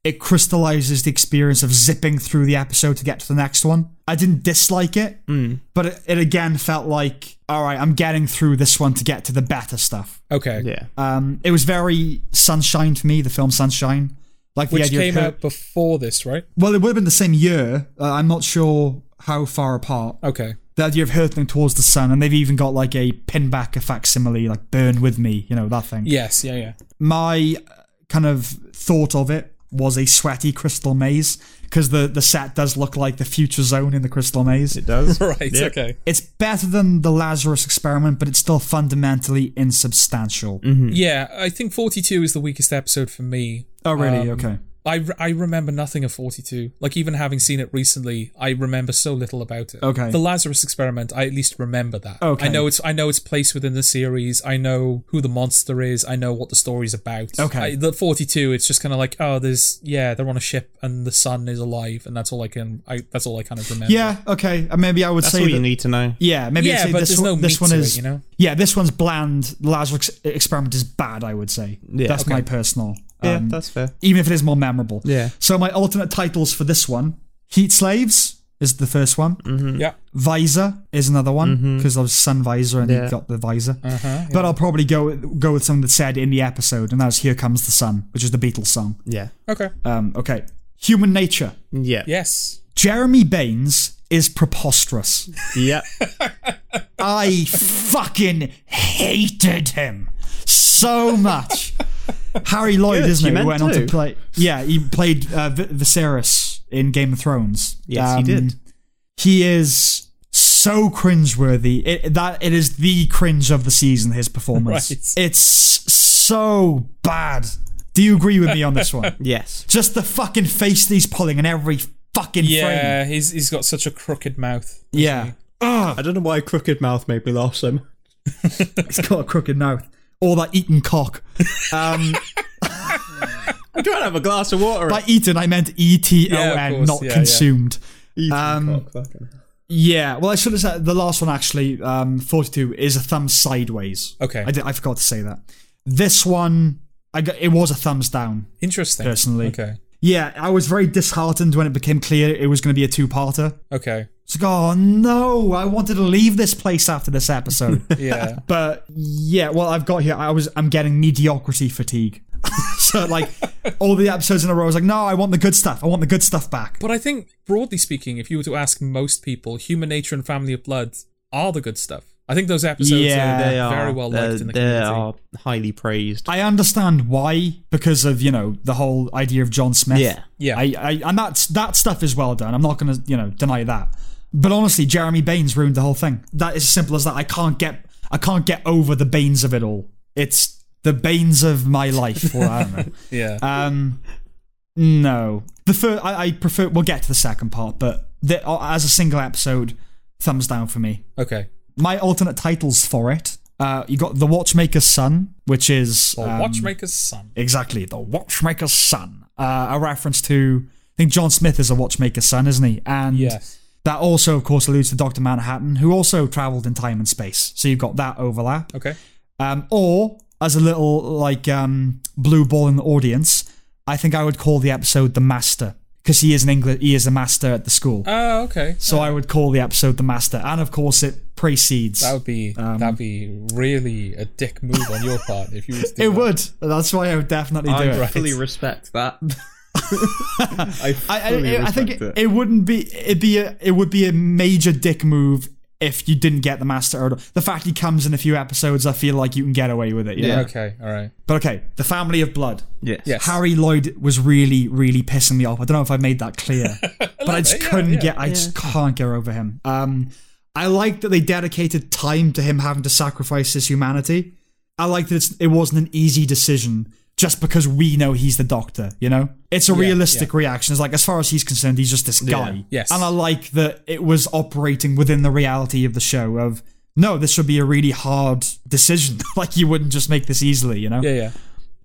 S1: it crystallizes the experience of zipping through the episode to get to the next one. I didn't dislike it,
S2: Hmm.
S1: but it, it again felt like, all right, I'm getting through this one to get to the better stuff.
S2: Okay.
S3: Yeah.
S1: Um, it was very Sunshine for me, the film Sunshine. Like the
S2: Which
S1: idea of
S2: came
S1: her-
S2: out before this, right?
S1: Well, it would have been the same year. Uh, I'm not sure how far apart.
S2: Okay.
S1: The idea of hurtling towards the sun, and they've even got like a pinback, a facsimile, like burn with me, you know, that thing.
S2: Yes, yeah, yeah.
S1: my uh, kind of thought of it was a sweaty crystal maze because the the set does look like the future zone in the crystal maze.
S3: It does.
S2: Right,
S3: Yeah.
S2: okay.
S1: It's better than the Lazarus experiment, but it's still fundamentally insubstantial.
S2: Mm-hmm.
S3: Hmm.
S2: Yeah, I think 42 is the weakest episode for me.
S1: Oh, really?
S2: Um,
S1: okay.
S2: I, re- I remember nothing of 42. Like, even having seen it recently, I remember so little about it.
S1: Okay.
S2: The Lazarus experiment, I at least remember that.
S1: Okay.
S2: I know it's I know its place within the series. I know who the monster is. I know what the story's about.
S1: Okay.
S2: I, the 42, it's just kind of like, oh, there's, yeah, they're on a ship and the sun is alive, and that's all I can, I that's all I kind of remember.
S1: Yeah. Okay. Uh, Maybe I would
S3: That's
S1: say
S3: all you
S1: that-
S3: need to know.
S1: Yeah. Maybe I'd
S2: Yeah,
S1: say
S2: but
S1: this
S2: there's
S1: one,
S2: no
S1: this
S2: meat
S1: one
S2: to it,
S1: is
S2: you know?
S1: Yeah, this one's bland. Lazarus ex- experiment is bad. I would say.
S3: Yeah,
S1: That's
S3: okay.
S1: my personal.
S3: Yeah,
S1: um,
S3: that's fair.
S1: even if it is more memorable.
S3: Yeah.
S1: So my alternate titles for this one: Heat Slaves is the first one.
S3: Mm-hmm.
S2: Yeah.
S1: Visor is another one because of sun visor and
S3: Yeah. Uh-huh,
S1: he got the visor. But I'll probably go go with something that said in the episode, and that was "Here Comes the Sun," which is the Beatles song.
S3: Yeah.
S2: Okay.
S1: Um, okay, human nature.
S3: Yeah.
S2: Yes.
S1: Jeremy Baines is preposterous.
S3: Yeah.
S1: I fucking hated him so much. Harry Lloyd,
S3: Good,
S1: isn't
S3: you
S1: he?
S3: meant
S1: Went on to
S3: to.
S1: play. Yeah, he played uh, v- Viserys in Game of Thrones. Um,
S3: Yes, he did.
S1: He is so cringeworthy. It, that it is the cringe of the season. His performance.
S2: Right.
S1: It's so bad. Do you agree with me on this one?
S3: yes.
S1: Just the fucking face that he's pulling in every fucking frame.
S2: Yeah, he's, he's got such a crooked mouth.
S1: Yeah.
S3: I don't know why crooked mouth made me laugh so much.
S1: He's got a crooked mouth. All that eaten cock.
S3: I'm trying to have a glass of water.
S1: By eaten, I meant E T O
S2: Yeah, of
S1: N,
S2: course.
S1: not
S2: Yeah, E yeah.
S1: consumed.
S3: um,
S1: Yeah. Well, I should have said the last one actually. Um, Forty-two is a thumb sideways.
S2: Okay.
S1: I, did, I forgot to say that. This one, I got, it was a thumbs down.
S2: Interesting.
S1: Personally.
S2: Okay.
S1: Yeah, I was very disheartened when it became clear it was going to be a two-parter.
S2: Okay.
S1: It's like, oh no, I wanted to leave this place after this episode.
S2: Yeah.
S1: But yeah, well, I've got here. I was I'm getting mediocrity fatigue. so like all the episodes in a row, I was like, no, I want the good stuff. I want the good stuff back.
S2: but I think, broadly speaking, if you were to ask most people, Human Nature and Family of Blood are the good stuff. I think those episodes
S1: Yeah,
S2: are
S1: they
S2: very well liked in the
S3: they
S2: community.
S3: are highly praised.
S1: I understand why because of you know the whole idea of John Smith.
S3: Yeah.
S2: Yeah.
S1: I, I and that's that stuff is well done. I'm not gonna you know deny that. But honestly, Jeremy Baines ruined the whole thing. That is as simple as that. I can't get I can't get over the Baines of it all. It's the Baines of my life. Or I don't know.
S2: Yeah.
S1: Um, no. The first, I, I prefer. We'll get to the second part, but the, uh, as a single episode, thumbs down for me.
S2: okay.
S1: My alternate titles for it. Uh, you got the Watchmaker's Son, which is
S2: Or
S1: um,
S2: Watchmaker's Son.
S1: exactly the Watchmaker's Son, uh, a reference to I think John Smith is a watchmaker's son, isn't he? And
S4: Yes.
S1: that also, of course, alludes to Dr. Manhattan, who also traveled in time and space. So you've got that overlap.
S4: Okay.
S1: Um, or as a little like um, blue ball in the audience, I think I would call the episode the Master because he is an English, he is a master at the school.
S2: Uh,
S4: Oh, okay.
S1: so I would call the episode the Master, and of course it precedes.
S4: That would be
S1: Um,
S4: that'd be really a dick move on your part if you was to do
S1: it
S4: that.
S1: would. That's why I would definitely do
S3: I
S1: it.
S3: fully respect that. I,
S1: I, I,
S3: fully
S1: I think
S3: respect
S1: it, it wouldn't be it be a it would be a major dick move if you didn't get the master Erdo. The fact he comes in a few episodes, I feel like you can get away with it. Yeah.
S3: Yeah.
S4: Okay. All right.
S1: But okay, the family of blood.
S3: Yes.
S4: Yes.
S1: Harry Lloyd was really, really pissing me off. I don't know if I made that clear, but I just
S4: bit, yeah,
S1: couldn't
S4: yeah,
S1: get. I just can't get over him. Um, I like that they dedicated time to him having to sacrifice his humanity. I like that it's, it wasn't an easy decision just because we know he's the doctor. You know, it's a realistic reaction. It's like as far as he's concerned, he's just this guy.
S4: Yes.
S1: and I like that it was operating within the reality of the show. Of no, this should be a really hard decision. like you wouldn't just make this easily. You know.
S4: Yeah. Yeah.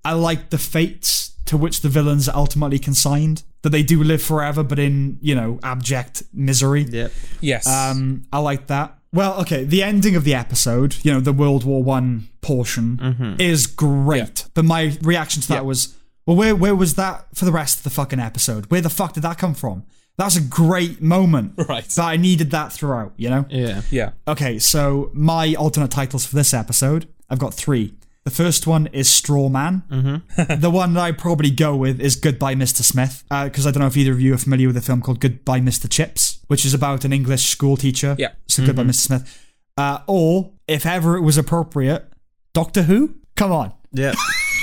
S1: I like the fates to which the villains are ultimately consigned. That they do live forever, but in you know abject misery.
S3: Yep.
S4: Yes.
S1: Um, I like that. Well, okay, the ending of the episode, you know, the World War One portion, is great. But my reaction to that was, well, where where was that for the rest of the fucking episode? Where the fuck did that come from? That's a great moment.
S4: Right.
S1: That I needed that throughout. You know.
S3: Yeah.
S4: yeah.
S1: Okay, so my alternate titles for this episode, I've got three. The first one is Straw Man. Mm-hmm. the one that I probably go with is Goodbye, Mr. Smith, because I don't know if either of you are familiar with a film called Goodbye, Mr. Chips, which is about an English school teacher.
S4: Yeah.
S1: So Goodbye, Mr. Smith. Uh, or, if ever it was appropriate, Doctor Who? Come on.
S3: Yep.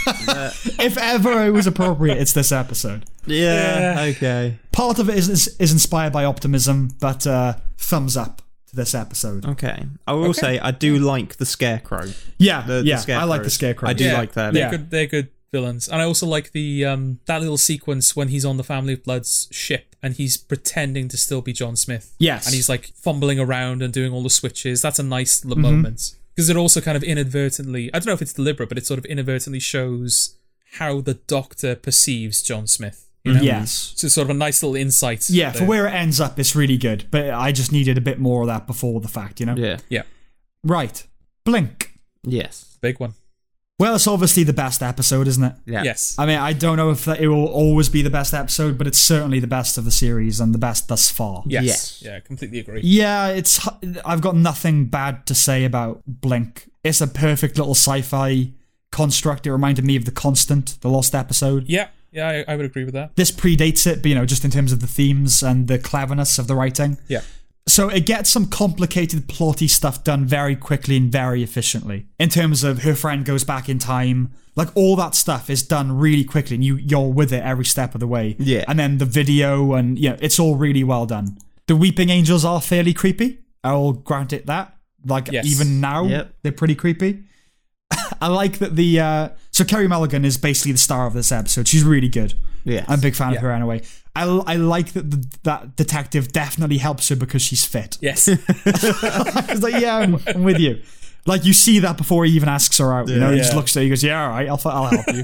S1: If ever it was appropriate, it's this episode.
S3: Yeah. Okay.
S1: Part of it is, is, is inspired by optimism, but uh, thumbs up to this episode.
S3: Okay. I will say I do like the scarecrow.
S1: Yeah,
S3: The, the
S1: yeah, I
S3: Scarecrow.
S1: like the Scarecrow.
S3: I do
S4: Yeah.
S3: like that.
S4: They're
S1: Yeah.
S4: good. They're good villains, and I also like the um that little sequence when he's on the Family of Blood's ship and he's pretending to still be John Smith.
S1: Yes.
S4: and he's like fumbling around and doing all the switches. That's a nice little
S1: Mm-hmm.
S4: moment because it also kind of inadvertently. I don't know if it's deliberate, but it sort of inadvertently shows how the Doctor perceives John Smith. You know?
S1: Yes.
S4: So it's sort of a nice little insight.
S1: Mm-hmm. Yeah, for
S4: there.
S1: where it ends up, it's really good. But I just needed a bit more of that before the fact, you know?
S3: Yeah.
S4: Yeah,
S1: Right. Blink.
S3: Yes.
S4: big one.
S1: Well, it's obviously the best episode, isn't it?
S3: Yeah.
S4: Yes.
S1: I mean, I don't know if that it will always be the best episode, but it's certainly the best of the series and the best thus far.
S4: yes.
S3: yes.
S4: Yeah. Completely agree.
S1: Yeah, it's. h- I've got nothing bad to say about Blink. It's a perfect little sci-fi construct. It reminded me of the Constant, the lost episode.
S4: Yeah. Yeah. I, I would agree with that.
S1: This predates it, but you know, just in terms of the themes and the cleverness of the writing.
S4: Yeah.
S1: So it gets some complicated plotty stuff done very quickly and very efficiently. In terms of her friend goes back in time, like all that stuff is done really quickly and you you're with it every step of the way.
S3: Yeah.
S1: And then the video and you know, it's all really well done. The weeping angels are fairly creepy. I'll grant it that. Like
S4: Yes.
S1: even now
S3: Yep.
S1: they're pretty creepy. I like that the uh so Kerry Mulligan is basically the star of this episode. She's really good.
S3: Yes.
S1: I'm a big fan of her anyway. I, I like that the, that detective definitely helps her because she's fit.
S4: Yes.
S1: It's like, yeah, I'm, I'm with you. Like, you see that before he even asks her out. You know, he just
S4: Yeah.
S1: looks at her, he goes, yeah, all right, I'll, I'll help you.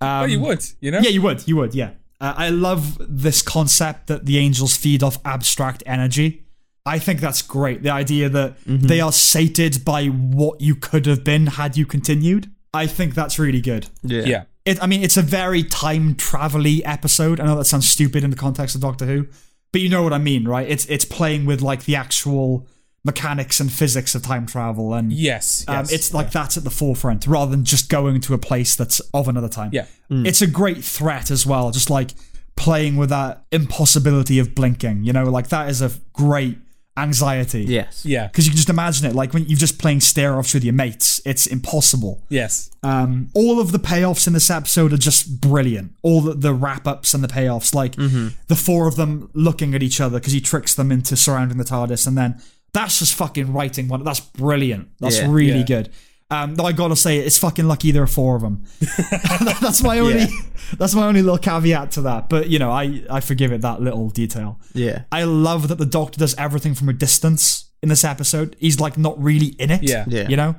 S4: oh, you would. You know.
S1: Um, yeah, you would, you would, yeah. Uh, I love this concept that the angels feed off abstract energy. I think that's great. The idea that they are sated by what you could have been had you continued. I think that's really good.
S3: Yeah.
S4: Yeah.
S1: It, I mean, it's a very time travel-y episode. I know that sounds stupid in the context of Doctor Who, but you know what I mean, right? It's it's playing with like the actual mechanics and physics of time travel, and
S4: Yes.
S1: um,
S4: yes.
S1: it's like that's at the forefront rather than just going to a place that's of another time.
S4: Yeah.
S1: it's a great threat as well. Just like playing with that impossibility of blinking, you know, like that is a great anxiety.
S3: Yes.
S4: Yeah.
S1: because you can just imagine it. Like when you're just playing stare off with your mates, it's impossible.
S4: Yes.
S3: Uh-huh.
S1: Um, all of the payoffs in this episode are just brilliant. All the, the wrap ups and the payoffs, like
S3: Mm-hmm.
S1: the four of them looking at each other because he tricks them into surrounding the TARDIS, and then that's just fucking writing one. That's brilliant. That's
S3: Yeah.
S1: really
S4: Yeah.
S1: good. Um, though I gotta say, it's fucking lucky there are four of them. that's my only. That's my only little caveat to that. But you know, I I forgive it that little detail.
S3: Yeah.
S1: I love that the Doctor does everything from a distance in this episode. He's like not really in it.
S4: Yeah.
S3: Yeah.
S1: You know?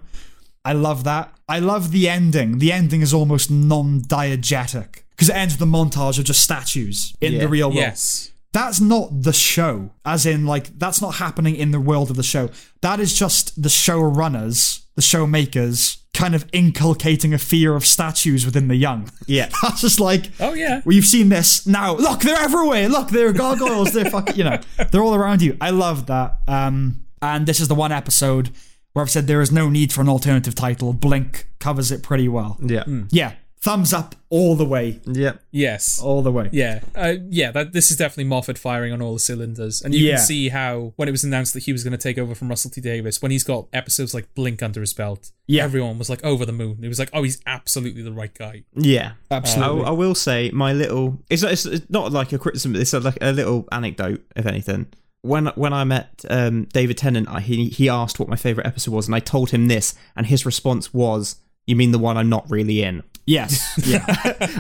S1: I love that. I love the ending. The ending is almost non diegetic. because it ends with a montage of just statues in
S3: Yeah.
S1: the real world.
S2: Yes.
S1: That's not the show, as in like that's not happening in the world of the show. That is just the showrunners, the show makers, kind of inculcating a fear of statues within the young.
S3: Yeah.
S1: That's just like
S2: Oh, yeah.
S1: well, you've seen this now. Look, they're everywhere. Look, they're gargoyles. They're fucking, you know, they're all around you. I love that. Um, and this is the one episode where I've said there is no need for an alternative title. Blink covers it pretty well.
S3: Yeah.
S1: Yeah, thumbs up all the way,
S3: Yeah.
S2: Yes.
S3: Oh.
S1: all the way.
S2: Yeah, uh, yeah. That this is definitely Moffat firing on all the cylinders, and you
S1: Yeah.
S2: can see how when it was announced that he was going to take over from Russell T Davis, when he's got episodes like Blink under his belt,
S1: Yeah.
S2: everyone was like over the moon. It was like, oh, he's absolutely the right guy.
S3: Yeah,
S1: Absolutely.
S3: I, I will say my little. It's not, it's not like a criticism. It's like a little anecdote, if anything. When when I met um, David Tennant, I, he he asked what my favorite episode was, and I told him this, and his response was, "You mean the one I'm not really in?"
S1: Yes. Yeah.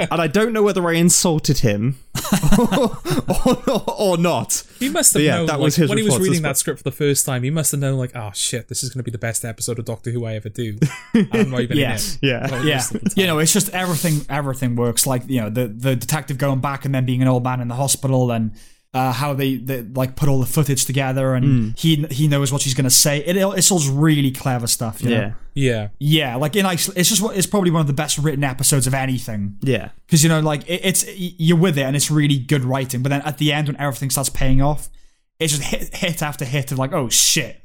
S3: and I don't know whether I insulted him or, or not.
S2: He must have
S3: Yeah,
S2: known
S3: that
S2: like,
S3: was his
S2: when he was
S3: response,
S2: reading
S3: that's
S2: that script for the first time. He must have known like, oh shit, this is going to be the best episode of Doctor Who I ever do. I'm not even
S1: Yes.
S2: in it.
S3: Yeah.
S2: Well,
S1: Yeah,
S2: most of the
S1: you know, it's just everything. Everything works like you know the the detective going back and then being an old man in the hospital and uh, how they, they like put all the footage together and he he knows what she's gonna say. It it's all really clever stuff. you know?
S3: Yeah,
S2: yeah,
S1: yeah, like in isolation, it's just what it's probably one of the best written episodes of anything
S3: yeah,
S1: because you know like it, it's you're with it and it's really good writing. But then at the end when everything starts paying off, it's just hit hit after hit of like oh shit,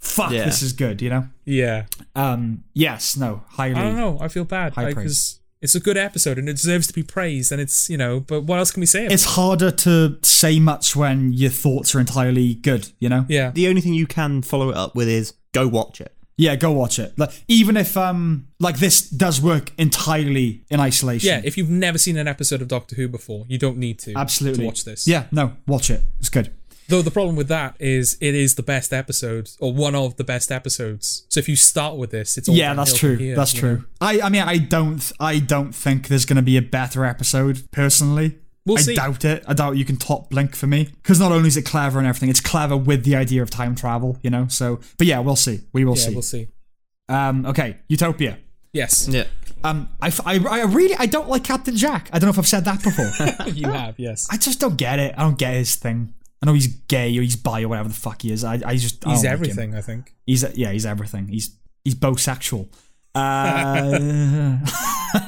S1: fuck
S3: Yeah.
S1: this is good. You know,
S2: yeah.
S1: um, yes, no, highly.
S2: I don't know. I feel bad
S1: High praise.
S2: because it's a good episode and it deserves to be praised. And it's you know, but what else can we say? About
S1: it's harder to say much when your thoughts are entirely good, you know?
S2: it? yeah,
S3: The only thing you can follow it up with is go watch it.
S1: Yeah, go watch it. Like even if um like this does work entirely in isolation.
S2: Yeah, if you've never seen an episode of Doctor Who before, you don't need to
S1: absolutely.
S2: to watch this.
S1: Yeah, no, watch it. It's good.
S2: Though the problem with that is it is the best episode or one of the best episodes. So if you start with this, it's all
S1: yeah, that's
S2: downhill
S1: true.
S2: from here,
S1: that's
S2: you
S1: true.
S2: know?
S1: I I mean I don't I don't think there's going to be a better episode personally.
S2: We'll
S1: I
S2: see.
S1: doubt it. I doubt you can top Blink for me because not only is it clever and everything, it's clever with the idea of time travel, you know. So, but yeah, we'll see. We will
S2: Yeah,
S1: see.
S2: we'll see.
S1: Um, okay, Utopia.
S2: Yes,
S3: Yeah,
S1: Um, I, f- I, I really I don't like Captain Jack. I don't know if I've said that before.
S2: you have. Yes,
S1: I just don't get it. I don't get his thing. I know he's gay or he's bi or whatever the fuck he is. I, I just I don't
S2: he's
S1: like him.
S2: everything. I think.
S1: He's yeah, he's everything. He's he's bisexual. Uh,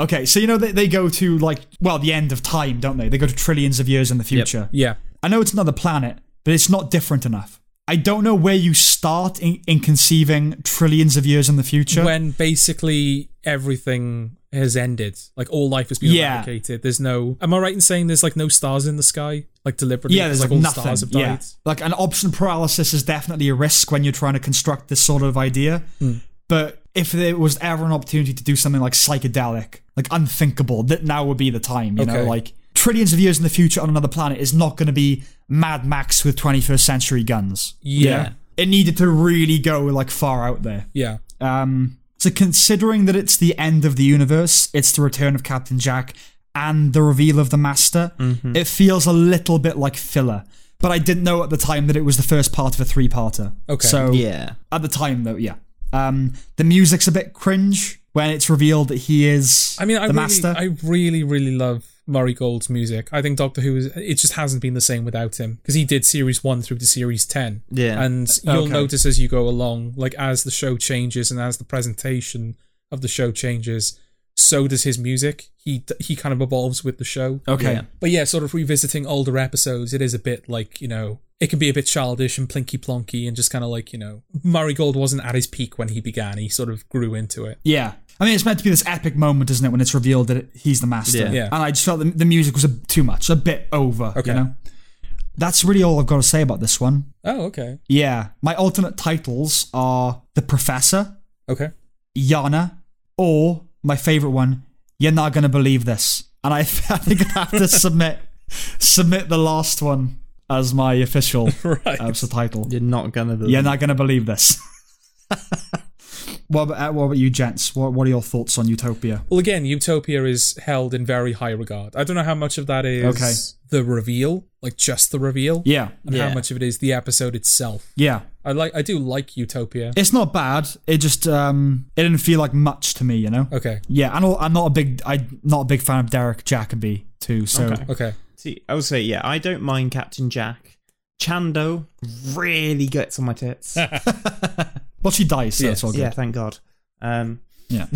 S1: okay, so you know they, they go to like well the end of time, don't they? They go to trillions of years in the future.
S2: Yeah,
S1: I know it's another planet, but it's not different enough. I don't know where you start in, in conceiving trillions of years in the future.
S2: when basically everything has ended, like all life has been
S1: Yeah.
S2: eradicated. There's no. Am I right in saying there's like no stars in the sky, like deliberately?
S1: Yeah, there's like,
S2: all
S1: nothing.
S2: stars have died.
S1: yeah. Like an option paralysis is definitely a risk when you're trying to construct this sort of idea.
S2: Hmm.
S1: But if there was ever an opportunity to do something like psychedelic, like unthinkable, that now would be the time, you know,
S2: Okay.
S1: like trillions of years in the future on another planet is not going to be Mad Max with 21st century guns. you
S2: Yeah.
S1: know? It needed to really go like far out there.
S2: Yeah.
S1: Um, so considering that it's the end of the universe, it's the return of Captain Jack and the reveal of the Master,
S2: Mm-hmm.
S1: it feels a little bit like filler. But I didn't know at the time that it was the first part of a three-parter.
S2: Okay.
S1: So
S3: yeah,
S1: at the time, though, yeah. Um, the music's a bit cringe when it's revealed that he is
S2: I mean, I
S1: the
S2: really,
S1: Master.
S2: I really, really love Murray Gold's music. I think Doctor Who is. It just hasn't been the same without him because he did series one through to series ten.
S3: Yeah.
S2: and you'll
S1: okay.
S2: notice as you go along, like as the show changes and as the presentation of the show changes, so does his music. He d- he kind of evolves with the show.
S1: okay.
S3: Yeah.
S2: But yeah, sort of revisiting older episodes, it is a bit like, you know, it can be a bit childish and plinky plonky and just kind of like, you know, Murray Gold wasn't at his peak when he began. He sort of grew into it.
S1: Yeah. I mean, it's meant to be this epic moment, isn't it, when it's revealed that it, he's the master?
S3: Yeah.
S2: Yeah.
S1: And I just felt the, the music was a, too much, a bit over.
S2: Okay.
S1: You know, that's really all I've got to say about this one.
S2: Oh, okay.
S1: Yeah, my alternate titles are The Professor,
S2: Okay.
S1: Yana, or my favorite one, You're Not Gonna Believe This. And I, I think I have to submit submit the last one as my official
S2: Right.
S1: episode title.
S3: you're not gonna. Believe
S1: You're Not Gonna Believe This. What about, uh, what about you, gents? What, what are your thoughts on Utopia?
S2: Well, again, Utopia is held in very high regard. I don't know how much of that is
S1: Okay.
S2: the reveal, like just the reveal,
S1: Yeah,
S2: and
S3: Yeah.
S2: how much of it is the episode itself.
S1: yeah.
S2: I like, I do like Utopia.
S1: It's not bad. It just um, it didn't feel like much to me, you know.
S2: Okay,
S1: Yeah, and al- I'm not a big I'm not a big fan of Derek Jacobi too. So
S3: Okay.
S2: okay.
S3: See, I would say, yeah, I don't mind Captain Jack. Chando really gets on my tits.
S1: well, she dies, so
S2: Yes.
S1: it's all good.
S3: yeah, thank God. Um,
S1: Yeah.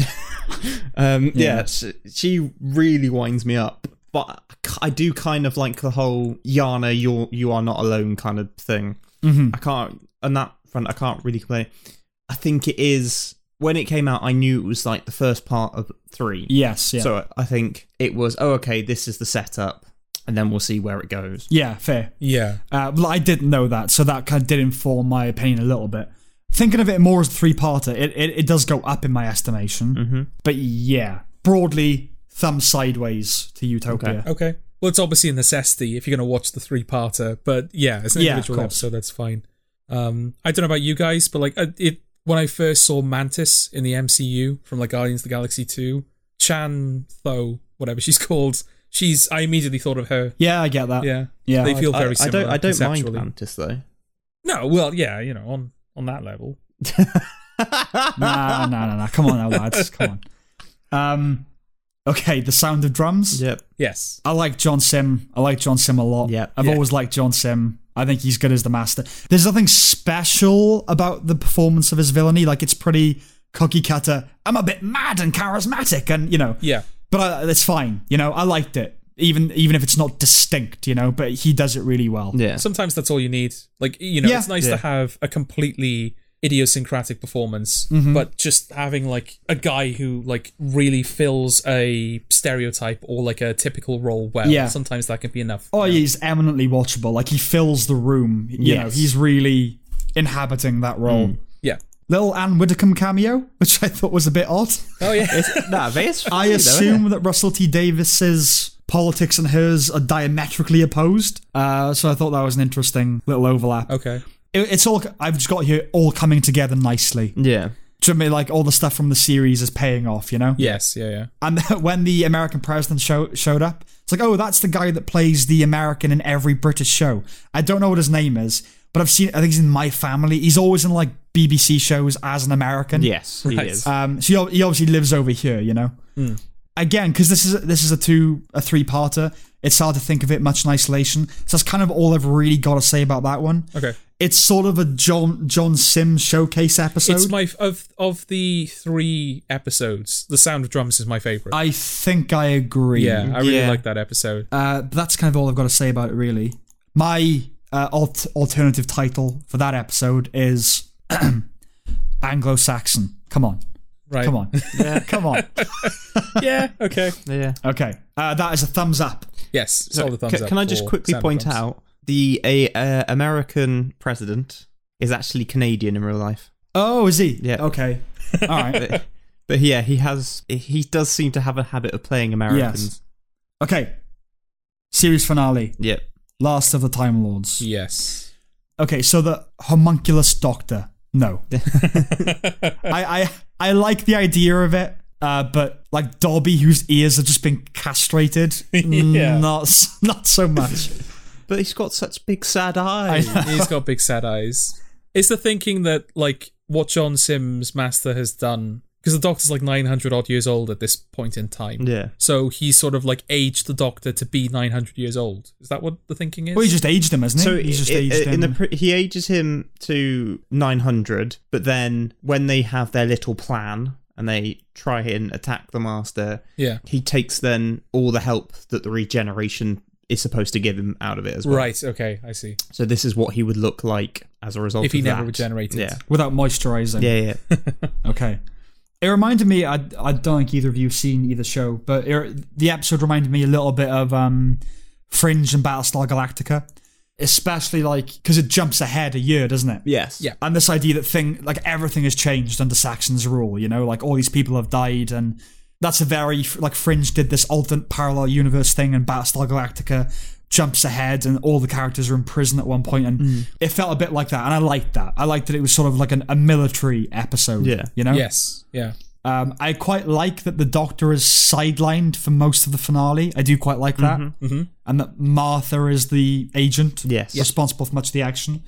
S3: um, yeah,
S1: Yeah.
S3: she, she really winds me up. But I k- I do kind of like the whole Yana, you're you are not alone kind of thing.
S1: Mhm.
S3: I can't on that front. I can't really complain. I think it is when it came out. I knew it was like the first part of three.
S1: Yes. Yeah.
S3: So I think it was oh okay. This is the setup, and then we'll see where it goes.
S1: yeah. Fair.
S2: Yeah.
S1: Uh, well, I didn't know that, so that kind of did inform my opinion a little bit. Thinking of it more as a three-parter, it, it, it does go up in my estimation. Mm-hmm. But yeah, broadly, thumb sideways to Utopia.
S2: Okay. Well, it's obviously a necessity if you're going to watch the three parter, but yeah, it's an
S1: Yeah, of
S2: individual
S1: course.
S2: episode. That's fine. Um, I don't know about you guys, but like I- it when I first saw Mantis in the MCU from like Guardians of the Galaxy two, Chan Tho, whatever she's called, she's I immediately thought of her.
S1: Yeah, I get that.
S2: Yeah,
S1: Yeah.
S2: they feel
S3: I,
S2: very
S3: I
S2: similar.
S3: don't. I don't mind
S2: conceptually.
S3: Mantis though.
S2: No, well, yeah, you know, on on that level.
S1: nah, nah, nah, nah. Come on now, lads. Come on. Um, okay, the sound of drums.
S3: Yep.
S2: Yes.
S1: I like John Sim. I like John Sim a lot.
S3: Yeah.
S1: I've
S3: Yeah.
S1: always liked John Sim. I think he's good as the master. There's nothing special about the performance of his villainy. Like it's pretty cookie cutter. I'm a bit mad and charismatic, and you know.
S2: Yeah.
S1: But I, it's fine. You know, I liked it. Even even if it's not distinct, you know. But he does it really well.
S3: Yeah.
S2: Sometimes that's all you need. Like you know,
S1: Yeah.
S2: it's nice
S1: Yeah.
S2: to have a completely idiosyncratic performance,
S1: Mm-hmm.
S2: but just having like a guy who like really fills a stereotype or like a typical role well.
S1: Yeah.
S2: Sometimes that can be enough.
S1: Oh, he's eminently watchable. Like he fills the room. You know,
S3: Yes. Mm.
S1: he's really inhabiting that role.
S2: Yeah.
S1: Little Anne Widdecombe cameo, which I thought was a bit odd.
S2: Oh yeah.
S3: Nah, but it's
S1: I
S3: funny though,
S1: assume
S3: isn't it?
S1: that Russell T Davis's politics and hers are diametrically opposed. Uh, so I thought that was an interesting little overlap.
S2: okay.
S1: It- it's all I've just got here all coming together nicely. Do
S3: Yeah.
S1: you know what I mean? Like all the stuff from the series is paying off, you know?
S2: Yes. Yeah. Yeah.
S1: And when the American president show, showed up, it's like, oh, that's the guy that plays the American in every British show. I don't know what his name is, but I've seen. I think he's in My Family. He's always in like BBC shows as an American.
S3: Yes. He
S2: Right.
S3: is.
S1: Um, so he ob- he obviously lives over here, you know.
S2: Hmm.
S1: Again, because this is this is a two a three parter. It's hard to think of it much in isolation. So that's kind of all I've really got to say about that one.
S2: Okay.
S1: It's sort of a John John Sim showcase episode.
S2: It's my of of the three episodes. The sound of drums is my favorite.
S1: I think I agree.
S2: yeah, I really
S3: Yeah.
S2: like that episode.
S1: Uh, but that's kind of all I've got to say about it, really. My uh, alt- alternative title for that episode is Anglo-Saxon. Come on,
S2: right.
S1: come on, come on.
S2: yeah. Okay.
S3: yeah.
S1: Okay, uh, that is a thumbs up.
S2: Yes. Solid thumbs
S3: Can,
S2: up
S3: can I just
S2: for
S3: quickly
S2: sound of
S3: point
S2: drums.
S3: out the a, uh, American president is actually Canadian in real life,
S1: Oh, is he?
S3: Yeah.
S1: Okay. All right.
S3: but, but yeah, he has he does seem to have a habit of playing Americans.
S1: Okay. Series finale,
S3: Yep.
S1: Last of the Time Lords.
S2: Yes.
S1: Okay, so the homunculus doctor. No. I, I I like the idea of it, uh, but like Dobby, whose ears have just been castrated,
S2: Yeah.
S1: not s- not so much.
S3: But he's got such big sad
S1: I
S3: eyes.
S1: know.
S2: He's got big sad eyes. It's the thinking that like what John Sims Master has done because the Doctor's like 900 odd years old at this point in time.
S3: Yeah.
S2: So he's sort of like aged the Doctor to be 900 years old. Is that what the thinking is?
S1: Well, he just aged him, hasn't he?
S3: So
S1: He's just
S3: i- i-
S1: aged
S3: in the
S1: him.
S3: pre- he ages him to 900, but then when they have their little plan and they try and attack the master,
S2: yeah.
S3: he takes then all the help that the regeneration is supposed to give him out of it as well.
S2: Right. Okay. I see.
S3: So this is what he would look like as a result
S2: If he
S3: of
S2: never
S3: that.
S2: regenerated.
S3: Yeah.
S1: without moisturizing.
S3: Yeah, yeah, yeah.
S1: Okay. It reminded me. I I don't think either of you've seen either show, but it, the episode reminded me a little bit of um, Fringe and Battlestar Galactica, especially like because it jumps ahead a year, doesn't it?
S3: yes.
S2: Yeah.
S1: And this idea that thing like everything has changed under Saxon's rule. You know, like all these people have died, and that's a very like Fringe did this alternate parallel universe thing, and Battlestar Galactica jumps ahead and all the characters are in prison at one point and
S3: Mm.
S1: it felt a bit like that and I liked that. I liked that it was sort of like an, a military episode.
S3: Yeah.
S1: You know?
S2: Yes. Yeah.
S1: Um, I quite like that the Doctor is sidelined for most of the finale. I do quite like that, and that Martha is the agent,
S3: Yes. Yeah.
S1: responsible for much of the action.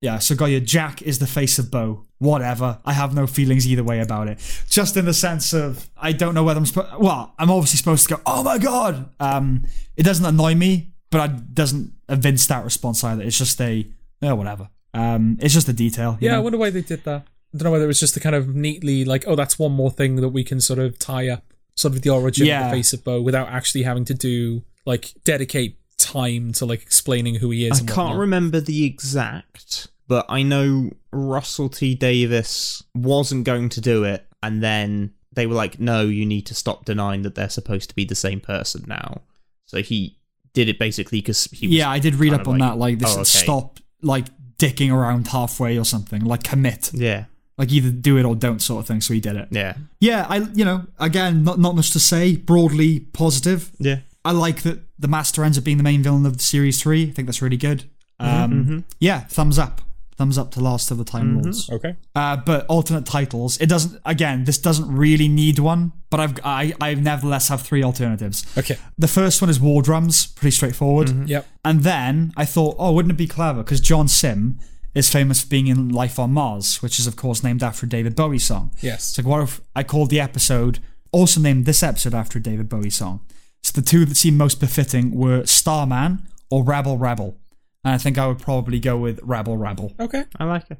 S1: Yeah, so got your Jack is the face of Bo. Whatever, I have no feelings either way about it. Just in the sense of I don't know whether I'm supposed. Well, I'm obviously supposed to go. Oh my god! Um, it doesn't annoy me, but it doesn't evince that response either. It's just a oh whatever. Um, it's just a detail. you
S2: Yeah, I
S1: know?
S2: wonder why they did that. I don't know whether it was just to kind of neatly like, oh, that's one more thing that we can sort of tie up sort of the origin
S1: Yeah.
S2: of the face of Bo without actually having to do like dedicate time to like explaining who he is.
S3: I
S2: and
S3: can't
S2: whatnot.
S3: remember the exact, but I know Russell T Davis wasn't going to do it, and then they were like, "No, you need to stop denying that they're supposed to be the same person now." So he did it basically because he was
S1: yeah, I did read
S3: kind
S1: up
S3: of
S1: on
S3: like,
S1: that. Like, this
S3: oh, okay.
S1: stop like dicking around halfway or something. Like, commit.
S3: yeah
S1: Like, either do it or don't, sort of thing. So he did it.
S3: yeah
S1: Yeah, I you know again, not not much to say. Broadly positive.
S3: yeah
S1: I like that the Master ends up being the main villain of series three. I think that's really good.
S3: Mm-hmm,
S1: Um, Yeah, thumbs up. Thumbs up to Last of the Time Lords.
S2: Okay.
S1: Uh, but alternate titles. It doesn't. Again, this doesn't really need one. But I've I, I nevertheless have three alternatives.
S2: Okay.
S1: The first one is War Drums. Pretty straightforward.
S3: Mm-hmm.
S2: Yep.
S1: And then I thought, oh, wouldn't it be clever? Because John Sim is famous for being in Life on Mars, which is, of course, named after a David Bowie song.
S2: Yes.
S1: It's like, what if I called the episode, also named this episode after a David Bowie song? So the two that seemed most befitting were Starman or Rabble Rabble. And I think I would probably go with Rabble Rabble.
S2: Okay.
S3: I like it.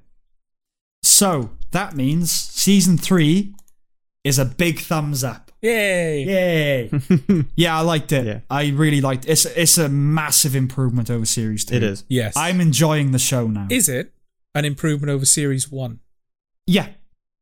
S1: So that means season three is a big thumbs up.
S2: Yay.
S1: Yay! yeah, I liked it.
S3: Yeah.
S1: I really liked it. It's, it's a massive improvement over series two.
S3: It is
S2: Yes.
S1: I'm enjoying the show now.
S2: Is it an improvement over series one?
S1: yeah,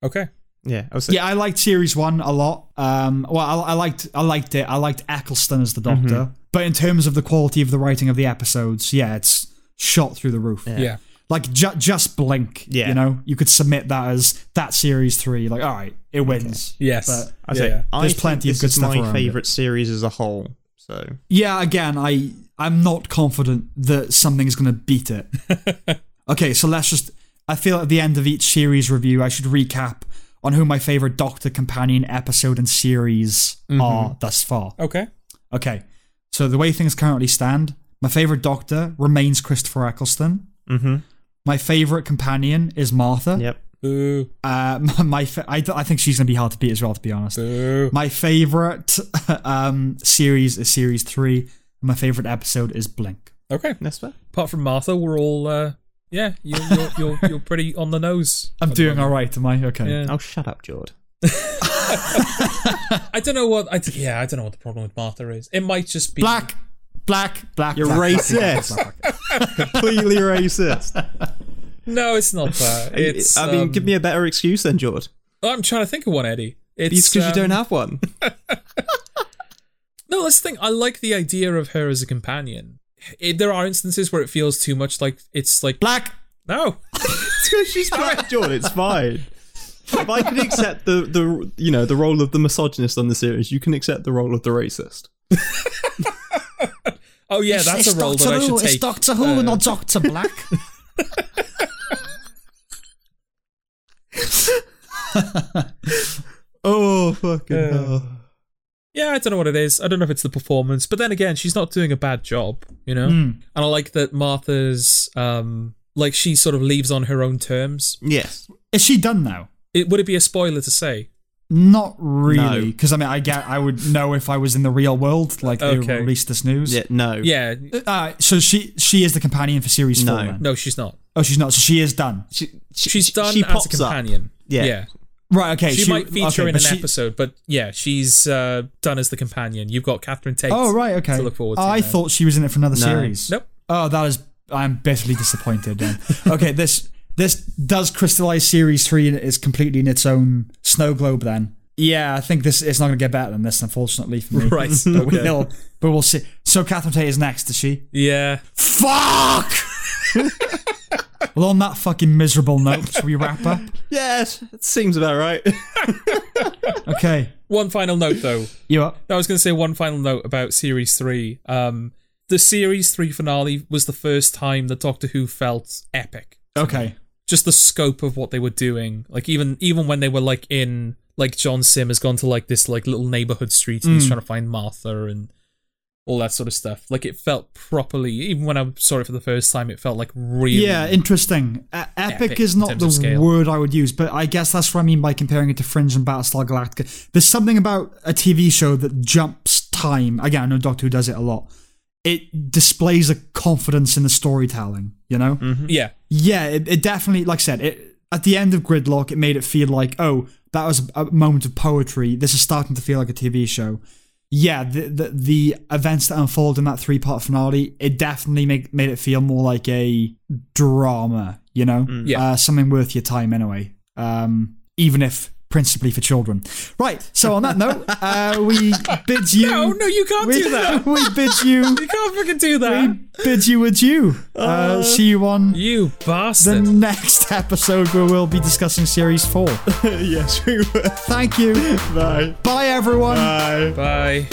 S2: Okay.
S3: yeah I was
S1: yeah. I liked series one a lot. Um, well, I, I liked, I liked it. I liked Eccleston as the Doctor, but in terms of the quality of the writing of the episodes, yeah, it's shot through the roof.
S2: Yeah.
S1: Like ju- just blink.
S3: Yeah.
S1: you know, you could submit that as that series three. Like, all right, it wins.
S2: Yes.
S1: But-
S3: I
S2: yeah.
S3: say, I
S1: There's
S3: think
S1: plenty of
S3: this
S1: good
S3: is
S1: stuff
S3: My
S1: around
S3: favorite series as a whole. So
S1: Yeah, again, I I'm not confident that something's going to beat it. okay, so let's just I feel at the end of each series review, I should recap on who my favorite Doctor companion episode and series are thus far.
S2: okay.
S1: Okay. So the way things currently stand, my favorite Doctor remains Christopher Eccleston.
S3: Mhm.
S1: My favorite companion is Martha.
S3: yep,
S2: Boo.
S1: Uh, my fa- I, I think she's going to be hard to beat as well, to be honest.
S2: Boo.
S1: My favorite um, series is series three. My favorite episode is Blink.
S2: Okay.
S3: that's fair.
S2: Apart from Martha, we're all. Uh, yeah, you're, you're you're you're pretty on the nose.
S1: I'm doing all right, am I? Okay.
S2: Yeah.
S3: Oh, shut up, Jord.
S2: I don't know what I d- yeah I don't know what the problem with Martha is. It might just be
S1: Black, black, black.
S3: You're
S1: black, black,
S3: racist.
S1: black, black, black.
S3: Completely racist.
S2: No, it's not that. Uh, It's
S3: I mean,
S2: um,
S3: give me a better excuse than Jord.
S2: I'm trying to think of one, Eddie. It's
S3: It's because you
S2: um,
S3: don't have one.
S2: No, that's the thing. I like the idea of her as a companion. It, there are instances where it feels too much like it's like
S1: black.
S2: no.
S3: It's 'cause she's black, Jord. It's fine. If I can accept the, the you know the role of the misogynist on the series, you can accept the role of the racist.
S2: Oh yeah, that's
S1: it's
S2: a role
S1: Doctor
S2: that I
S1: Who.
S2: should
S1: It's
S2: take. uh,
S1: Doctor Who, not Doctor Black.
S3: Oh fucking
S2: Uh,
S3: hell!
S2: Yeah, I don't know what it is. I don't know if it's the performance, but then again, she's not doing a bad job, you know.
S1: Hmm.
S2: And I like that Martha's um like she sort of leaves on her own terms.
S3: Yes,
S1: is she done now?
S2: It would it be a spoiler to say?
S1: Not really, because I mean, I get, I would know if I was in the real world, like they
S2: Okay.
S1: released this news.
S3: yeah, no,
S2: Yeah,
S1: Uh, so she she is the companion for series
S3: No.
S1: four. Then.
S2: no, she's not.
S1: Oh, she's not. So she is done.
S3: She, she-
S2: She's
S3: she-
S2: done
S3: she
S2: as
S3: pops
S2: a
S3: up.
S2: companion.
S3: Yeah.
S2: yeah.
S1: Right. Okay.
S2: She, might feature
S1: okay,
S2: in
S1: but
S2: an
S1: she-
S2: episode, but yeah, she's uh, done as the companion. You've got Catherine Tate.
S1: Oh right, okay.
S2: To look forward to.
S1: I
S2: now.
S1: thought she was in it for another
S3: No.
S1: series.
S2: Nope.
S1: Oh, that is. I'm bitterly disappointed. Then. okay, this this does crystallize series three and it is completely in its own snow globe. Then. Yeah, I think this it's not going to get better than this, unfortunately for me.
S2: Right,
S1: But
S2: okay.
S1: we'll but we'll see. So Catherine Tate is next, is she?
S2: Yeah.
S1: Fuck. well, on that fucking miserable note, shall we wrap up?
S3: Yes, it seems about right.
S1: Okay,
S2: One final note, though.
S1: you up?
S2: I was going to say one final note about series three. Um, the series three finale was the first time that Doctor Who felt epic.
S1: Okay.
S2: Just the scope of what they were doing, like even even when they were like in like John Sim has gone to like this like little neighborhood street and
S1: Hmm.
S2: he's trying to find Martha and all that sort of stuff. Like it felt properly. Even when I saw it for the first time, it felt like really
S1: Yeah, interesting. Uh, epic,
S2: Epic
S1: is
S2: in
S1: not
S2: terms
S1: the
S2: of scale.
S1: word I would use, but I guess that's what I mean by comparing it to Fringe and Battlestar Galactica. There's something about a TV show that jumps time. Again, I know Doctor Who does it a lot. It displays a confidence in the storytelling, you
S2: Mm.
S1: know?
S2: Mhm. yeah.
S1: Yeah, it, it definitely, like I said, it, at the end of Gridlock, it made it feel like, oh, that was a moment of poetry. This is starting to feel like a TV show. Yeah, the the, the events that unfold in that three part finale, it definitely make, made it feel more like a drama, you know?
S2: Yeah.
S1: Uh, something worth your time anyway, um, even if principally for children. Right, so on that note, uh, we bid you.
S2: No, Oh, no, you
S1: Mm-hmm.
S2: can't
S1: we,
S2: do that.
S1: we bid you.
S2: You can't fucking do that.
S1: Bid you adieu. Uh, see you on
S2: You
S1: the
S2: bastard.
S1: next episode where we'll be discussing series four.
S3: yes, we were.
S1: Thank you.
S3: Bye.
S1: Bye, everyone.
S3: Bye.
S2: Bye.